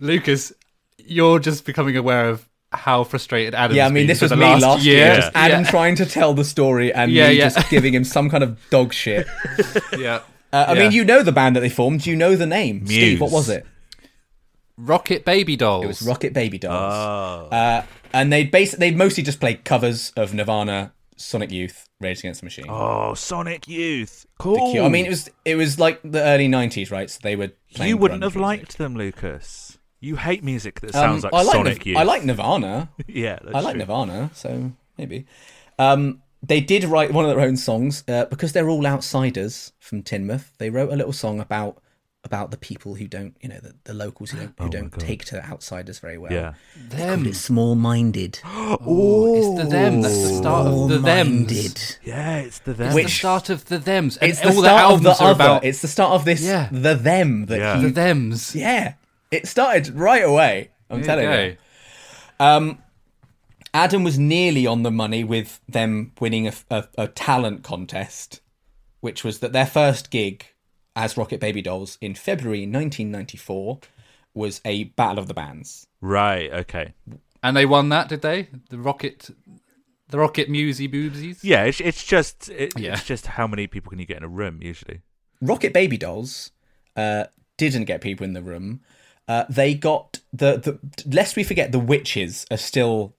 S2: Lucas, you're just becoming aware of how frustrated Adam.
S3: Yeah, I mean, this was
S2: the
S3: me
S2: last,
S3: last, year.
S2: year.
S3: Just Adam trying to tell the story and
S2: Yeah,
S3: me
S2: yeah.
S3: just giving him some kind of dog shit.
S2: Yeah.
S3: Uh, I
S2: Yeah.
S3: mean, you know the band that they formed. You know the name. Steve, what was it?
S2: Rocket Baby Dolls.
S3: It was Rocket Baby Dolls.
S2: Ah.
S3: Uh, and they bas- they mostly just played covers of Nirvana, Sonic Youth, Rage Against the Machine.
S1: Oh, Sonic Youth, cool.
S3: Cute. I mean, it was it was like the early '90s, right? So they were. Playing
S1: you wouldn't
S3: grunge
S1: have
S3: music.
S1: liked them, Lucas. You hate music that
S3: Um,
S1: sounds like,
S3: I like
S1: Sonic
S3: Nir-
S1: Youth.
S3: I like Nirvana.
S1: yeah, that's
S3: I like
S1: true.
S3: Nirvana, so maybe. Um, they did write one of their own songs uh, because they're all outsiders from Tynmouth. They wrote a little song about about the people who don't, you know, the, the locals who don't, who don't take to outsiders very well.
S1: Oh Yeah.
S3: Called it small minded.
S1: Oh,
S2: It's the them. That's the start of the them.
S3: minded.
S1: yeah, it's the them.
S2: It's
S3: Which-
S2: the start of the them's. And
S3: It's the
S2: all the
S3: start of
S2: albums
S3: the
S2: are
S3: other.
S2: about
S3: It's the start of this
S2: Yeah.
S3: the them that
S1: Yeah.
S3: he
S2: the them's.
S3: Yeah. It started right away. I'm
S2: There
S3: telling
S2: you
S3: you. Um, Adam was nearly on the money with them winning a, a, a talent contest, which was that their first gig as Rocket Baby Dolls in February 1994 was a Battle of the Bands.
S1: Right. Okay.
S2: And they won that, did they? The Rocket, the Rocket Musy Boobsies.
S1: Yeah. It's it's just it,
S2: Yeah.
S1: it's just how many people can you get in a room usually?
S3: Rocket Baby Dolls uh, didn't get people in the room. Uh, they got the, the lest we forget the witches are still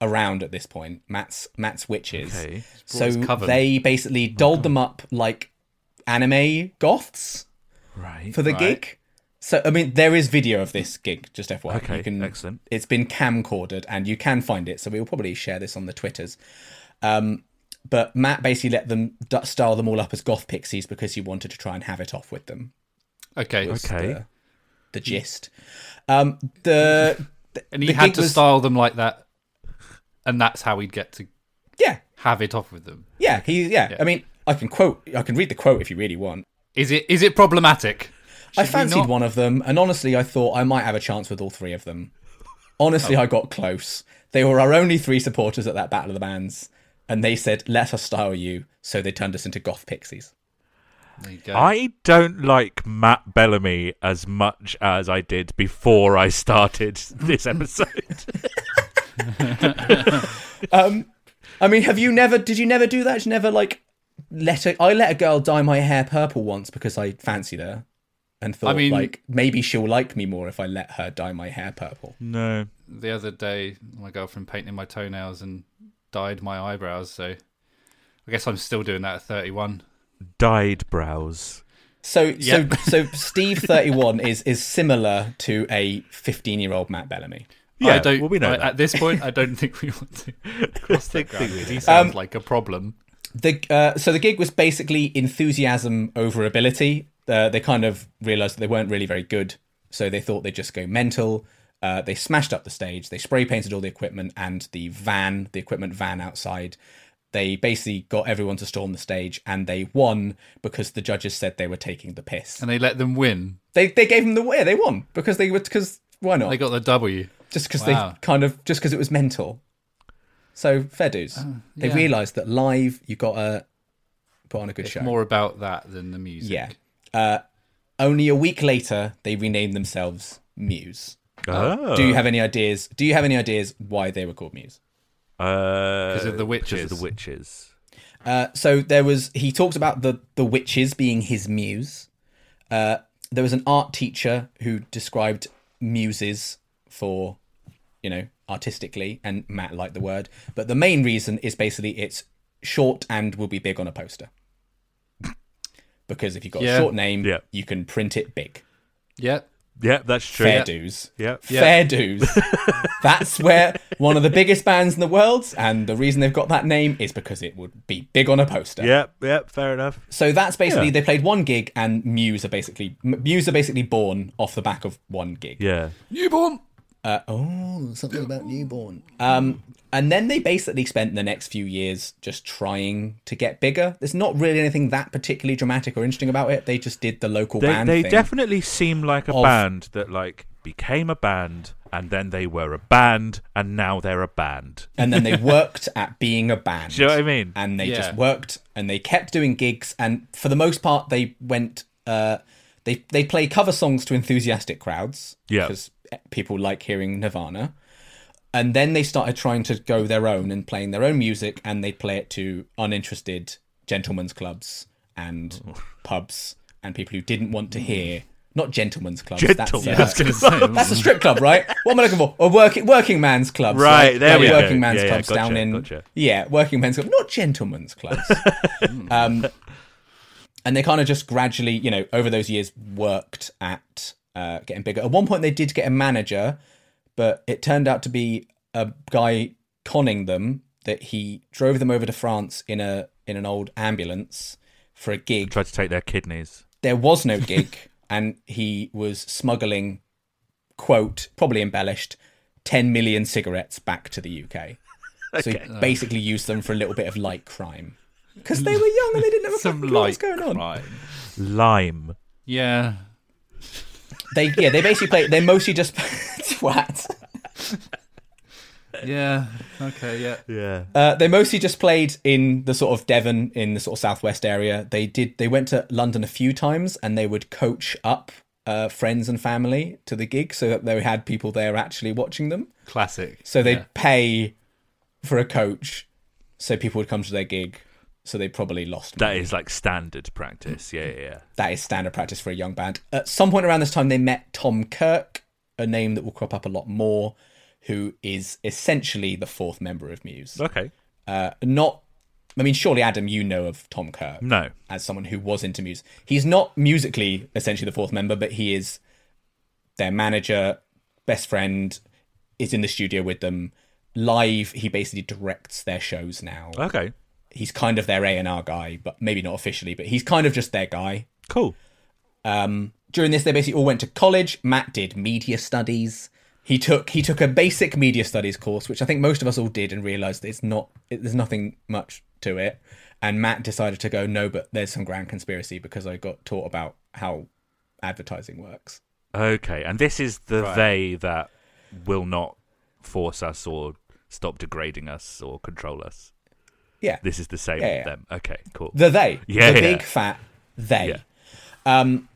S3: around at this point. Matt's Matt's witches.
S1: Okay.
S3: So
S2: his coven.
S3: they basically dolled them up like anime goths.
S1: Right.
S3: for the
S2: Right.
S3: gig. So I mean, there is video of this gig. Just FYI,
S1: Okay,
S3: You can-
S1: excellent.
S3: It's been camcorded, and you can find it. So we will probably share this on the twitters. Um, but Matt basically let them d- style them all up as goth pixies because he wanted to try and have it off with them.
S2: Okay.
S1: Okay.
S3: The, the gist. Um, the
S2: Hmm. And he
S3: The
S2: had
S3: gig
S2: to
S3: was-
S2: style them like that, and that's how he'd get to
S3: yeah,
S2: have it off with them.
S3: yeah, he yeah. I mean, I can quote. I can read the quote if you really want.
S2: Is it? Is it problematic?
S3: I fancied one of them, and honestly, I thought I might have a chance with all three of them.
S2: Oh.
S3: Honestly, I got close. They were our only three supporters at that Battle of the Bands, and they said, "Let us style you." So they turned us into goth pixies.
S2: There you
S3: Uh,
S2: go.
S1: I don't like Matt Bellamy as much as I did before I started this episode.
S3: Um, I mean, have you never? Did you never do that? Did you never like let a? I let a girl dye my hair purple once because I fancied her, and thought
S2: mean-
S3: like maybe she'll like me more if I let her dye my hair purple.
S1: no.
S2: the other day, my girlfriend painted my toenails and dyed my eyebrows. So I guess I'm still doing that at 31.
S1: Dyed brows.
S3: So
S2: Yeah.
S3: so so Steve thirty one is is similar to a fifteen year old Matt Bellamy.
S1: Yeah,
S2: I don't.
S1: well, we know
S2: I-
S1: that.
S2: At this point, I don't think we want to cross that ground. He sounds like a problem.
S3: the uh, so the gig was basically enthusiasm over ability. Uh, they kind of realised that they weren't really very good, so they thought they'd just go mental. Uh, they smashed up the stage. They spray painted all the equipment and the van, the equipment van outside. They basically got everyone to storm the stage, and they won because the judges said they were taking the piss.
S2: And they let them win.
S3: They they gave them the way. They won because they were because why not?
S2: They got the W.
S3: just because
S2: Wow.
S3: they kind of just because it was mental. So fair dues. They
S2: Oh, yeah.
S3: realised that live you got to put on a good show.
S2: More about that than the music.
S3: Yeah. Uh, only a week later, they renamed themselves Muse.
S1: Oh.
S3: Do you have any ideas? Do you have any ideas why they were called Muse?
S1: Because
S2: of
S1: Because Uh,
S2: the
S1: of
S2: witches.
S1: the witches.
S3: Uh, so there was. He talks about the the witches being his muse. Uh, there was an art teacher who described muses for, you know, artistically, and Matt liked the word. But the main reason is basically it's short and will be big on a poster. Because if you've got
S2: Yeah.
S3: a short name,
S1: Yeah.
S3: you can print it big.
S2: Yeah.
S1: Yeah, that's true.
S3: Fair dues.
S1: Yeah.
S3: Fair dues. That's where one of the biggest bands in the world, and the reason they've got that name is because it would be big on a poster.
S1: Yeah, yeah, fair enough.
S3: So that's basically
S1: Yeah.
S3: they played one gig, and Muse are basically M- Muse are basically born off the back of one gig.
S1: Yeah.
S2: Newborn.
S3: Uh, oh, something about newborn. Um, and then they basically spent the next few years just trying to get bigger. There's not really anything that particularly dramatic or interesting about it. They just did the local
S1: They,
S3: band
S1: they
S3: thing.
S1: definitely seem like a
S3: Of-
S1: band that like became a band and then they were a band and now they're a band.
S3: and then they worked at being a band.
S1: Do you know what I mean?
S3: And they just
S2: Yeah.
S3: worked and they kept doing gigs and for the most part they went uh they they play cover songs to enthusiastic crowds
S1: Yeah.
S3: because people like hearing Nirvana. And then they started trying to go their own and playing their own music and they play it to uninterested gentlemen's clubs and
S1: Oh.
S3: pubs and people who didn't want to hear not gentlemen's clubs.
S1: Gentlemen's
S3: That's, uh,
S2: I was going to say.
S3: that's a strip club, right? What am I looking for? A working working man's clubs,
S1: Right,
S3: like,
S1: there
S3: like
S1: we go.
S3: Working man's
S1: Yeah, yeah,
S3: clubs
S1: gotcha,
S3: down in
S1: gotcha.
S3: yeah, working men's clubs, not gentlemen's clubs. um, and they kind of just gradually, you know, over those years, worked at uh, getting bigger. At one point, they did get a manager, but it turned out to be a guy conning them that he drove them over to France in a in an old ambulance for a gig
S1: Tried to take their kidneys.
S3: there was no gig and he was smuggling quote probably embellished 10 million cigarettes back to the UK. So
S2: Uh.
S3: he basically used them for a little bit of light crime because they were young and they didn't have a
S2: Some
S3: fucking clue what was
S2: light
S3: going on.
S2: crime.
S1: Lime.
S2: Yeah.
S3: They yeah, they basically play they mostly just twat.
S2: Yeah. Okay. Yeah.
S1: Yeah.
S3: Uh, they mostly just played in the sort of Devon, in the sort of southwest area. They did. They went to London a few times, and they would coach up uh, friends and family to the gig, so that they had people there actually watching them.
S2: Classic.
S3: So they'd
S2: Yeah.
S3: pay for a coach, so people would come to their gig. So they probably lost.
S1: That
S3: money.
S1: is like standard practice. Yeah, yeah, yeah.
S3: that is standard practice for a young band. At some point around this time, they met Tom Kirk, a name that will crop up a lot more, who is essentially the fourth member of Muse.
S1: Okay.
S3: Uh, not I mean, surely Adam, you know of Tom Kerr
S1: No.
S3: as someone who was into music. He's not musically essentially the fourth member, but he is their manager, best friend, is in the studio with them. Live, he basically directs their shows now.
S1: Okay.
S3: He's kind of their A and R guy, but maybe not officially, but he's kind of just their guy.
S1: Cool.
S3: Um, during this, they basically all went to college. Matt did media studies. He took he took a basic media studies course, which I think most of us all did, and realised that it's not it, there's nothing much to it. And Matt decided to go no, but there's some grand conspiracy because I got taught about how advertising works.
S1: Okay. And this is the they that will not force us or stop degrading us or control us.
S3: Yeah,
S1: This is the same
S3: Yeah, yeah.
S1: them. Okay, cool.
S3: the they,
S1: Yeah,
S3: the
S1: yeah.
S3: big fat they.
S1: Yeah.
S3: Um,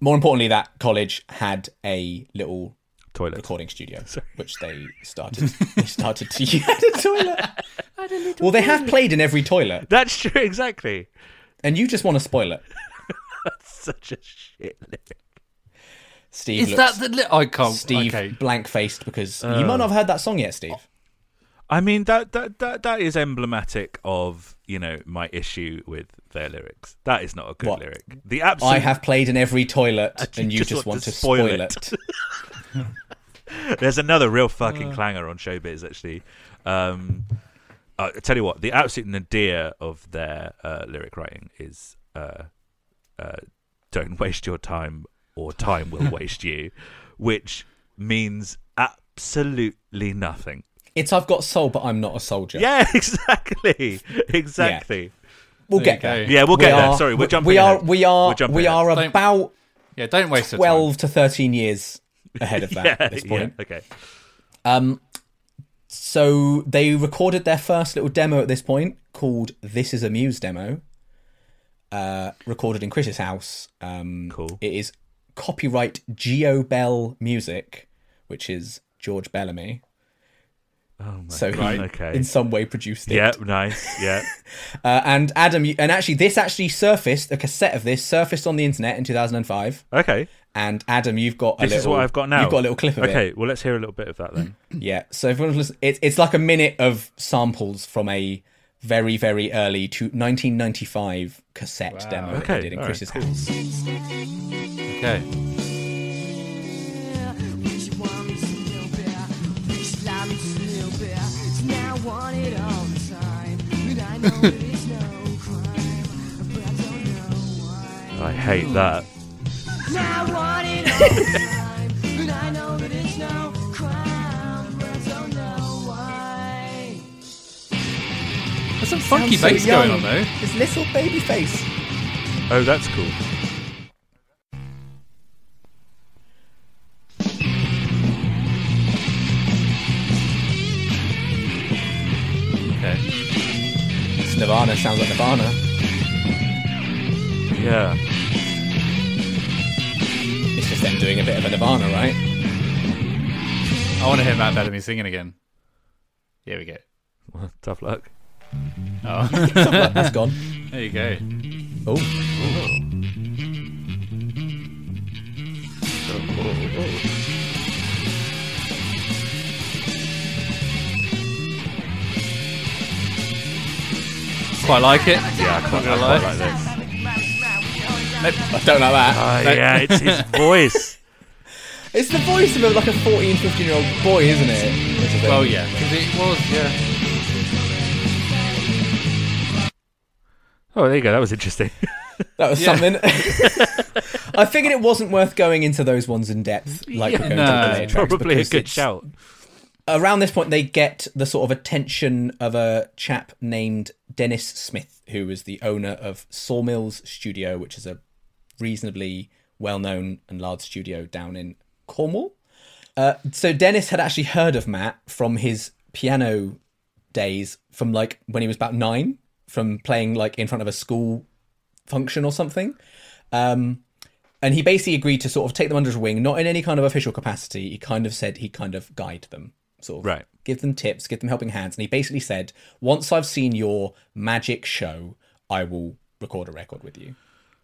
S3: more importantly, that college had a little
S1: Toilet.
S3: recording studio, which they started. they started to use a toilet. well, they have played in every toilet,
S1: That's true, exactly.
S3: and you just want to spoil it.
S1: Such a shit. lyric.
S3: Steve
S2: Is
S3: looks
S2: that the li- I can't.
S3: Steve
S2: okay.
S3: blank faced because
S1: Uh,
S3: you might not have heard that song yet, Steve.
S1: I mean that, that that that is emblematic of, you know, my issue with their lyrics. That is not a good
S3: What?
S1: lyric. The absolute
S3: I have played in every toilet, and you just, want, to spoil, it.
S1: There's another real fucking clanger on showbiz, actually. Um, I I tell you what, the absolute nadir of their uh, lyric writing is uh, uh, "Don't waste your time, or time will waste you," which means absolutely nothing.
S3: It's I've got soul, but I'm not a soldier.
S1: Yeah, exactly, exactly.
S3: we'll
S2: There
S3: get
S2: you
S3: there.
S2: go.
S1: Yeah, we'll
S3: We
S1: get there.
S3: are-
S1: Sorry, we're jumping.
S3: We are.
S1: ahead.
S3: We are.
S1: We're jumping
S3: We
S1: ahead.
S3: are
S2: Don't-
S3: about
S2: Yeah, don't waste your time.
S3: twelve to thirteen years ahead of that
S1: Yeah,
S3: at this
S1: yeah,
S3: point.
S1: okay.
S3: Um, so they recorded their first little demo at this point called "This Is a Muse" demo. Uh, recorded in Chris's house. Um,
S1: Cool.
S3: It is copyright Geo Bell Music, which is George Bellamy.
S1: Oh my
S3: So he,
S1: god. Okay.
S3: in some way, produced it.
S1: Yeah, nice. Yeah.
S3: Uh, and Adam, you- and actually, this actually surfaced a cassette of this surfaced on the internet in 2005.
S1: Okay.
S3: And Adam, you've got a
S1: This
S3: little,
S1: is what I've got now.
S3: You've got a little clip of it.
S1: Okay, well, let's hear a little bit of that then.
S3: Yeah. So if everyone's listen- it's it's like a minute of samples from a very very early to 1995 cassette demo that
S1: Okay,
S3: they did in
S1: all right,
S3: Chris's house.
S2: Okay.
S1: I hate that.
S2: There's some funky
S3: Sounds so
S2: bass
S3: young.
S2: going on though.
S3: His little baby face.
S1: Oh, that's cool.
S2: Okay.
S3: It's Nirvana sounds like Nirvana.
S1: Yeah.
S3: It's just them doing a bit of a Nirvana, right?
S2: I want to hear Matt Bellamy singing again. Here we go.
S1: Well, tough luck.
S2: Oh,
S3: That's gone.
S2: there you go.
S3: Oh,
S2: Quite like it.
S1: Yeah, I can't, I
S2: gonna
S1: quite
S2: lie.
S1: like this.
S3: I don't like that.
S1: Oh, yeah, it's his voice.
S3: It's the voice of a, like a 14, 15 year old boy, isn't it? That's the thing.
S2: Well, yeah, because it was. Yeah.
S1: Oh, there you go. That was interesting.
S3: That was something. I figured it wasn't worth going into those ones in depth, like we're going to
S2: no,
S3: the later
S2: it's
S3: tracks,
S1: Probably a
S3: because
S1: good
S3: it's-
S1: shout.
S3: around this point they get the sort of attention of a chap named Dennis Smith, who is the owner of Sawmills Studio, which is a reasonably well-known and large studio down in Cornwall. Uh, so Dennis had actually heard of Matt from his piano days, from like when he was about nine, from playing like in front of a school function or something. Um, and he basically agreed to sort of take them under his wing, not in any kind of official capacity. He kind of said he kind of guide them, sort of
S1: Right.
S3: give them tips, give them helping hands. And he basically said, once I've seen your magic show, I will record a record with you.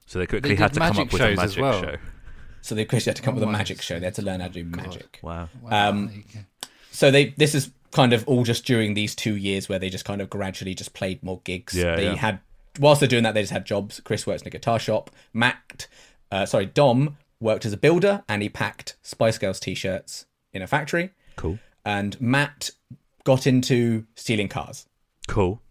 S1: So they quickly
S2: They
S1: had to
S2: did
S1: come
S2: magic
S1: up with a
S2: shows as
S1: magic
S2: well.
S1: show.
S3: So
S1: Oh
S3: they of course, they had to come up with a magic show. They had to learn how to do magic.
S1: Wow.
S2: Wow, there you go.
S3: So they this is kind of all just during these two years where they just kind of gradually just played more gigs.
S1: Yeah,
S3: they
S1: yeah.
S3: had whilst they're doing that, they just had jobs. Chris works in a guitar shop. Mac, uh, sorry, Dom worked as a builder and he packed Spice Girls t-shirts in a factory.
S1: Cool.
S3: And Matt got into stealing cars.
S1: Cool.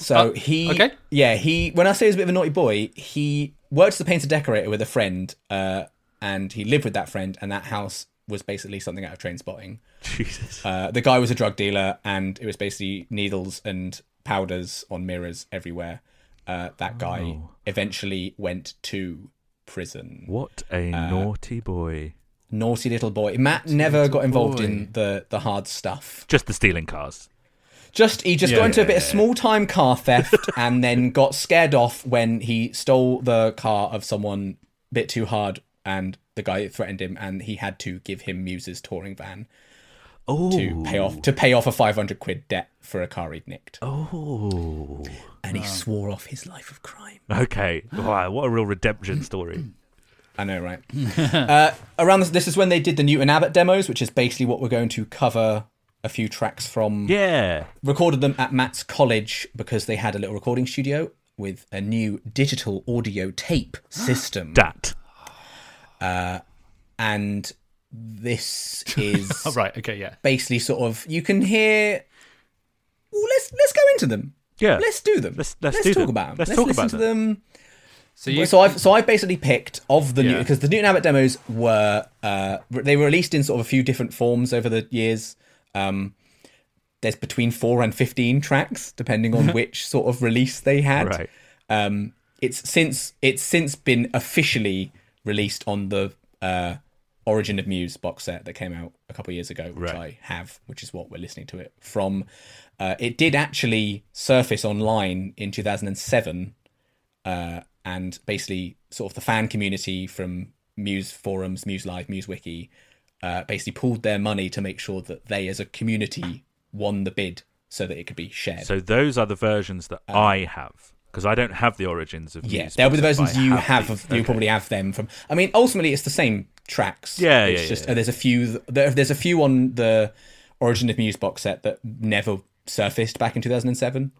S3: So
S2: Uh,
S3: he,
S2: okay.
S3: yeah, he. When I say he was a bit of a naughty boy, he worked as a painter decorator with a friend, uh, and he lived with that friend, and that house was basically something out of Train Spotting.
S1: Jesus.
S3: Uh, the guy was a drug dealer, and it was basically needles and powders on mirrors everywhere. Uh, that guy eventually went to prison.
S1: What a naughty boy.
S3: Naughty little boy. Matt never got involved
S2: boy.
S3: in the the hard stuff.
S1: Just the stealing cars.
S3: Just he just
S2: Yeah,
S3: got into a
S2: yeah,
S3: bit of small time car theft and then got scared off when he stole the car of someone a bit too hard and the guy threatened him and he had to give him Muse's touring van
S1: Oh.
S3: to pay off to pay off a five hundred quid debt for a car he'd nicked.
S1: Oh.
S3: And he swore off his life of crime.
S1: Okay. Wow. What a real redemption story.
S3: I know, right? uh, around this, this is when they did the Newton Abbott demos, which is basically what we're going to cover a few tracks from
S1: Yeah.
S3: recorded them at Matt's college because they had a little recording studio with a new digital audio tape system.
S1: Dat.
S3: and this is
S2: Oh, right. Okay. Yeah.
S3: basically sort of you can hear well, let's let's go into them.
S1: Yeah.
S3: Let's do them.
S1: Let's- let's do
S3: talk
S1: them.
S3: about them.
S1: Let's
S3: Let's,
S1: talk
S3: listen
S1: about
S3: to them.
S2: So you.
S3: So I've so I basically picked of the new
S2: Yeah.
S3: because the Newton Abbott demos were uh, re- they were released in sort of a few different forms over the years. Um, there's between four and fifteen tracks depending on which sort of release they had.
S1: Right.
S3: Um, it's since it's since been officially released on the uh, Origin of Muse box set that came out a couple of years ago, which
S1: Right.
S3: I have, which is what we're listening to it from. Uh, it did actually surface online in 2007, uh, and basically, sort of the fan community from Muse forums, Muse Live, Muse Wiki, uh, basically pooled their money to make sure that they, as a community, won the bid so that it could be shared.
S1: So those are the versions that I have because I don't have the origins of.
S3: Yeah,
S1: Muse
S3: they'll be the
S1: Box, but
S3: versions
S1: I
S3: you have.
S1: these.
S3: of, You probably have them from. I mean, ultimately, it's the same tracks.
S1: Yeah,
S3: it's
S1: yeah,
S3: just
S1: yeah.
S3: uh, there's a few. th- There, there's a few on the Origin of Muse box set that never surfaced back in 2007.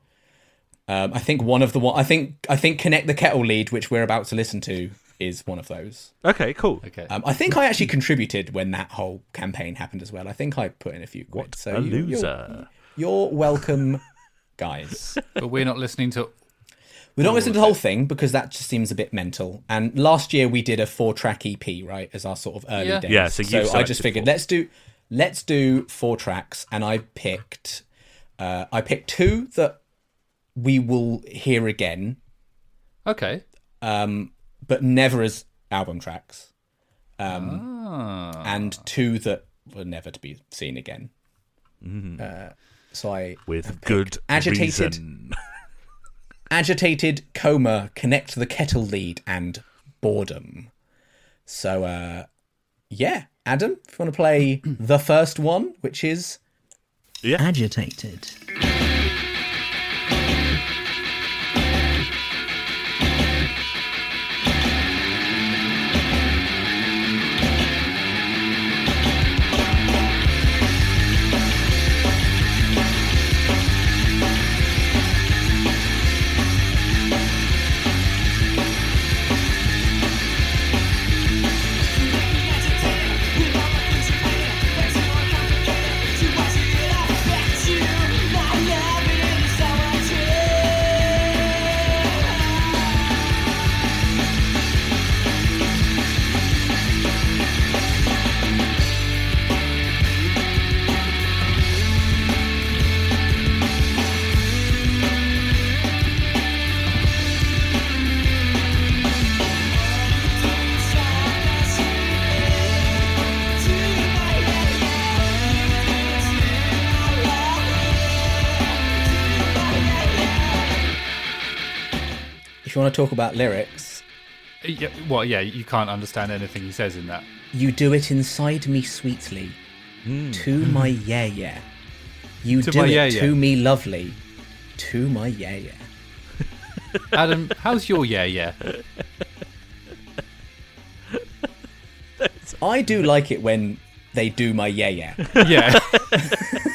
S3: Um, I think one of the one. I think I think Connect the Kettle lead, which we're about to listen to, is one of those.
S1: Okay, cool.
S2: okay.
S3: Um, I think I actually contributed when that whole campaign happened as well. I think I put in a few. Quid,
S1: What
S3: so
S1: a
S3: you- you're-
S1: loser.
S3: you're welcome, guys.
S2: but we're not listening to.
S3: We're not listening to the whole thing because that just seems a bit mental. And last year we did a four-track EP, right, as our sort of early
S2: Yeah.
S3: days.
S1: Yeah, so you've
S3: I
S1: selected
S3: just figured
S1: four.
S3: let's do let's do four tracks, and I picked uh, I picked two that we will hear again,
S2: Okay.
S3: but never as album tracks, Um,
S2: Ah.
S3: and two that were never to be seen again.
S2: Mm-hmm.
S3: Uh, so I
S1: With good
S3: Agitated.
S1: reason.
S3: agitated coma connect the kettle lead and boredom so uh yeah adam if you want to play the first one which is agitated if you want to talk about lyrics
S2: Yeah, well, yeah. You can't understand anything he says in that.
S3: you do it inside me sweetly to my yeah yeah you
S2: Hmm. To
S3: do
S2: my
S3: it
S2: yeah, yeah.
S3: to me lovely to my yeah yeah
S2: Adam, how's your yeah yeah?
S3: I do like it when They do my yeah yeah.
S2: Yeah.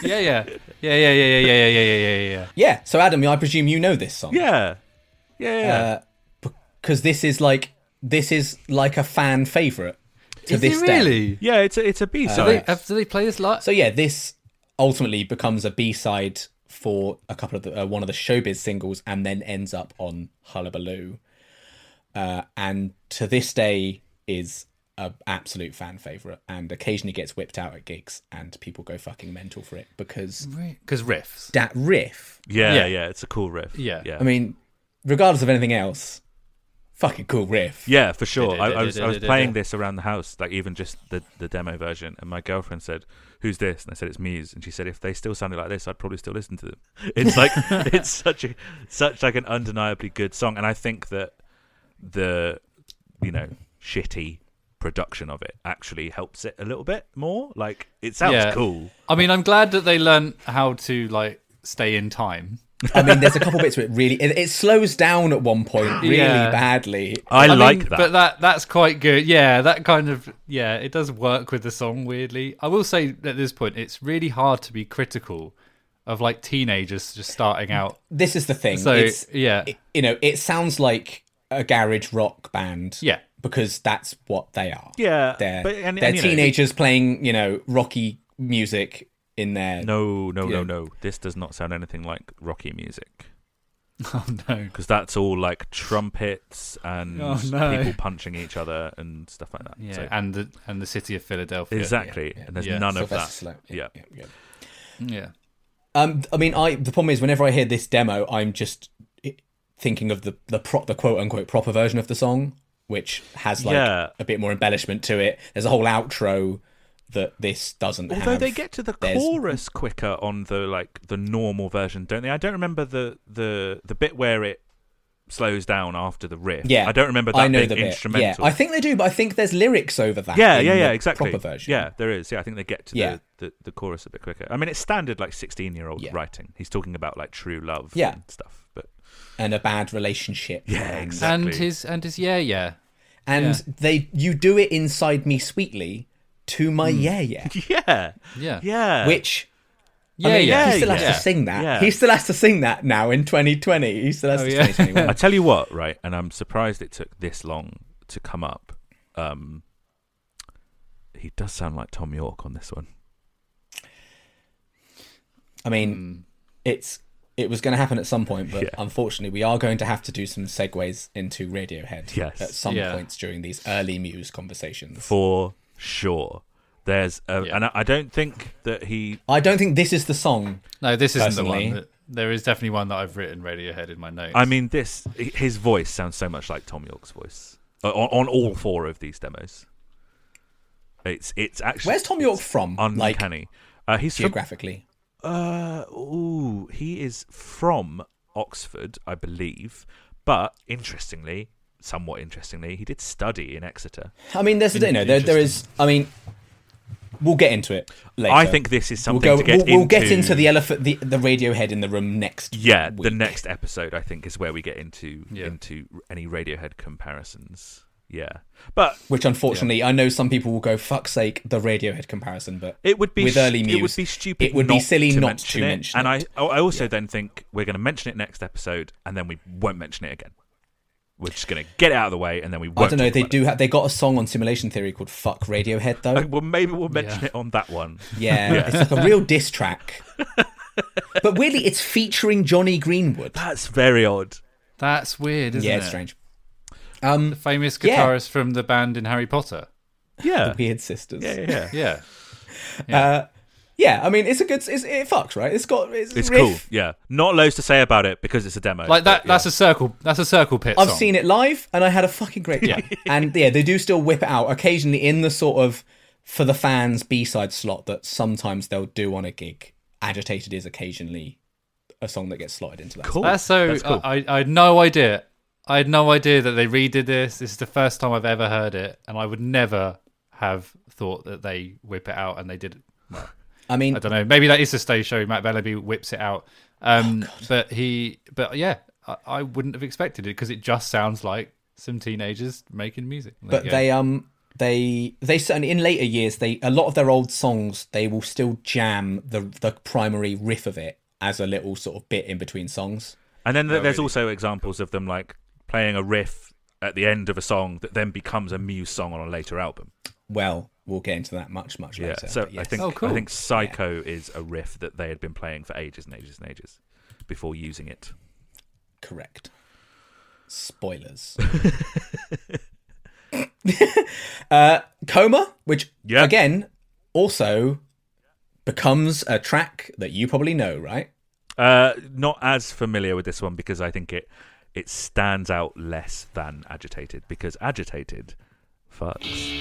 S2: yeah, yeah. Yeah, yeah, yeah, yeah, yeah, yeah, yeah, yeah, yeah, yeah.
S3: Yeah. So Adam, I presume you know this song.
S1: Yeah. Yeah. yeah.
S3: Uh, Because this is like this is like a fan favorite to
S2: Is
S3: this
S2: it
S3: day.
S2: really?
S1: yeah, it's a, it's a
S3: uh,
S1: B
S2: Do
S1: side.
S2: they, have, do they play this live?
S3: So yeah, this ultimately becomes a B side for a couple of the, uh, one of the showbiz singles, and then ends up on Hullabaloo, uh, and to this day is an absolute fan favorite, and occasionally gets whipped out at gigs, and people go fucking mental for it because
S2: Because riffs.
S3: that riff.
S1: yeah,
S2: Yeah.
S1: yeah, It's a cool riff.
S2: Yeah.
S1: Yeah.
S3: I mean, regardless of anything else, fucking cool riff.
S1: Yeah, for sure. I, I was I was playing this around the house, like even just the, the demo version, and my girlfriend said, "Who's this?" And I said, "It's Muse." And she said, "If they still sounded like this, I'd probably still listen to them." It's like it's such a such like an undeniably good song, and I think that the you know shitty production of it actually helps it a little bit more. Like it sounds
S2: Yeah.
S1: cool.
S2: I mean, I'm glad that they learnt how to, like, stay in time.
S3: I mean, there's a couple bits where it really it, it slows down at one point really
S2: Yeah.
S3: badly.
S1: I,
S2: mean,
S1: like that.
S2: But that that's quite good. Yeah, that kind of yeah, it does work with the song weirdly. I will say at this point, it's really hard to be critical of like teenagers just starting out.
S3: This is the thing.
S2: So
S3: Mm, it's,
S2: yeah,
S3: it- you know, it sounds like a garage rock band.
S2: Yeah.
S3: Because that's what they are.
S1: yeah,
S3: They're,
S1: but and,
S3: they're
S1: and, you know,
S3: teenagers playing, you know, rocky music in their.
S1: no, no,
S3: Yeah.
S1: no, no. This does not sound anything like rocky music.
S2: oh no,
S1: because that's all like trumpets and
S2: Oh, no.
S1: people punching each other and stuff like that.
S2: yeah,
S1: So-
S2: and the and the city of Philadelphia.
S1: exactly. And there's
S2: Yeah.
S1: none of that.
S3: Sylvester Stallone.
S1: Yeah.
S3: yeah, yeah.
S2: Yeah,
S3: Um, I mean, I the problem is whenever I hear this demo, I'm just thinking of the the pro, the quote unquote proper version of the song, which has like
S1: Yeah.
S3: a bit more embellishment to it. There's a whole outro that this doesn't.
S1: Although
S3: have.
S1: they get to the
S3: There's-
S1: chorus quicker on the like the normal version, don't they? I don't remember the the the bit where it slows down after the riff.
S3: yeah,
S1: I don't remember that
S3: I know
S1: being
S3: the bit.
S1: instrumental.
S3: Yeah, I think they do, but I think there's lyrics over that.
S1: yeah,
S3: in
S1: yeah, yeah,
S3: the
S1: exactly.
S3: Proper version.
S1: Yeah, there is. Yeah, I think they get to
S3: Yeah.
S1: the, the, the chorus a bit quicker. I mean, it's standard like sixteen year old
S3: Yeah.
S1: writing. He's talking about like true love
S3: Yeah.
S1: and stuff. But
S3: and a bad relationship.
S1: yeah,
S3: Um,
S1: exactly.
S2: and his and his yeah yeah.
S3: and
S2: Yeah.
S3: they you do it inside me sweetly to my yeah yeah,
S1: yeah,
S2: Yeah.
S1: Hmm. yeah,
S3: which
S2: Yeah,
S3: I mean,
S2: yeah,
S3: he still
S2: yeah.
S3: has to sing that.
S1: yeah.
S3: He still has to sing that now in 2020. He still has
S2: Oh,
S3: to
S2: yeah.
S3: 2021.
S1: I tell you what, right? And I'm surprised it took this long to come up. Um, he does sound like Tom York on this one.
S3: I mean, it's it was going to happen at some point, but
S1: Yeah.
S3: unfortunately, we are going to have to do some segues into Radiohead
S1: Yes.
S3: at some
S2: Yeah.
S3: points during these early Muse conversations.
S1: For sure. There's a,
S2: Yeah.
S1: and I- I don't think that he
S3: I don't think this is the song.
S2: No, this isn't the
S3: Personally-
S2: one. That, there is definitely one that I've written Radiohead in my notes.
S1: I mean this his voice sounds so much like Tom York's voice. Uh, On, on all four of these demos. It's it's actually
S3: Where's Tom York from? like
S1: uncanny. uh, he's from
S3: geographically.
S1: Uh, ooh, he is from Oxford, I believe, but interestingly, somewhat interestingly, he did study in Exeter.
S3: I mean, there's you know there, there is. I mean, we'll get into it later.
S1: I think this is
S3: we'll
S1: something
S3: go.
S1: to get
S3: we'll,
S1: into.
S3: we'll get into the elephant, the, the Radiohead in the room next.
S1: yeah. The
S3: week.
S1: next episode, I think, is where we get into
S2: Yeah.
S1: into any Radiohead comparisons. Yeah, but
S3: Which unfortunately, I know some people will go, "Fuck's sake," the Radiohead comparison, but
S1: It would be
S3: with early
S1: st-
S3: Muse,
S1: It would be stupid.
S3: It would be
S1: not
S3: silly
S1: to
S3: not
S1: mention
S3: to
S1: it.
S3: mention.
S1: And
S3: it.
S1: I, I also then think we're going to mention it next episode, and then we won't mention it again. We're just going to get it out of the way, and then we. Won't
S3: I don't know.
S1: talk
S3: They
S1: about
S3: do. Ha- they got a song on Simulation Theory called "Fuck Radiohead," though.
S1: It. Well, maybe we'll mention
S2: Yeah.
S1: it on that one.
S3: yeah, it's like a real diss track. but weirdly, it's featuring Johnny Greenwood.
S1: That's very odd.
S2: that's weird, isn't
S3: yeah,
S2: it?
S3: it's strange. Um,
S2: The famous
S3: Yeah.
S2: guitarist from the band in Harry Potter.
S1: Yeah.
S3: Weird Sisters.
S1: Yeah, yeah, yeah.
S2: Yeah,
S3: Yeah, I mean, it's a good. It's, it fucks, right? It's got. It's,
S1: It's
S3: riff.
S1: cool. Yeah, not loads to say about it because it's a demo.
S2: like that.
S1: but
S2: That's a circle. That's a circle pit.
S3: I've
S2: song.
S3: seen it live, and I had a fucking great time. and yeah, they do still whip it out occasionally in the sort of for the fans B side slot that sometimes they'll do on a gig. Agitated is occasionally a song that gets slotted into that.
S1: Cool.
S2: That's Uh, so.
S1: cool.
S2: I, I had no idea. I had no idea that they redid this. This is the first time I've ever heard it, and I would never have thought that they whip it out. And they did. Well,
S3: I mean,
S2: I don't know. Maybe that is the stage show. Matt Bellaby whips it out.
S3: Oh,
S2: Um, but he. But yeah, I, I wouldn't have expected it because it just sounds like some teenagers making music. There
S3: but
S2: you go.
S3: they um they they certainly in later years they a lot of their old songs they will still jam the the primary riff of it as a little sort of bit in between songs.
S1: And
S2: uh,
S1: then there's also examples of them like playing a riff at the end of a song that then becomes a Muse song on a later album.
S3: Well, we'll get into that much much
S1: Yeah.
S3: later.
S1: so
S3: but yes.
S1: I think
S2: Oh, cool.
S1: I think Psycho is a riff that they had been playing for ages and ages and ages before using it.
S3: Correct. Spoilers. uh, Coma, which
S1: Yeah.
S3: again also becomes a track that you probably know, right?
S1: Uh, not as familiar with this one because I think it it stands out less than Agitated because Agitated fucks.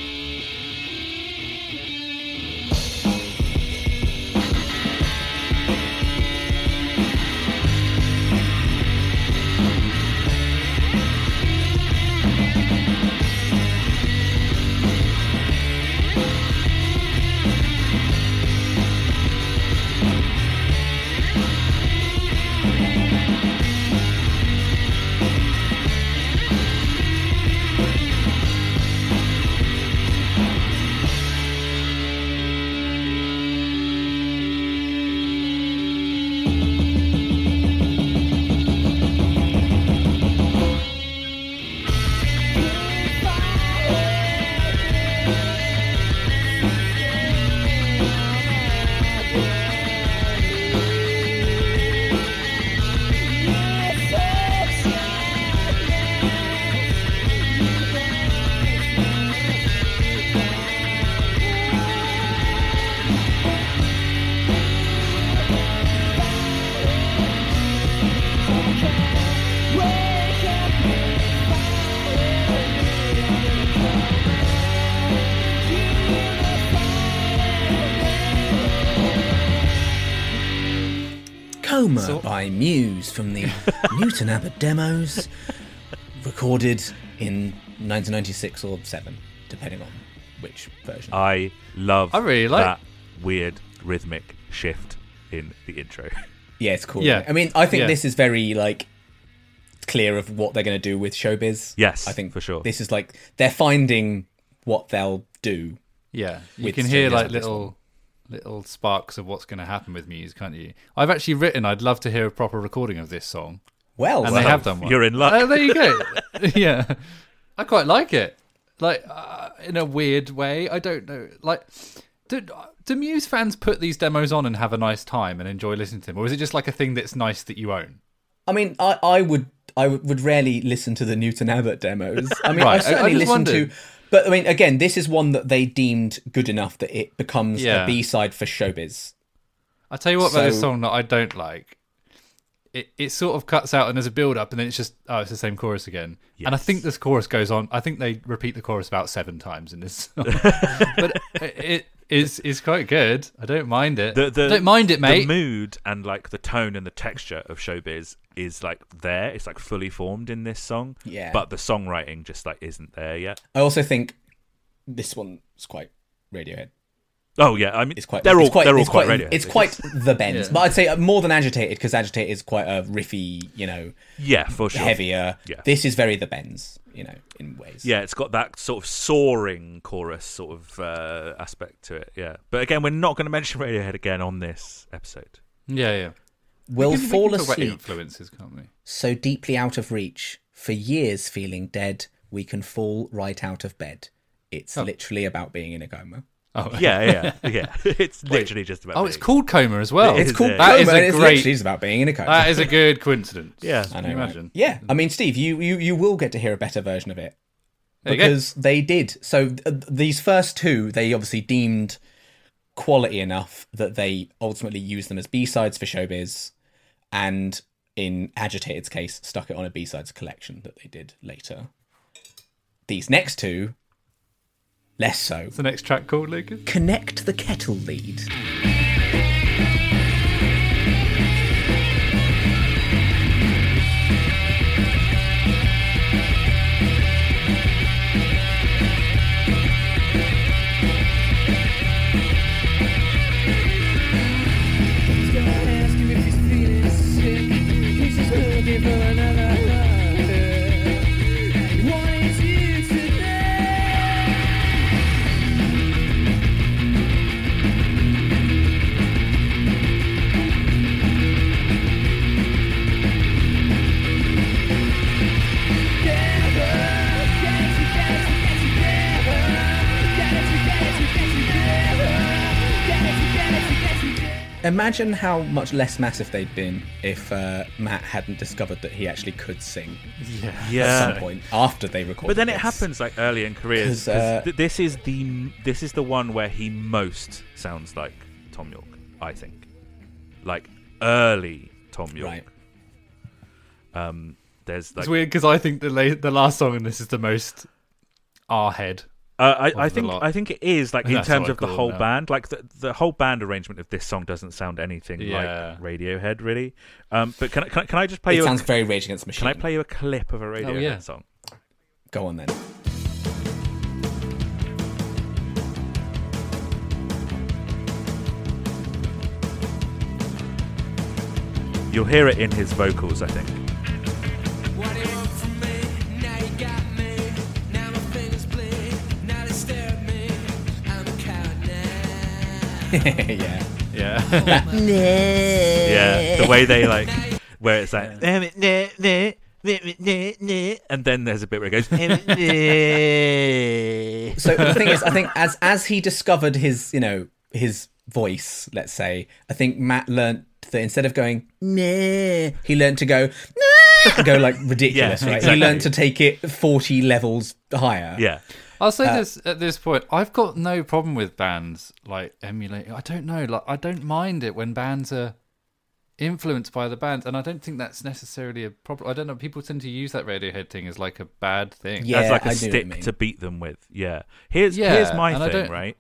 S3: Coma by Muse from the Newton Abbott demos, recorded in 1996 or 7, depending on which version.
S1: I love
S2: I really like-
S1: that weird rhythmic shift in the intro.
S3: yeah, it's cool.
S2: Yeah.
S3: I mean, I think
S2: Yeah.
S3: this is very like clear of what they're going to do with showbiz.
S1: Yes,
S3: I think
S1: for sure.
S3: This is like they're finding what they'll do.
S2: Yeah, you
S3: with
S2: can hear
S3: strings
S2: like
S3: like this
S2: little little sparks of what's going to happen with Muse, can't you? I've actually written. I'd love to hear a proper recording of this song,
S3: Well,
S2: and
S3: well,
S2: they have done one.
S1: You're in luck.
S2: Oh, there you go. yeah, I quite like it. Like uh, in a weird way. I don't know. Like, do do Muse fans put these demos on and have a nice time and enjoy listening to them, or is it just like a thing that's nice that you own?
S3: I mean, I, I would I would would rarely listen to the Newton Abbott demos. I mean,
S2: Right, I- I
S3: I certainly
S2: just
S3: listen to,
S2: wondered.
S3: but I mean, again, this is one that they deemed good enough that it becomes
S2: Yeah.
S3: a B side for showbiz.
S2: I tell you what about this
S3: So-
S2: song that I don't like. It it sort of cuts out and there's a build up and then it's just oh it's the same chorus again. And I
S1: Yes.
S2: think this chorus goes on. I think they repeat the chorus about seven times in this, song. but it is is quite good. I don't mind it.
S1: The, the,
S2: don't mind it, mate.
S1: The mood and like the tone and the texture of showbiz is like there. It's like fully formed in this song.
S3: Yeah.
S1: But the songwriting just like isn't there yet.
S3: I also think this one is quite Radiohead.
S1: Oh yeah, I mean
S3: It's quite.
S1: they're
S3: it's
S1: all
S3: quite,
S1: they're all
S3: it's quite.
S1: quite radio.
S3: It's quite the bend,
S2: Yeah.
S3: but I'd say more than agitated because agitated is quite a riffy, you know,
S1: yeah for sure.
S3: heavier.
S1: Yeah.
S3: This is very the bends, you know, in ways.
S1: Yeah, it's got that sort of soaring chorus sort of uh, aspect to it. Yeah, but again, we're not going to mention Radiohead again on this episode.
S2: yeah, yeah.
S3: will
S2: We can
S3: fall
S2: talk about
S3: asleep
S2: influences, can't we?
S3: so deeply out of reach, for years feeling dead, we can fall right out of bed. It's literally about being in a coma.
S2: Oh
S1: Yeah, yeah, yeah. it's literally just about.
S2: Oh, it's
S1: being-
S2: called Coma as well.
S1: It's called
S2: That is
S3: Coma,
S2: a
S3: it's
S2: great.
S3: literally about being in a coma.
S2: That is a good coincidence.
S1: Yeah.
S3: I
S2: Can you
S3: right?
S2: imagine.
S3: Yeah, I mean, Steve, you, you you will get to hear a better version of it
S2: There you go.
S3: because they did. So uh, these first two, they obviously deemed quality enough that they ultimately used them as B sides for showbiz, and in Agitated's case, stuck it on a B sides collection that they did later. These next two, less so.
S2: What's the next track called, Lucas?
S3: Connect the kettle lead.
S5: Wanted you today
S3: imagine how much less massive they'd been if uh, Matt hadn't discovered that he actually could sing
S2: Yeah.
S3: at
S1: Yeah.
S3: some point after they recorded.
S1: But then it
S3: this.
S1: happens like early in careers.
S3: 'Cause, uh,
S1: 'cause th- this is the this is the one where he most sounds like Tom York, I think. Like early Tom York.
S3: Right.
S1: Um, there's like
S2: It's weird because I think the la- the last song in this is the most R head.
S1: Uh, I, I
S2: Of the
S1: think
S2: lot.
S1: I think it is like in
S2: That's
S1: terms
S2: what I
S1: of the
S2: call it
S1: whole
S2: now.
S1: band, like the, the whole band arrangement of this song doesn't sound anything
S2: Yeah.
S1: like Radiohead, really. Um, but can I, can I, can I just play
S3: It
S1: you? A,
S3: sounds very Rage Against the
S1: can
S3: Machine.
S1: I play you a clip of a Radiohead
S2: Oh, yeah.
S1: song?
S3: Go on then.
S1: You'll hear it in his vocals, I think.
S5: What do you want from me? Now you got me. Now my fingers bleed. Now they stare at me. I'm counting.
S3: yeah.
S2: Yeah.
S1: Yeah, the way they like, where it's like, and then there's a bit where it goes.
S3: So the thing is, I think as as he discovered his, you know, his voice, let's say, I think Matt learnt that instead of going nah, he learnt to go nah, and go like ridiculous.
S1: Yeah,
S3: right?
S1: exactly.
S3: He learnt to take it forty levels higher.
S1: yeah,
S2: I'll
S3: Uh,
S2: say this at this point. I've got no problem with bands like emulating. I don't know. Like I don't mind it when bands are influenced by the band, and I don't think that's necessarily a problem. I don't know. People tend to use that Radiohead thing as like a bad thing.
S3: Yeah,
S1: as like a
S3: I do what you
S1: stick
S3: mean.
S1: to beat them with. Yeah, here's
S2: Yeah,
S1: here's my
S2: and I
S1: thing,
S2: don't-
S1: right?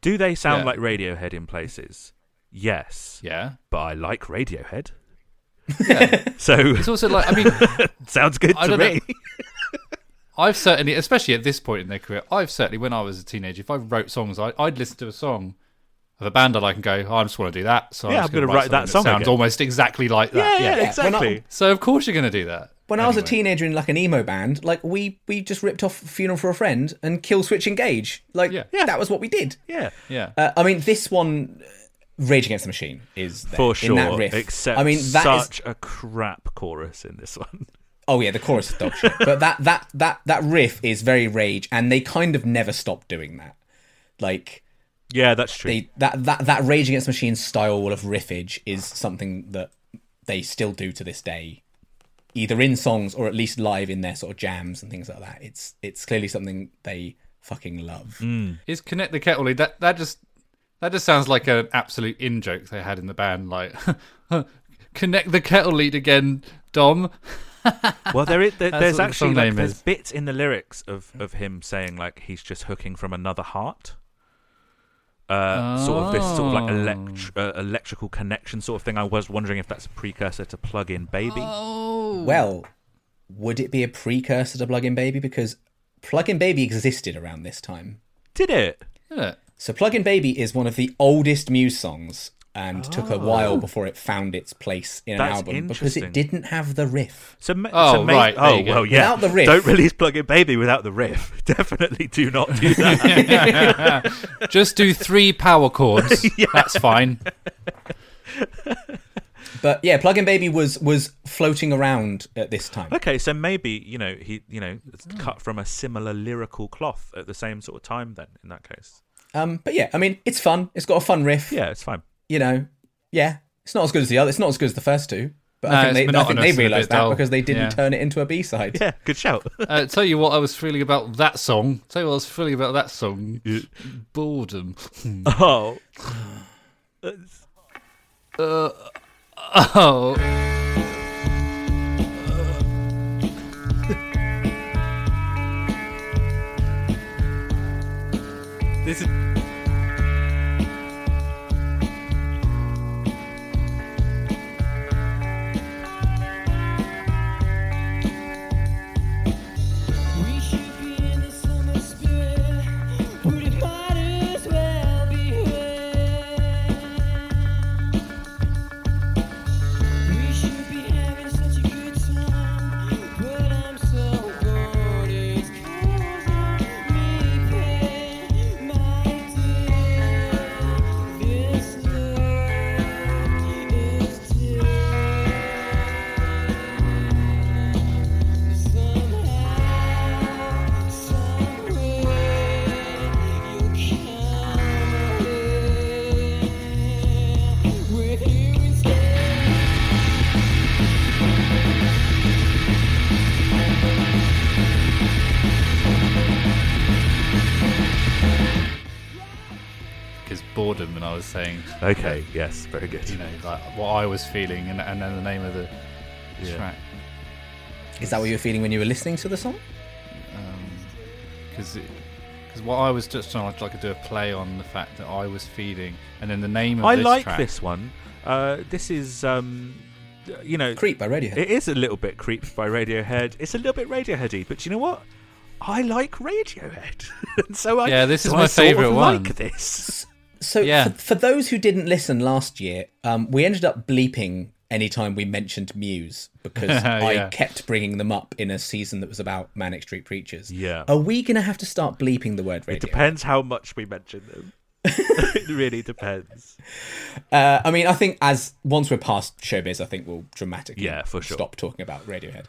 S1: Do they sound
S2: Yeah.
S1: like Radiohead in places? Yes,
S2: Yeah.
S1: but I like Radiohead,
S2: Yeah.
S1: so
S2: it's also like I mean.
S1: sounds good to
S2: I don't know.
S1: me.
S2: I've certainly, especially at this point in their career, I've certainly, when I was a teenager, if I wrote songs, I, I'd listen to a song of a band I like and go, oh, I just want to do that. So
S1: Yeah,
S2: I'm,
S1: I'm
S2: just going to
S1: gonna write that song
S2: Sounds
S1: again.
S2: almost exactly like
S1: Yeah,
S2: that.
S1: yeah,
S3: yeah.
S1: exactly.
S2: So of course you're going to do that.
S3: When I was a
S2: Anyway.
S3: teenager in like an emo band, like we we just ripped off Funeral for a Friend and Kill Switch Engage. Like
S2: Yeah.
S1: Yeah.
S3: that was what we did.
S1: Yeah,
S2: Yeah.
S3: Uh, I mean, this one, Rage Against the Machine, is there,
S1: for
S3: In
S1: sure.
S3: that riff,
S1: Except
S3: I mean, that is
S1: such a crap chorus in this one.
S3: Oh yeah, the chorus is dog shit. But that that that that riff is very rage, and they kind of never stop doing that. Like
S1: Yeah, that's true.
S3: they that that that Rage Against the Machine style of riffage is something that they still do to this day, either in songs or at least live in their sort of jams and things like that. It's it's clearly something they fucking love.
S2: Is Connect the Kettle, that, that just that just sounds like an absolute in joke they had in the band. Like, connect the kettle lead again, Dom.
S1: Well, there is there,
S2: That's
S1: there's
S2: what the
S1: actually
S2: song
S1: like,
S2: name
S1: there's
S2: is.
S1: bits in the lyrics of of him saying like he's just hooking from another heart. Uh, Sort of this sort of like elect- uh, electrical connection sort of thing. I was wondering if that's a precursor to plug in baby.
S2: Mm.
S3: Well, would it be a precursor to Plugin Baby because Plugin Baby existed around this time?
S1: Did it?
S2: Yeah.
S3: So Plugin Baby is one of the oldest Muse songs and took
S2: Ah.
S3: a while before it found its place in an
S1: That's
S3: album because
S1: interesting.
S3: it didn't have the riff.
S1: So, ma- so
S2: Oh,
S1: ma-
S2: right, there
S1: Oh
S2: you go.
S1: well, yeah.
S3: Without the riff.
S1: Don't release plug in baby without the riff. Definitely do not do that.
S2: Just do three power chords. That's fine.
S3: But yeah, Plugin Baby was was floating around at this time.
S1: okay, so maybe you know he you know it's
S3: Hmm.
S1: cut from a similar lyrical cloth at the same sort of time. Then in that case,
S3: Um, but yeah, I mean, it's fun. It's got a fun riff.
S1: yeah, it's fine.
S3: You know, yeah, it's not as good as the other. It's not as good as the first two. But
S2: No,
S3: I
S2: it's
S3: think they, I think
S2: monotonous
S3: they
S2: and a
S3: realized
S2: bit
S3: that
S2: dull.
S3: because they didn't
S2: Yeah.
S3: turn it into a B side.
S1: Yeah, good shout.
S2: Uh, tell you what, I was feeling about that song. Tell you what, I was feeling about that song. Boredom.
S1: oh.
S2: Oh,
S1: This is
S5: We should be in the summer spirit. But it might as well be here. We should
S2: boredom and I was saying,
S1: Okay, yes, very good.
S2: you know, like what I was feeling and, and then the name of the track.
S3: Is that what you were feeling when you were listening to the song?
S2: um, Because what I was just trying to like do a play on the fact that I was feeling and then the name of
S1: I
S2: this
S1: like
S2: track.
S1: this one. Uh, this is, um, you know,
S3: Creep by Radiohead.
S1: It is a little bit creeped by Radiohead. It's a little bit Radioheady, but you know what? I like Radiohead, And so I
S2: Yeah, this is
S1: so
S2: my
S1: I sort of
S2: favourite one.
S1: Like this,
S3: So
S2: Yeah.
S3: for, for those who didn't listen last year, um, we ended up bleeping anytime we mentioned Muse because
S2: Yeah.
S3: I kept bringing them up in a season that was about Manic Street Preachers.
S1: Yeah.
S3: Are we going to have to start bleeping the word radio?
S1: depends how much we mention them. it really depends.
S3: uh, I mean, I think as once we're past showbiz, I think we'll dramatically
S1: Yeah, for sure.
S3: stop talking about Radiohead.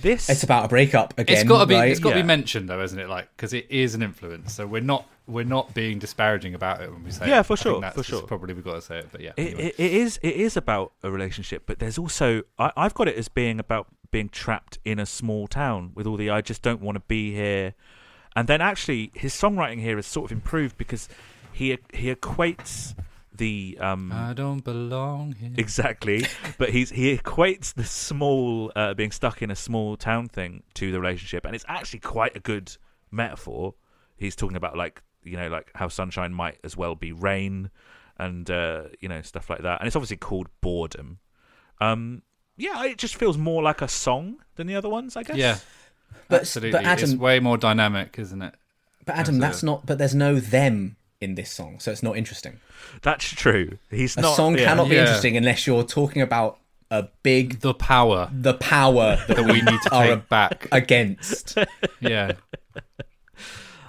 S1: This
S3: It's about a breakup again.
S2: It's got to be.
S3: right?
S2: It's got to
S1: Yeah.
S2: be mentioned though, isn't it? Like because it is an influence. So we're not we're not being disparaging about it when we say
S1: Yeah,
S2: it.
S1: for
S2: I think
S1: sure,
S2: that's
S1: for
S2: just
S1: sure.
S2: Probably we got to say it, but yeah.
S1: it, it, it is it is about a relationship, but there's also I, I've got it as being about being trapped in a small town with all the I just don't want to be here, and then actually his songwriting here is sort of improved because he he equates the um,
S2: I don't belong here.
S1: Exactly, but he's he equates the small uh, being stuck in a small town thing to the relationship, and it's actually quite a good metaphor. He's talking about like you know like how sunshine might as well be rain, and uh, you know stuff like that, and it's obviously called boredom. Um, yeah, it just feels more like a song than the other ones, I guess.
S2: Yeah,
S3: but,
S2: absolutely.
S3: But
S2: it's
S3: Adam,
S2: way more dynamic, isn't it?
S3: but Adam, that's not. But there's no them in this song, so it's not interesting.
S1: that's true. He's
S3: A
S1: not
S3: song
S1: yeah.
S3: cannot be
S2: Yeah.
S3: interesting unless you're talking about a big
S2: The power
S3: the power that
S2: that we need to
S3: are
S2: take back.
S3: against.
S2: Yeah.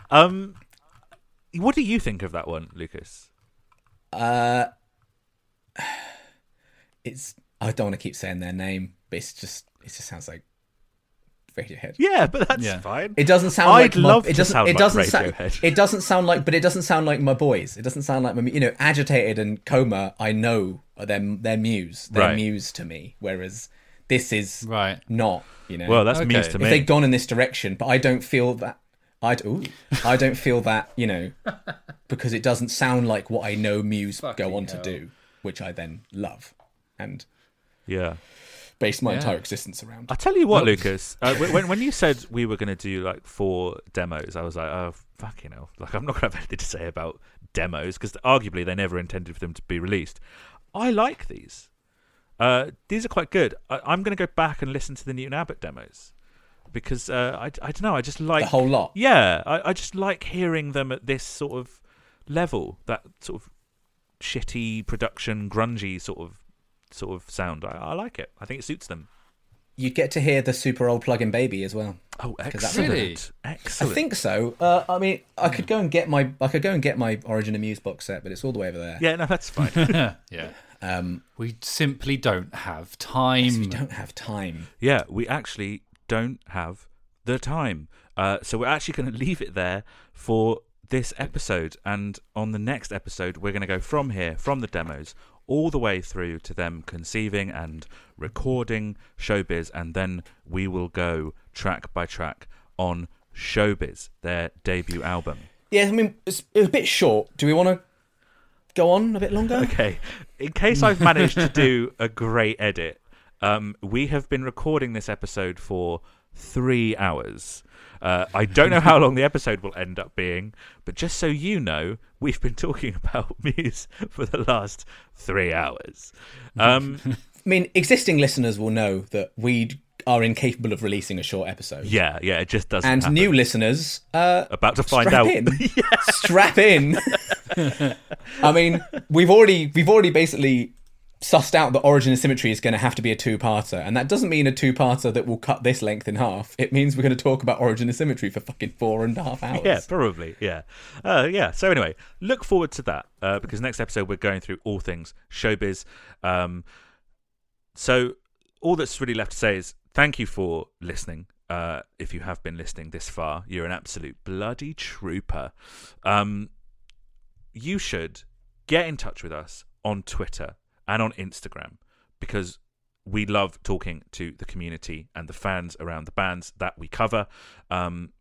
S1: Um, what do you think of that one, Lucas?
S3: It's I don't want to keep saying their name, but it's just it just sounds like Radiohead.
S1: Yeah, but that's
S2: Yeah.
S1: fine.
S3: It doesn't sound
S1: I'd
S3: like my-
S1: love
S3: it
S1: to
S3: doesn't
S1: sound
S3: it
S1: like
S3: doesn't sound
S1: Radiohead.
S3: it doesn't sound like but it doesn't sound like my boys. It doesn't sound like my mu- you know agitated and coma. I know are their their muse, their
S1: Right.
S3: muse to me. Whereas this is
S2: Right.
S3: not you know
S1: Well, that's
S2: Okay.
S1: means to
S2: If
S1: me.
S3: if they'd gone in this direction, but I don't feel that. I d- ooh, I don't feel that you know because it doesn't sound like what I know Muse go on to do, which I then love and
S1: yeah.
S3: base my
S2: Yeah.
S3: entire existence around.
S1: I tell you what, Lucas. Uh, wh- when when you said we were going to do like four demos, I was like, oh fucking hell! Like I'm not going to have anything to say about demos because arguably they never intended for them to be released. I like these. Uh, these are quite good. I, I'm going to go back and listen to the Newton Abbott demos because uh, I I don't know. I just like
S3: The whole lot.
S1: Yeah, I, I just like hearing them at this sort of level. That sort of shitty production, grungy sort of sort of sound. I, I like it. I think it suits them.
S3: You get to hear the super old plug-in baby as well.
S1: Oh,
S3: that's-
S1: excellent!
S2: Really?
S1: Excellent.
S3: I think so. Uh, I mean, I
S1: Hmm.
S3: could go and get my I could go and get my Origin of Muse box set, but it's all the way over there.
S1: Yeah, no, that's fine.
S2: Yeah. Um, we simply don't have time.
S3: We
S1: Hmm.
S3: don't have time.
S1: yeah, we actually don't have the time, uh, so we're actually going to leave it there for this episode. And on the next episode, we're going to go from here, from the demos, all the way through to them conceiving and recording Showbiz, and then we will go track by track on Showbiz, their debut album.
S3: Yeah, I mean, it's, it's a bit short. Do we want to go on a bit longer?
S1: Okay. In case I've managed to do a great edit, um, we have been recording this episode for three hours. Uh, I don't know how long the episode will end up being, but just so you know, we've been talking about Muse for the last three hours. Um,
S3: I mean, existing listeners will know that we are incapable of releasing a short episode.
S1: yeah, yeah, it just doesn't.
S3: and
S1: happen.
S3: new listeners, uh,
S1: About to find
S3: strap
S1: out.
S3: in, strap in. I mean, we've already we've already basically sussed out that Origin of Symmetry is going to have to be a two-parter, and that doesn't mean a two-parter that will cut this length in half. It means we're going to talk about Origin of Symmetry for fucking four and a half hours.
S1: Yeah, probably. Yeah. Uh, yeah. So anyway, look forward to that uh, because next episode we're going through all things showbiz. Um, so all that's really left to say is thank you for listening. Uh, if you have been listening this far, you're an absolute bloody trooper. Um, you should get in touch with us on Twitter and on Instagram because we love talking to the community and the fans around the bands that we cover. Um,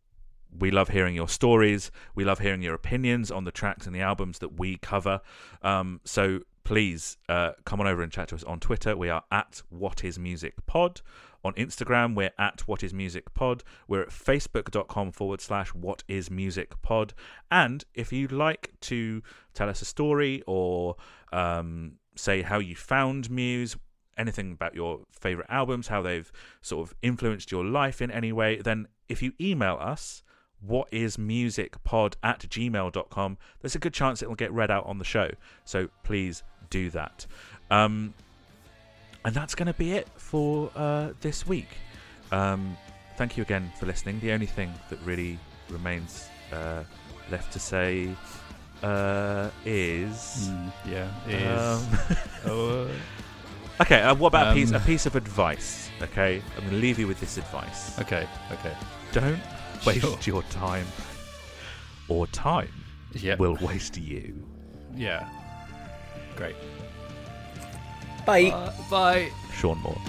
S1: We love hearing your stories. We love hearing your opinions on the tracks and the albums that we cover. Um, so please uh, come on over and chat to us on Twitter. We are at What Is Music Pod. On Instagram, we're at What Is Music Pod. We're at facebook.com forward slash What Is Music Pod. And if you'd like to tell us a story or um, say how you found Muse, anything about your favorite albums, how they've sort of influenced your life in any way, then if you email us, whatismusicpod at gmail.com, there's a good chance it'll get read out on the show. So please do that. Um, and that's going to be it for uh, this week. Um, thank you again for listening. The only thing that really remains uh, left to say uh,
S2: Hmm.
S1: is.
S2: Mm, yeah, it is.
S1: um, Okay, uh, what about a piece
S2: Um,
S1: a piece of advice? Okay, I'm going to leave you with this advice:
S2: okay, okay.
S1: don't waste
S2: Sure.
S1: your time, or time
S2: Yeah,
S1: will waste you.
S2: yeah. Great.
S3: Bye.
S2: bye.
S1: Sean Moore.